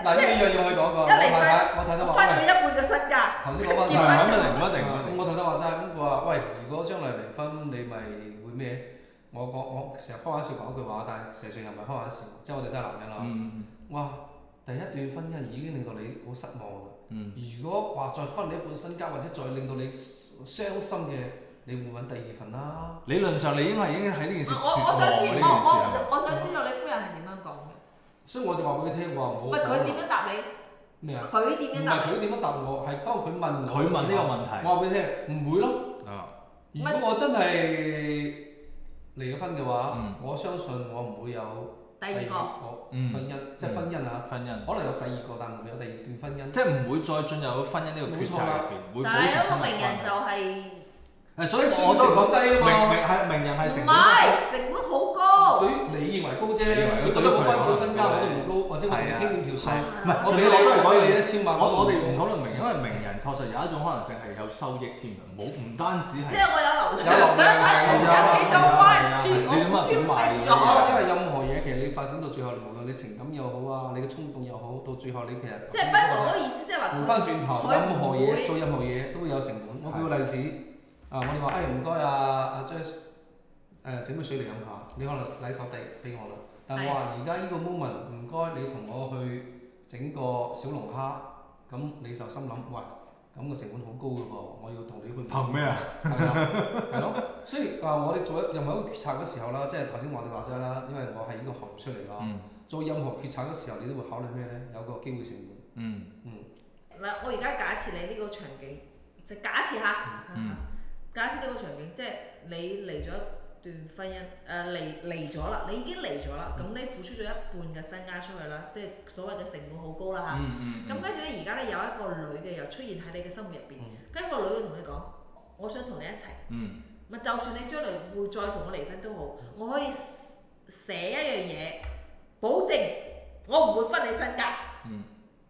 Speaker 2: 嗱呢樣要去講過。我
Speaker 4: 一離婚
Speaker 2: 太太，我太
Speaker 4: 一
Speaker 2: 太
Speaker 4: 我
Speaker 2: 話
Speaker 4: 分咗一半嘅身家，
Speaker 2: 頭先講
Speaker 1: 唔係
Speaker 2: 翻
Speaker 4: 結
Speaker 1: 唔係一定唔
Speaker 4: 婚
Speaker 1: 一定唔一
Speaker 2: 咁
Speaker 1: 定。
Speaker 2: 我太太話齋，咁佢話：喂，如果將來離婚，你咪會咩？我講我成日開玩笑講一句話，但係實際上又唔係開玩笑，即係我哋都係男人啦。
Speaker 1: 嗯
Speaker 2: 哇！第一段婚姻已經令到你好失望啦。
Speaker 1: 嗯
Speaker 2: 如果話再分你一半身家，或者再令到你傷心嘅，你會揾第二份啊啦。
Speaker 1: 理論上你應該係應該喺呢件事
Speaker 4: 我
Speaker 1: 絕
Speaker 4: 我我
Speaker 1: 望
Speaker 4: 想知
Speaker 1: 呢件事啊
Speaker 4: 我我
Speaker 1: 係咪
Speaker 4: 我想知道你夫人係點樣講嘅？
Speaker 2: 所以我就話俾佢聽，我話
Speaker 4: 唔
Speaker 2: 唔好
Speaker 4: 係佢點樣答你？
Speaker 2: 咩啊？
Speaker 4: 佢
Speaker 2: 唔
Speaker 4: 點樣
Speaker 2: 係
Speaker 4: 答你？
Speaker 2: 佢點樣答我，係當佢問我
Speaker 1: 佢問
Speaker 2: 嘅
Speaker 1: 呢
Speaker 2: 時候
Speaker 1: 個問題
Speaker 2: 我話俾你聽，唔會咯。
Speaker 1: 啊。
Speaker 2: 如果我真係離咗婚嘅話，
Speaker 1: 嗯
Speaker 2: 我相信我唔會有
Speaker 4: 第二個
Speaker 2: 個
Speaker 1: 嗯嗯
Speaker 2: 婚姻，即係婚姻啊，
Speaker 1: 婚姻。
Speaker 2: 可能有第二個，但唔會有第二段婚姻。
Speaker 1: 即係唔會再進入婚姻呢個決策入邊，會保
Speaker 4: 但
Speaker 1: 持
Speaker 4: 係一
Speaker 1: 親
Speaker 4: 個
Speaker 1: 密
Speaker 4: 名人
Speaker 1: 關係
Speaker 4: 就係
Speaker 1: 誒，所以我都講
Speaker 2: 成本低
Speaker 1: 明
Speaker 2: 啊嘛
Speaker 1: 明係名人係成
Speaker 4: 唔
Speaker 1: 本低，
Speaker 4: 係成本好高，
Speaker 2: 對於你認為高啫，
Speaker 1: 你認為
Speaker 2: 如
Speaker 1: 高對
Speaker 2: 果
Speaker 1: 於
Speaker 2: 我
Speaker 1: 佢嚟
Speaker 2: 分到
Speaker 1: 講
Speaker 2: 身家我都唔高，或者我唔傾呢條數。
Speaker 1: 唔
Speaker 4: Ờ.
Speaker 1: 係
Speaker 2: 我
Speaker 1: 我
Speaker 2: 俾
Speaker 1: 哋
Speaker 2: 你
Speaker 1: 我都係
Speaker 2: 我
Speaker 1: 講
Speaker 2: 俾
Speaker 1: 嘢。
Speaker 2: 你一千萬，
Speaker 1: 我我哋唔討論名人，因為名人確實有一種可能性係有收益添嘅，冇唔單止
Speaker 4: 即
Speaker 1: 係
Speaker 4: 係我有流
Speaker 2: 有流
Speaker 4: 量，
Speaker 2: 量
Speaker 4: 有其中關注，
Speaker 1: 你諗下點
Speaker 4: 我
Speaker 1: 賣
Speaker 4: 飆升咗
Speaker 2: 因
Speaker 1: 嘢。
Speaker 2: 為因為任何嘢其實你發展到最後，無論你情感又好啊，你嘅衝動又好，到最後你其實
Speaker 4: 即係不過嗰個意思，即係話佢
Speaker 2: 回翻轉頭，
Speaker 4: 佢
Speaker 2: 任何
Speaker 4: 唔會
Speaker 2: 嘢做任何嘢都會有成本。我舉個例子，啊，我哋話誒唔該啊，阿張誒整杯水嚟飲下，你可能禮手遞俾我啦。但係我話而家呢個 moment 唔該，你同我去整個小龍蝦，咁你就心諗喂，咁個成本好高嘅喎，我要同你去買
Speaker 1: 憑咩啊？
Speaker 2: 係啦，係咯。所以啊，我哋做任何一個決策嘅時候啦，即係頭先我哋話齋啦，因為我係呢個行業出嚟啦，
Speaker 1: 嗯
Speaker 2: 做任何決策嘅時候，你都會考慮咩咧？有個機會成本，
Speaker 1: 嗯
Speaker 2: 嗯。
Speaker 4: 嗱，我而家假設你呢個場景，就假設下，
Speaker 1: 嗯
Speaker 4: 假設呢個場景，即係你離咗一段婚姻，誒、離離咗啦，你已經離咗
Speaker 1: 嗯
Speaker 4: 啦，咁你付出咗一半嘅身家出去啦，即係所謂嘅成本好高啦嚇。
Speaker 1: 嗯
Speaker 4: 咁跟住咧，而家咧有一個女嘅又出現喺你嘅生活入邊，
Speaker 2: 嗯
Speaker 4: 跟住個女嘅同你講：我想同你一齊。
Speaker 1: 嗯
Speaker 4: 咪就算你將來會再同我離婚都好，我可以寫一樣嘢，保證我唔會分你身家。
Speaker 1: 嗯，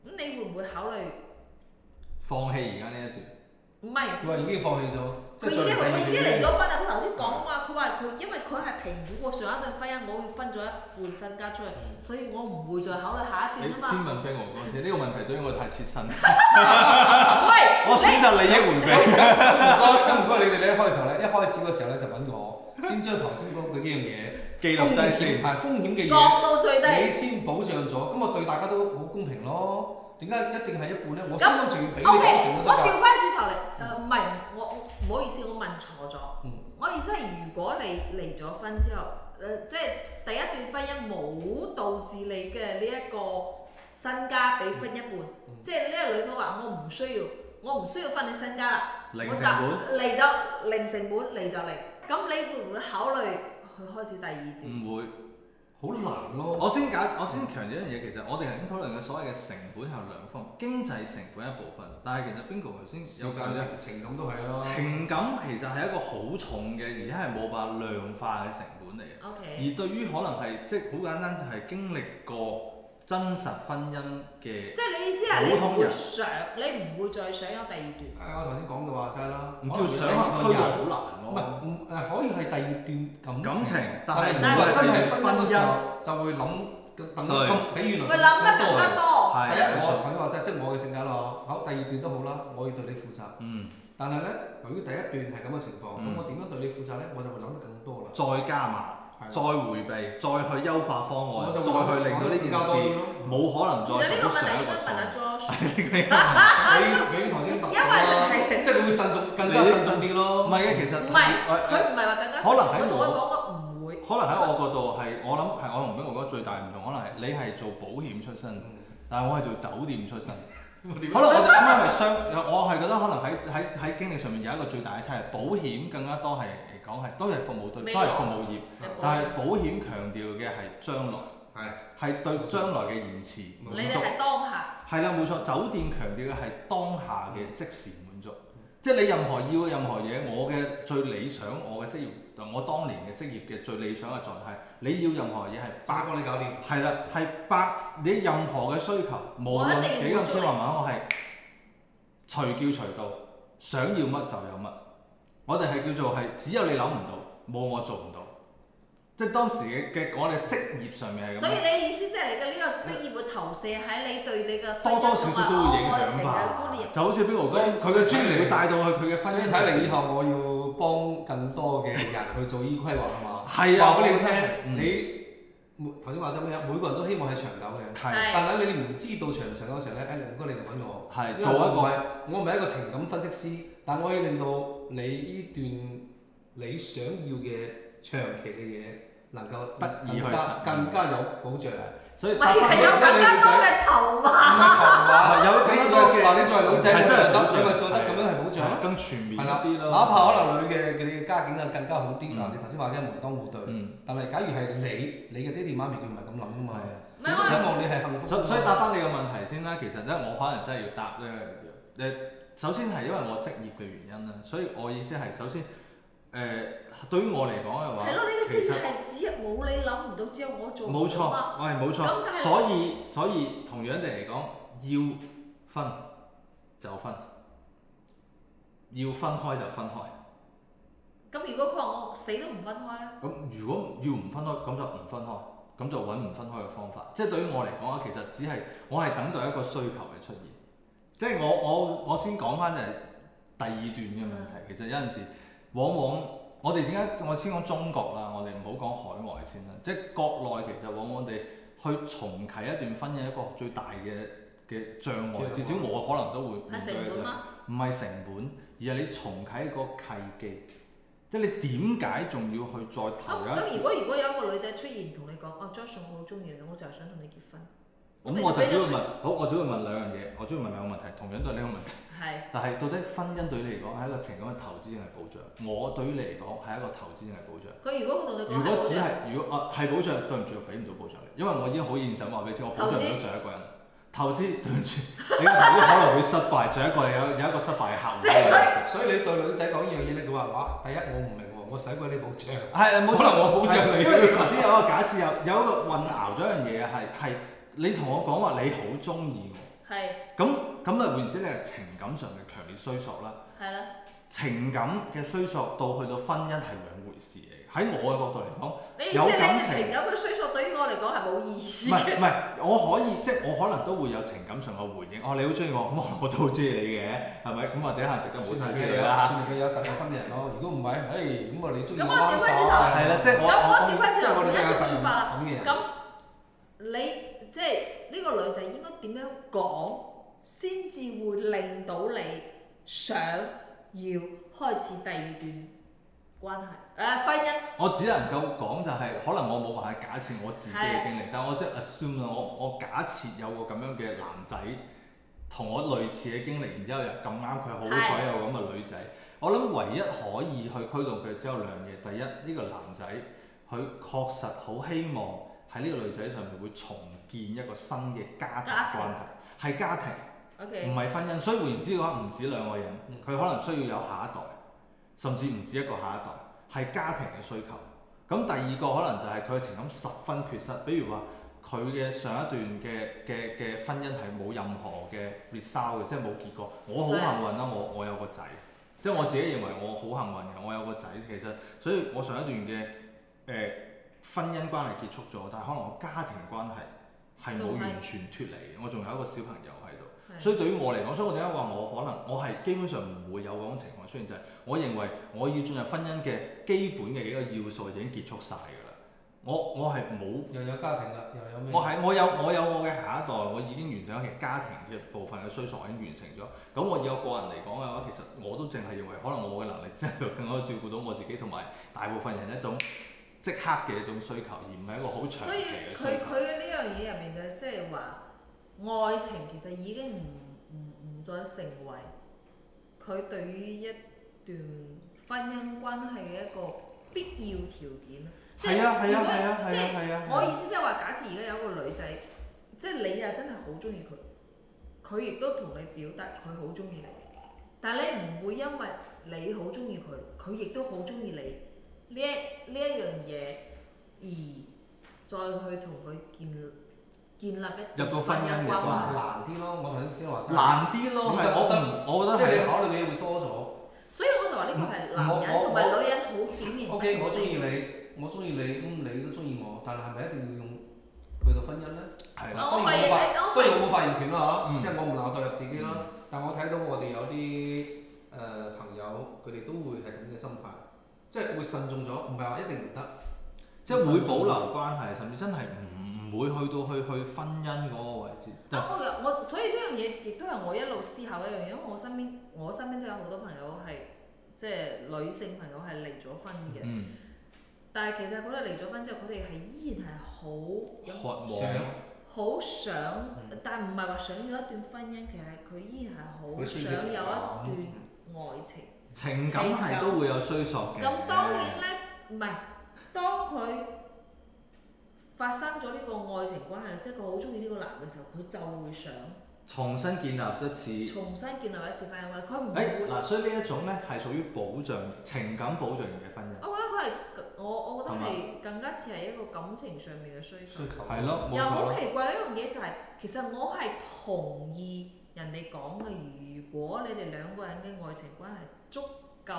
Speaker 4: 咁你會唔會考慮？
Speaker 1: 放棄而家呢一段。
Speaker 4: 唔係。
Speaker 2: 佢已經放棄咗，即
Speaker 4: 佢
Speaker 2: 係
Speaker 4: 已
Speaker 2: 再
Speaker 4: 經
Speaker 2: 嚟
Speaker 4: 佢
Speaker 2: 第
Speaker 4: 已經
Speaker 2: 二
Speaker 4: 離
Speaker 2: 段。
Speaker 4: 咗婚啦！佢頭先講啊嘛，佢話佢因為佢係評估過上一段婚姻，我要分咗一半身家出去，
Speaker 2: 嗯
Speaker 4: 所以我唔會再考慮下
Speaker 1: 你
Speaker 4: 一
Speaker 1: 先
Speaker 4: 段啊嘛。
Speaker 1: 問俾我講先，呢個問題對於我太切身， 我
Speaker 4: 喂，
Speaker 1: 選擇利益迴避。
Speaker 2: 咁唔該，你哋咧一開頭咧，一開始嘅時候咧就揾我，先將頭先嗰幾樣嘢
Speaker 1: 記錄低先
Speaker 2: 係風險嘅
Speaker 4: 你
Speaker 2: 嘢，
Speaker 4: 降到最低，
Speaker 2: 你先保障咗，咁我對大家都好公平咯。點解一定係一半咧？我
Speaker 4: 咁
Speaker 2: 心甘情願俾你
Speaker 4: O K，
Speaker 2: 講成
Speaker 4: 我
Speaker 2: 都得㗎。
Speaker 4: 調翻轉頭嚟，呃誒唔係，我我唔好意思，我問錯咗。
Speaker 2: 嗯
Speaker 4: 我意思係，如果你離咗婚之後，誒，即係第一段婚姻冇導致你嘅呢一個身家俾分一半，
Speaker 2: 嗯
Speaker 4: 即係呢個女方話我唔需要，我唔需要分你身家啦，
Speaker 1: 零
Speaker 4: 我
Speaker 1: 成
Speaker 4: 就
Speaker 1: 本。
Speaker 4: 嚟就零成本嚟就嚟，咁你會唔會考慮去開始第二段？
Speaker 1: 唔會，
Speaker 2: 好難咯。
Speaker 1: 我先解，我先強調一樣嘢，其實我哋頭先討論嘅所謂嘅成本係有兩方，經濟成本一部分，但係其實 bingo 頭先有
Speaker 2: 有
Speaker 1: 強
Speaker 2: 間
Speaker 1: 調，
Speaker 2: 情情感都係啦。
Speaker 1: 情感其實係一個好重嘅，而且係冇辦法量化嘅成本嚟嘅。
Speaker 4: O K，
Speaker 1: 而對於可能係即係好簡單，就係經歷過真實婚姻嘅
Speaker 4: 即係你意思係你
Speaker 1: 普
Speaker 4: 唔
Speaker 1: 通
Speaker 4: 會
Speaker 1: 人
Speaker 4: 想，你唔會再想有第二段。
Speaker 2: 係我頭先講嘅話齋啦，
Speaker 1: 唔
Speaker 2: 可
Speaker 1: 叫
Speaker 2: 能
Speaker 1: 想像
Speaker 2: 第二
Speaker 1: 區域
Speaker 2: 個人
Speaker 1: 好難
Speaker 2: 唔
Speaker 1: 咯。
Speaker 2: 係唔誒，可以係第二段感
Speaker 1: 感情，但係
Speaker 2: 但係
Speaker 1: 唔
Speaker 2: 如
Speaker 1: 係
Speaker 2: 果真係
Speaker 1: 第二
Speaker 2: 婚姻嘅
Speaker 1: 婚
Speaker 2: 時
Speaker 1: 姻，
Speaker 2: 候，就會諗嘅等
Speaker 1: 對
Speaker 2: 咁比原來
Speaker 4: 會諗得更加多。
Speaker 2: 第
Speaker 1: 係
Speaker 2: 一，
Speaker 1: 有
Speaker 2: 我
Speaker 1: 錯
Speaker 2: 頭先話齋，即係我嘅性格咯。好，第二段都好啦，我要對你負責。
Speaker 1: 嗯，
Speaker 2: 但係咧，由於第一段係咁嘅情況，咁、
Speaker 1: 嗯
Speaker 2: 我點樣對你負責咧？我就會諗得更多啦。
Speaker 1: 再加碼，
Speaker 2: 係
Speaker 1: 再
Speaker 2: 啦，
Speaker 1: 回避，再去優化方
Speaker 2: 我
Speaker 1: 案，
Speaker 2: 就
Speaker 1: 再
Speaker 2: 會
Speaker 1: 去令到呢
Speaker 2: 諗得更加多
Speaker 1: 件事
Speaker 2: 啲咯。
Speaker 1: 冇可能
Speaker 4: 其實
Speaker 1: 再
Speaker 4: 呢
Speaker 1: 重
Speaker 4: 個
Speaker 1: 複
Speaker 4: 問題
Speaker 1: 上一
Speaker 4: 應
Speaker 1: 個
Speaker 4: 該問阿
Speaker 1: 錯。
Speaker 4: Josh，
Speaker 2: 你你頭先答咗啦，即係佢會慎重，更加慎重啲
Speaker 1: 唔
Speaker 2: 咯。
Speaker 1: 係嘅，其實
Speaker 4: 唔
Speaker 1: 我
Speaker 4: 係佢唔係話更加，
Speaker 1: 可能喺
Speaker 4: 我同
Speaker 1: 我
Speaker 4: 佢講我唔會。
Speaker 1: 可能喺我角度係，我諗係我同邊個覺得最大唔同，可能係你係做保險出身，但係我係做酒店出身。
Speaker 4: 啊
Speaker 1: 可能我哋啱啱係相，我係覺得可能喺喺喺經歷上面有一個最大嘅差異，保險更加多係嚟講係都係服務對，
Speaker 4: 未
Speaker 1: 都
Speaker 4: 來哦
Speaker 1: 係服務業，但係保險強調嘅係將來，
Speaker 2: 係
Speaker 1: 係對將來嘅延遲
Speaker 4: 嗯你
Speaker 1: 滿
Speaker 4: 哋
Speaker 1: 足。
Speaker 4: 係當下，
Speaker 1: 係啦，冇錯。酒店強調嘅係當下嘅即時滿足，即係你任何要任何嘢，我嘅最理想，我嘅職業，我當年嘅職業嘅最理想嘅狀態，你要任何嘢係
Speaker 2: 爸
Speaker 1: 百，
Speaker 2: 幫你搞掂。
Speaker 1: 係啦，係百，你任何嘅需求，無
Speaker 4: 我
Speaker 1: 論
Speaker 4: 一定
Speaker 1: 幾
Speaker 4: 滿
Speaker 1: 咁
Speaker 4: 足
Speaker 1: 天
Speaker 4: 你
Speaker 1: 話文，我係隨叫隨到，想要乜就有乜。我哋係叫做係只有你諗唔到，冇我做唔到。即係當時嘅嘅我哋職業上面係咁樣
Speaker 4: 所。以你意思即係你嘅呢個職業會投射喺你對你嘅婚
Speaker 1: 多
Speaker 4: 姻
Speaker 1: 多少
Speaker 4: 同
Speaker 1: 少
Speaker 4: 埋
Speaker 1: 都會影
Speaker 4: 愛情
Speaker 1: 響
Speaker 4: 嘅
Speaker 1: 吧
Speaker 4: 觀念。。
Speaker 1: 就好似 Bill 哥，佢嘅專業會帶到去佢嘅婚
Speaker 2: 所以
Speaker 1: 姻
Speaker 2: 睇嚟以後我要幫更多嘅人去做依規劃啊嘛。
Speaker 1: 係啊，
Speaker 2: 話俾
Speaker 1: 嗯
Speaker 2: 你聽，你每頭先話咗咩啊？每個人都希望係長久嘅，
Speaker 1: 係
Speaker 2: 但係你唔知道長唔長久嘅時候咧，誒唔該你嚟揾我。
Speaker 1: 係
Speaker 2: 因為
Speaker 1: 做
Speaker 2: 我
Speaker 1: 一
Speaker 2: 唔
Speaker 1: 個
Speaker 2: 係我唔係一個情感分析師，但我可以令到你呢段你想要嘅長期嘅嘢能夠
Speaker 1: 得以去
Speaker 2: 更加
Speaker 1: 實現
Speaker 2: 更加有保障。
Speaker 1: 所以
Speaker 4: 唔
Speaker 1: 答
Speaker 4: 係
Speaker 1: 翻
Speaker 4: 係
Speaker 1: 你
Speaker 4: 有更加多嘅籌碼。
Speaker 2: 唔係仇話，
Speaker 1: 啊有
Speaker 2: 你
Speaker 1: 更
Speaker 2: 呢
Speaker 1: 多嘅
Speaker 2: 個話你作為女仔，
Speaker 1: 係
Speaker 2: 你
Speaker 1: 真係
Speaker 2: 咪
Speaker 1: 保障
Speaker 2: 得，你咪做得咁樣係保障咯。
Speaker 1: 更全面
Speaker 2: 係
Speaker 1: 一
Speaker 2: 啦，
Speaker 1: 啲咯，
Speaker 2: 哪怕可能女嘅佢哋嘅家境啊更加好啲
Speaker 1: 嗯
Speaker 2: 嗱，你頭先話嘅門當戶對，
Speaker 1: 嗯
Speaker 2: 但係假如係你，你嘅爹哋媽咪佢唔係咁諗
Speaker 1: 係
Speaker 2: 噶嘛，
Speaker 1: 啊。
Speaker 4: 唔
Speaker 2: 希
Speaker 4: 係我
Speaker 2: 望你係幸福㗎嘛。
Speaker 1: 所所以答翻你個問題先啦，其實咧我可能真係要答呢樣嘢。誒，首先係因為我職業嘅原因啦，所以我意思係首先誒，對於我嚟講嘅話
Speaker 4: 係咯，呢，個
Speaker 1: 其
Speaker 4: 職
Speaker 1: 實
Speaker 4: 業係只有冇你諗唔到，只有我做
Speaker 1: 冇錯，
Speaker 4: 到嘛。
Speaker 1: 我係冇
Speaker 4: 咁但
Speaker 1: 錯，
Speaker 4: 係
Speaker 1: 所以所以同樣地嚟講，要分就分，要分開就分開。
Speaker 4: 咁如果佢話我死都唔分開啊咧，
Speaker 1: 咁如果要唔分開，咁就唔分開，咁就揾唔分開嘅方法。即係對於我嚟講啊，其實只係我係等待一個需求嘅出現。即係我我我先講翻就係第二段嘅問題。其實有陣時往往我哋點解我先講中國啦，我哋唔好講海外先啦。即係國內其實往往地去重啟一段婚姻一個最大嘅嘅障礙，至少我可能都會面
Speaker 4: 係
Speaker 1: 對
Speaker 4: 成
Speaker 1: 嘅就
Speaker 4: 本
Speaker 1: 係
Speaker 4: 嗎？
Speaker 1: 唔係成本，而係你重啟個契機。即係你點解仲要去再
Speaker 4: 咁
Speaker 1: 投入
Speaker 4: 咁
Speaker 1: 一？
Speaker 4: 如果如果有一個女仔出現同你講，哦 Josh，我好中意你，我就係想同你結婚，
Speaker 1: 咁我就只會問，好，我只會問兩樣嘢，我只會問兩個問題，同樣都係呢個問題。
Speaker 4: 係
Speaker 1: 但係到底婚姻對你嚟講係一個情感嘅投資定係保障？我對於你嚟講係一個投資定係保障？
Speaker 4: 佢如果佢同你講，
Speaker 1: 如果只係如果啊係保障，對唔住，我俾唔到保障你，因為我已經好現實話俾你知，我保障唔到上一個人。投資對唔住，你嘅投資可能會失敗，上一個有有一個失敗嘅客戶。
Speaker 4: 即係佢
Speaker 2: 所以你對女仔講呢樣嘢咧，佢話哇，第一我唔明喎，我使鬼你保障。
Speaker 1: 係冇錯，
Speaker 2: 可能我保障你
Speaker 1: 因為你頭先有一個假設，有有一個混淆咗一樣嘢係係你同我講話你好中意我，
Speaker 4: 係
Speaker 1: 咁咁啊換言之你係情感上嘅強烈需索啦。
Speaker 4: 係啦，
Speaker 1: 情感嘅衰索到去到婚姻係兩回事嚟嘅。喺我嘅角度嚟講，
Speaker 4: 你意思
Speaker 1: 有
Speaker 4: 係你
Speaker 1: 感
Speaker 4: 嘅
Speaker 1: 情
Speaker 4: 情感嘅衰索對於我嚟講係冇意
Speaker 1: 唔
Speaker 4: 思
Speaker 1: 係
Speaker 4: 嘅，
Speaker 1: 唔係，我可以即係我可能都會有情感上嘅回應。哦，你好中意我，咁我我都好中意你嘅，係咪？咁或者係食得唔好
Speaker 2: 算
Speaker 1: 睇
Speaker 2: 係
Speaker 1: 之
Speaker 2: 佢
Speaker 1: 類
Speaker 2: 有，
Speaker 1: 啦。
Speaker 2: 算係佢有實有心嘅人咯。如果唔係，誒咁啊，你中意
Speaker 4: 咁我
Speaker 2: 彎
Speaker 4: 調
Speaker 2: 手
Speaker 4: 翻轉頭啦
Speaker 1: 係啦，即係
Speaker 4: 咁
Speaker 1: 我
Speaker 4: 我調
Speaker 1: 我
Speaker 4: 翻
Speaker 2: 即係
Speaker 4: 轉
Speaker 2: 我
Speaker 4: 頭一種
Speaker 2: 哋都有責
Speaker 4: 説
Speaker 2: 任
Speaker 4: 法啦，
Speaker 2: 咁嘅人。
Speaker 4: 咁你即係呢個女仔應該點樣講先至會令到你想要開始第二段關係，誒、啊婚姻
Speaker 1: 我只能夠講就係，可能我冇辦法假設我自己嘅經歷，但我即係 assume 啦，我我假設有個咁樣嘅男仔同我類似嘅經歷，然之後又咁啱佢好彩有咁嘅女仔，我諗唯一可以去驅動佢只有兩嘢，第一呢、個男仔佢確實好希望喺呢個女仔上面會重建一個新嘅家庭
Speaker 4: 家庭
Speaker 1: 關係，係家庭。唔
Speaker 4: ，OK，
Speaker 1: 係婚姻，所以換言之嘅話，唔止兩個人
Speaker 2: 嗯，
Speaker 1: 佢可能需要有下一代，甚至唔止一個下一代，係家庭嘅需求。咁第二個可能就係佢嘅情感十分缺失，比如話佢嘅上一段嘅嘅嘅婚姻係冇任何嘅 result 嘅，即係冇結果。我好幸運啦，我我有個仔，即係我自己認為我好幸運嘅，我有個仔。其實所以我上一段嘅誒、呃婚姻關係結束咗，但係可能我家庭關係係冇
Speaker 4: 仲係
Speaker 1: 完全脱離嘅，我仲有一個小朋友喺度。
Speaker 4: 係
Speaker 1: 所以對於我嚟講，所以我點解話我可能我係基本上唔會有嗰種情況出現，就係、我認為我要進入婚姻嘅基本嘅幾個要素已經結束晒㗎啦。我我係冇，
Speaker 2: 又有家庭啦，又有咩？
Speaker 1: 我係我有我有我嘅下一代，我已經完成咗其家庭嘅部分嘅需求，我已經完成咗。咁我以我個人嚟講嘅話，其實我都淨係認為可能我嘅能力真係更加照顧到我自己同埋大部分人一種即刻嘅一種需求，而唔係一個好長
Speaker 4: 所
Speaker 1: 期
Speaker 4: 以
Speaker 1: 嘅需
Speaker 4: 佢
Speaker 1: 求。
Speaker 4: 佢嘅呢樣嘢入面就即係話，愛情其實已經唔唔唔再成為佢對於一段婚姻關係嘅一個必要條件啦即
Speaker 1: 係啊係
Speaker 4: 如
Speaker 1: 啊
Speaker 4: 果
Speaker 1: 係啊係
Speaker 4: 即
Speaker 1: 啊
Speaker 4: 係
Speaker 1: 係啊！
Speaker 4: 我意思即係話，假設而家有一個女仔，即係你啊真係好中意佢，佢亦都同你表達佢好中意你，但係你唔會因為你好中意佢，佢亦都好中意你呢一呢一樣嘢而再去同佢建建立一
Speaker 1: 入到婚姻嘅
Speaker 4: 關
Speaker 1: 關
Speaker 4: 係
Speaker 1: 係。
Speaker 2: 難啲咯，我頭先先話齋
Speaker 1: 難啲咯，係我唔，我覺得
Speaker 2: 即係
Speaker 1: 係
Speaker 2: 你。考慮嘅嘢會多咗。
Speaker 4: 所以我就話呢個係男
Speaker 2: 我
Speaker 4: 人
Speaker 2: 我
Speaker 4: 同埋女人好典型。
Speaker 2: O K，我中意。你，我中意你，咁你都中意我，但係係咪一定要用去到婚姻咧？
Speaker 1: 係啦，
Speaker 4: 我發現你，我發現
Speaker 2: 不如我冇發言權啦
Speaker 1: 嗯
Speaker 2: 嚇，即係我唔能夠代入自己啦。但我睇到我哋有啲誒、呃朋友，佢哋都會係咁嘅心態，即係會慎重咗，唔係話一定唔得。
Speaker 1: 即係會保留關係，甚至真係唔唔會去到去去婚姻嗰個位置。但
Speaker 4: 啊我又我所以呢樣嘢亦都係我一路思考嘅一樣嘢，因為我身邊我身邊都有好多朋友係即係女性朋友係離咗婚嘅，
Speaker 1: 嗯，
Speaker 4: 但係其實佢哋離咗婚之後，佢哋係依然係好
Speaker 1: 渴
Speaker 4: 有
Speaker 1: 望
Speaker 2: 想
Speaker 4: 好想
Speaker 2: 嗯，
Speaker 4: 但唔係話想要一段婚姻，其實佢依然係好
Speaker 2: 佢需要
Speaker 4: 想
Speaker 2: 嘅
Speaker 4: 有
Speaker 2: 情
Speaker 4: 一
Speaker 2: 感
Speaker 4: 段愛情。
Speaker 1: 情感係都會有衰索嘅。
Speaker 4: 咁當然咧，唔係當佢發生咗呢個愛情關係，即係佢好中意呢個男嘅時候，佢就會想
Speaker 1: 重新建立一次。
Speaker 4: 重新建立一次婚姻關係，佢唔會
Speaker 1: 誒。嗱，所以呢一種咧係屬於保障情感保障嘅婚姻，
Speaker 4: 啊我覺得佢係我我覺得係更加似係一個感情上面嘅需求
Speaker 2: 需。求
Speaker 1: 係咯，冇
Speaker 4: 哦又
Speaker 1: 錯
Speaker 4: 好
Speaker 1: 咯。
Speaker 4: 奇怪一樣嘢就係、其實我係同意人哋講嘅，如果你哋兩個人嘅愛情關係足夠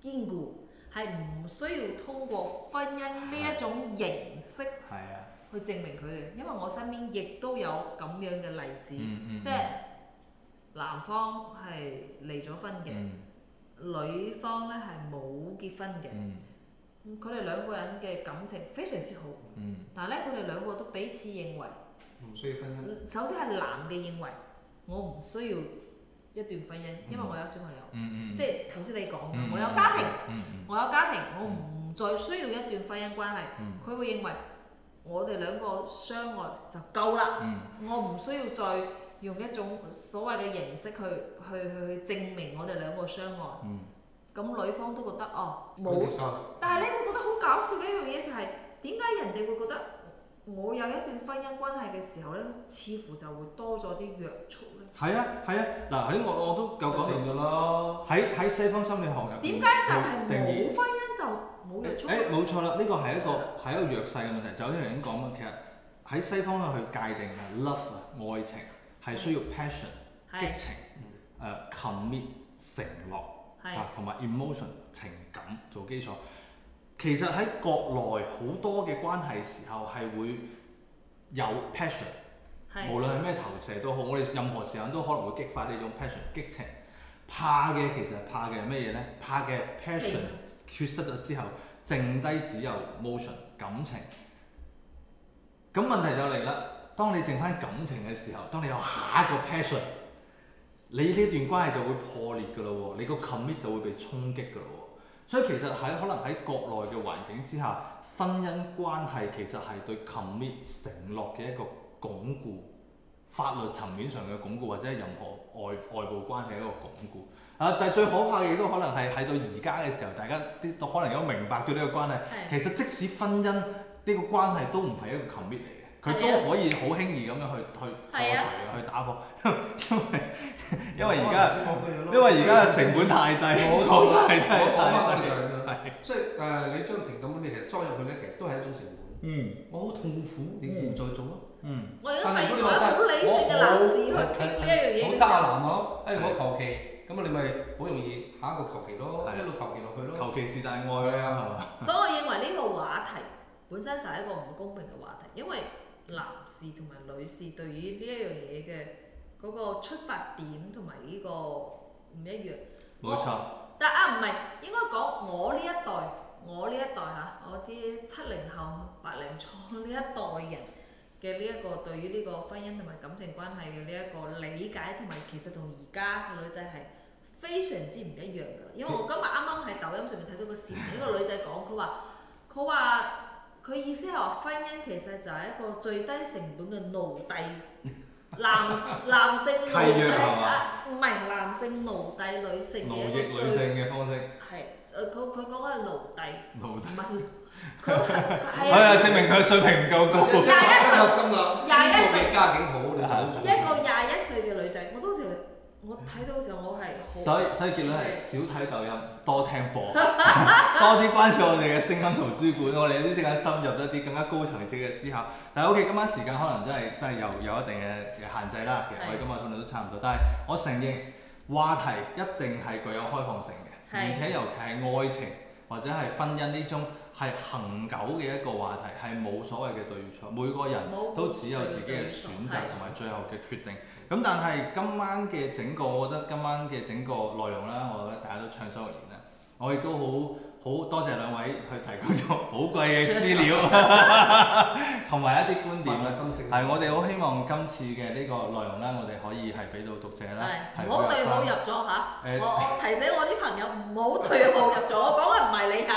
Speaker 4: 堅固，係唔需要通過婚姻呢一種形式
Speaker 1: 係啊，
Speaker 4: 去證明佢嘅，因為我身邊亦都有咁樣嘅例子，
Speaker 1: 嗯嗯，
Speaker 4: 即係男方係離咗婚嘅，
Speaker 1: 嗯
Speaker 4: 女方咧係冇結婚嘅。
Speaker 1: 嗯
Speaker 4: 嗯佢哋兩個人嘅感情非常之好，
Speaker 1: 嗯
Speaker 4: 但係咧佢哋兩個都彼此認為，
Speaker 2: 唔需要婚姻。
Speaker 1: 嗯
Speaker 4: 首先係男嘅認為我唔需要一段婚姻，因為我有小朋友，
Speaker 1: 嗯嗯，
Speaker 4: 即係頭先你講嘅，我有家庭，，
Speaker 1: 嗯嗯
Speaker 4: 我有家庭，我唔再需要一段婚姻關係。
Speaker 1: 嗯
Speaker 4: 佢會認為我哋兩個相愛就夠啦，
Speaker 1: 嗯
Speaker 4: 我唔需要再用一種所謂嘅形式去去去去證明我哋兩個相愛。
Speaker 1: 嗯
Speaker 4: 咁女方都覺得哦冇
Speaker 2: 佢接受。
Speaker 4: 但係咧，我覺得好搞笑嘅一樣嘢就係點解人哋會覺得我有一段婚姻關係嘅時候咧，似乎就會多咗啲約束咧？
Speaker 1: 係啊係啊，嗱喺我我都有講
Speaker 2: 一定㗎啦，
Speaker 1: 喺喺西方心理學入
Speaker 4: 嗯點
Speaker 1: 面
Speaker 4: 解就係
Speaker 1: 定義
Speaker 4: 冇婚姻就冇約束？啊
Speaker 1: 誒冇錯啦，呢個係一個係一個弱勢嘅問題。就好似頭先講嘅，其實喺西方咧，去界定係 love 啊愛情係需要 passion 激
Speaker 4: 嗯係
Speaker 1: 情、誒、commit 承諾
Speaker 4: 係
Speaker 1: 啊，同埋 emotion 情感做基礎。其實喺國內好多嘅關係時候係會有 passion。
Speaker 4: 係
Speaker 1: 無論係咩投射都好，我哋任何時間都可能會激發呢種 passion 激情。怕嘅其實怕嘅係咩嘢咧？怕嘅
Speaker 4: 啊
Speaker 1: passion 缺失咗之後，剩低只有 motion 感情。咁問題就嚟啦，當你剩翻感情嘅時候，當你有下一個 passion，你呢段關係就會破裂㗎咯喎，你個 commit 就會被衝擊㗎咯所以其實喺可能喺國內嘅環境之下，婚姻關係其實係對 commit 承諾嘅一個鞏固，法律層面上嘅鞏固，或者係任何外外部關係一個鞏固。啊！但係最可怕嘅亦都可能係喺到而家嘅時候，大家啲都可能有明白咗呢個關係。
Speaker 4: 係
Speaker 1: 其實即使婚姻呢個關係都唔係一個 commit 嚟嘅，佢都
Speaker 4: 係啊
Speaker 1: 可以好輕易咁樣去去破除
Speaker 4: 係啊
Speaker 1: 嘅，去打破， 因為因 為而
Speaker 2: 因為而
Speaker 1: 家。因
Speaker 2: 家
Speaker 1: 為而家嘅成
Speaker 2: 成
Speaker 1: 本太低，
Speaker 2: 冇
Speaker 1: 講
Speaker 2: 錯
Speaker 1: 真係真係太低。
Speaker 2: 我
Speaker 1: 係
Speaker 2: 講翻就係咁樣，所以誒、你將情感嗰啲其實裝入去咧，其實都係一種成本。
Speaker 1: 嗯
Speaker 2: 我好痛苦，你唔再做啊！
Speaker 1: 嗯
Speaker 4: 我而家發現我係好理性嘅男士去傾呢一樣嘢嘅
Speaker 2: 好
Speaker 4: 時
Speaker 2: 渣
Speaker 4: 候，
Speaker 2: 男啊！誒、我求其，咁你咪好容易下一個求其咯，
Speaker 1: 係
Speaker 2: 一路求其落去咯。
Speaker 1: 求其是但愛啦，係嘛？
Speaker 4: 所以我認為呢個話題本身就係一個唔公平嘅話題，因為男士同埋女士對於呢一樣嘢嘅嗰個出發點同埋呢個唔一樣。
Speaker 1: 冇錯，
Speaker 4: 但啊，唔係應該講我呢一代，我呢一代嚇，我啲七零後、八零初呢一代人嘅呢一個對於呢個婚姻同埋感情關係嘅呢一個理解，同埋其實同而家嘅女仔係非常之唔一樣㗎啦。
Speaker 1: 嗯
Speaker 4: 因為我今日啱啱喺抖音上面睇到個視頻，一個女仔講，佢話佢話。佢意思係話婚姻其實就係一個最低成本嘅奴隸，男男性奴
Speaker 1: 契約
Speaker 4: 隸
Speaker 1: 係嘛
Speaker 4: 啊，唔係男性奴隸女性
Speaker 1: 奴
Speaker 4: 嘅
Speaker 1: 役
Speaker 4: 一個
Speaker 1: 女
Speaker 4: 最
Speaker 1: 性嘅方式，
Speaker 4: 係，誒佢佢講嘅係奴隸，
Speaker 1: 奴
Speaker 4: 唔
Speaker 1: 隸。
Speaker 4: 係佢
Speaker 1: 係
Speaker 4: 係
Speaker 1: 啊，
Speaker 4: 啊，
Speaker 1: 證明佢水平唔夠高。
Speaker 2: 廿一心啦，
Speaker 4: 廿一歲
Speaker 2: 歲家境好，你就做。
Speaker 4: 一個廿一歲嘅女仔，我當時我睇到嘅時候，我係好
Speaker 1: 所以所以結論係少睇抖音，多聽播， 多啲關注我哋嘅聲音圖書館，我哋有啲時間深入一啲更加高層次嘅思考。但係 OK，今晚時間可能真係真係有有一定嘅嘅限制啦。其實我哋今日討論都差唔多，但係我承認話題一定係具有開放性嘅，
Speaker 4: 係
Speaker 1: 而且尤其係愛情或者係婚姻呢種係恒久嘅一個話題，係冇所謂嘅對錯，每個人
Speaker 4: 冇
Speaker 1: 都只有自己嘅選擇同埋最後嘅決定。咁但係今晚嘅整個，我覺得今晚嘅整個內容啦，我覺得大家都暢所欲言啦。我亦都好好多謝兩位去提供咗寶貴嘅資料， 同埋一啲觀點
Speaker 2: 煩
Speaker 1: 啦
Speaker 2: 下。心性。
Speaker 1: 係我哋好希望今次嘅呢個內容啦，我哋可以係俾到讀者啦，
Speaker 4: 係
Speaker 1: 係
Speaker 4: 唔好
Speaker 1: 會
Speaker 4: 對
Speaker 1: 有
Speaker 4: 號
Speaker 1: 翻
Speaker 4: 入咗嚇，
Speaker 1: 誒
Speaker 4: 我我提醒我啲朋友唔好對號入咗，我講嘅唔係你啊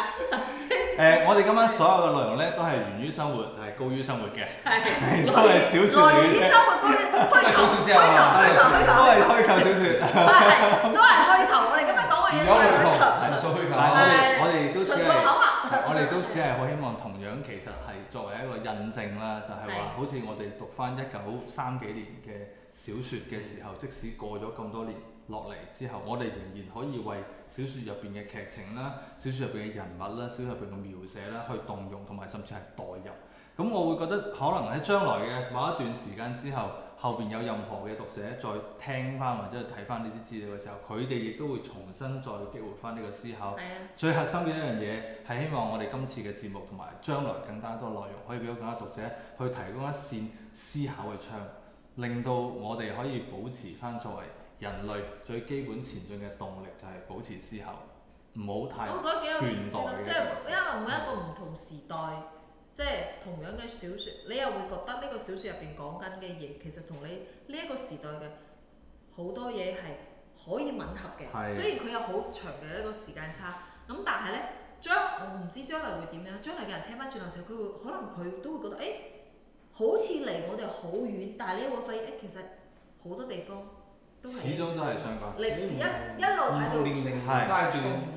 Speaker 4: 嚇，
Speaker 1: 誒、我哋今晚所有嘅內容咧，都係源於生活，係高於生活 嘅，
Speaker 4: 係
Speaker 1: 都係小説
Speaker 4: 來
Speaker 1: 嚟
Speaker 4: 源
Speaker 1: 嘅
Speaker 4: 生
Speaker 1: 啫，
Speaker 4: 活嗰啲虛
Speaker 2: 小
Speaker 4: 構
Speaker 2: 説
Speaker 4: 虛
Speaker 2: 啫
Speaker 4: 構虛構虛
Speaker 1: 都
Speaker 4: 構，
Speaker 1: 係推構小説。
Speaker 4: 係都係虛構，我哋今日講嘅
Speaker 2: 如
Speaker 4: 嘢
Speaker 2: 果
Speaker 4: 都係
Speaker 2: 唔
Speaker 4: 虛
Speaker 2: 同，
Speaker 4: 構
Speaker 2: 純，粹虛
Speaker 1: 但係
Speaker 2: 構。
Speaker 1: 我哋我哋都只
Speaker 4: 純粹
Speaker 1: 係
Speaker 4: 口。話，
Speaker 1: 我哋都只係好希望，同樣其實係作為一個印證啦，就係話
Speaker 4: 係
Speaker 1: 好似我哋讀翻一九三幾年嘅小説嘅時候，即使過咗咁多年落嚟之後，我哋仍然可以為小説入邊嘅劇情啦、小説入邊嘅人物啦、小説入邊嘅描寫啦，去動用同埋甚至係代入。咁我會覺得可能喺將來嘅某一段時間之後，後邊有任何嘅讀者再聽翻或者係睇翻呢啲資料嘅時候，佢哋亦都會重新再激活翻呢個思考。
Speaker 4: 係啊。
Speaker 1: 最核心嘅一樣嘢係希望我哋今次嘅節目同埋將來更加多內容，可以俾到更加讀者去提供一線思考嘅窗，令到我哋可以保持翻作為人類最基本前進嘅動力，就係保持思考，唔好太
Speaker 4: 我覺得幾有意思咯，
Speaker 1: 啊倦怠嘅
Speaker 4: 即係因為每一個唔同時代，即係同樣嘅小説，你又會覺得呢個小説入邊講緊嘅嘢，其實同你呢一個時代嘅好多嘢係可以吻合
Speaker 1: 係
Speaker 4: 嘅。雖然佢有好長嘅一個時間差，咁但係咧，將我唔知將來會點樣，將來嘅人聽翻轉頭時候，佢會可能佢都會覺得，誒、好似離我哋好遠，但係你會發現，誒、其實好多地方都係
Speaker 1: 始終都係相關。
Speaker 4: 歷史一一路
Speaker 2: 唔
Speaker 4: 喺
Speaker 2: 同
Speaker 4: 度
Speaker 2: 年齡
Speaker 1: 係
Speaker 2: 階段，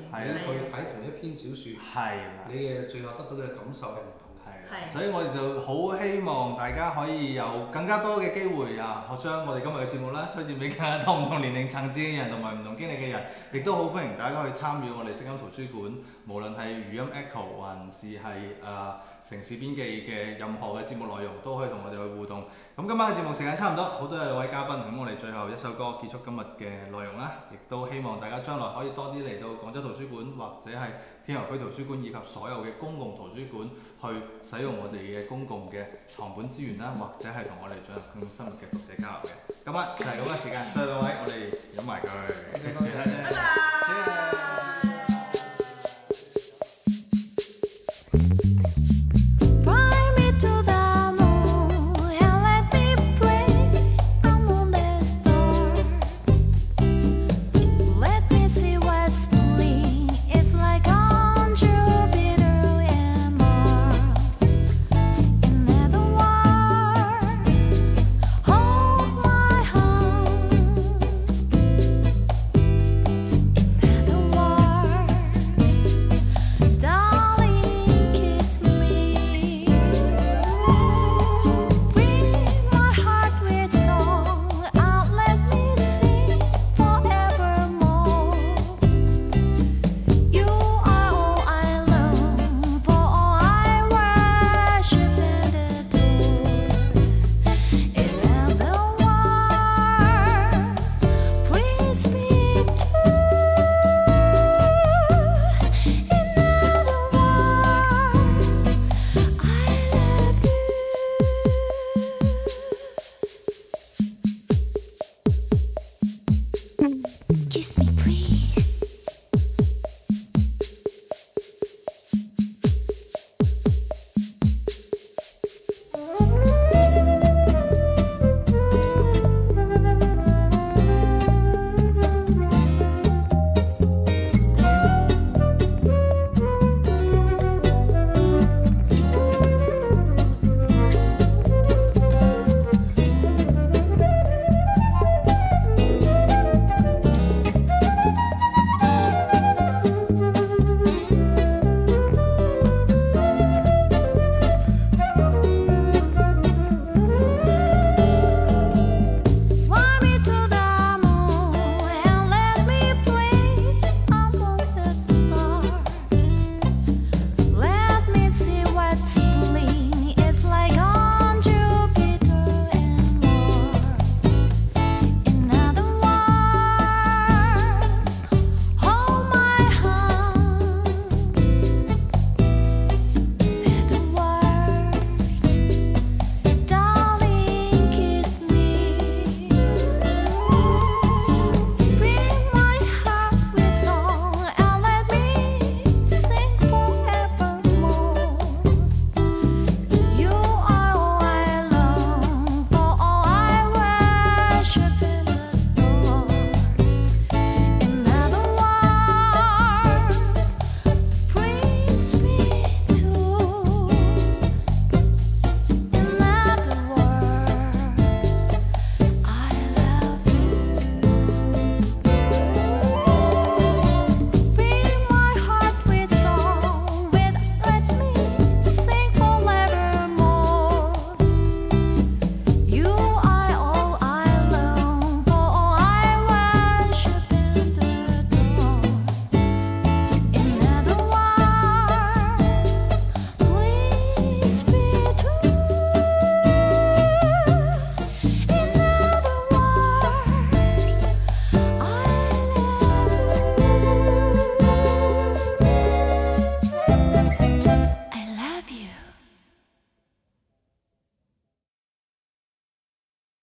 Speaker 1: 係
Speaker 2: 你去睇同一篇小説，
Speaker 1: 係啦。
Speaker 2: 你嘅最後得到嘅感受係唔同嘅。
Speaker 1: 係啦，
Speaker 4: 係
Speaker 1: 所以我哋就好希望大家可以有更加多嘅機會啊，學將我哋今日嘅節目啦，推薦俾更加多唔同年齡層次嘅人同埋唔同經歷嘅人，亦都好歡迎大家去參與我哋聲音圖書館，無論係語音 Echo 還是係誒、呃城市邊記嘅任何嘅節目內容，都可以同我哋去互動。咁今晚嘅節目時間差唔多，好多謝兩位嘉賓，咁我哋最後一首歌結束今日嘅內容啦，亦都希望大家將來可以多啲嚟到廣州圖書館或者係天河區圖書館以及所有嘅公共圖書館。去使用我哋嘅公共嘅藏本資源啦，或者係同我哋進行更深入嘅讀者交流嘅。咁啊，就係咁嘅時間，多謝兩位，我哋飲埋佢。
Speaker 2: 多謝多謝
Speaker 4: 拜拜。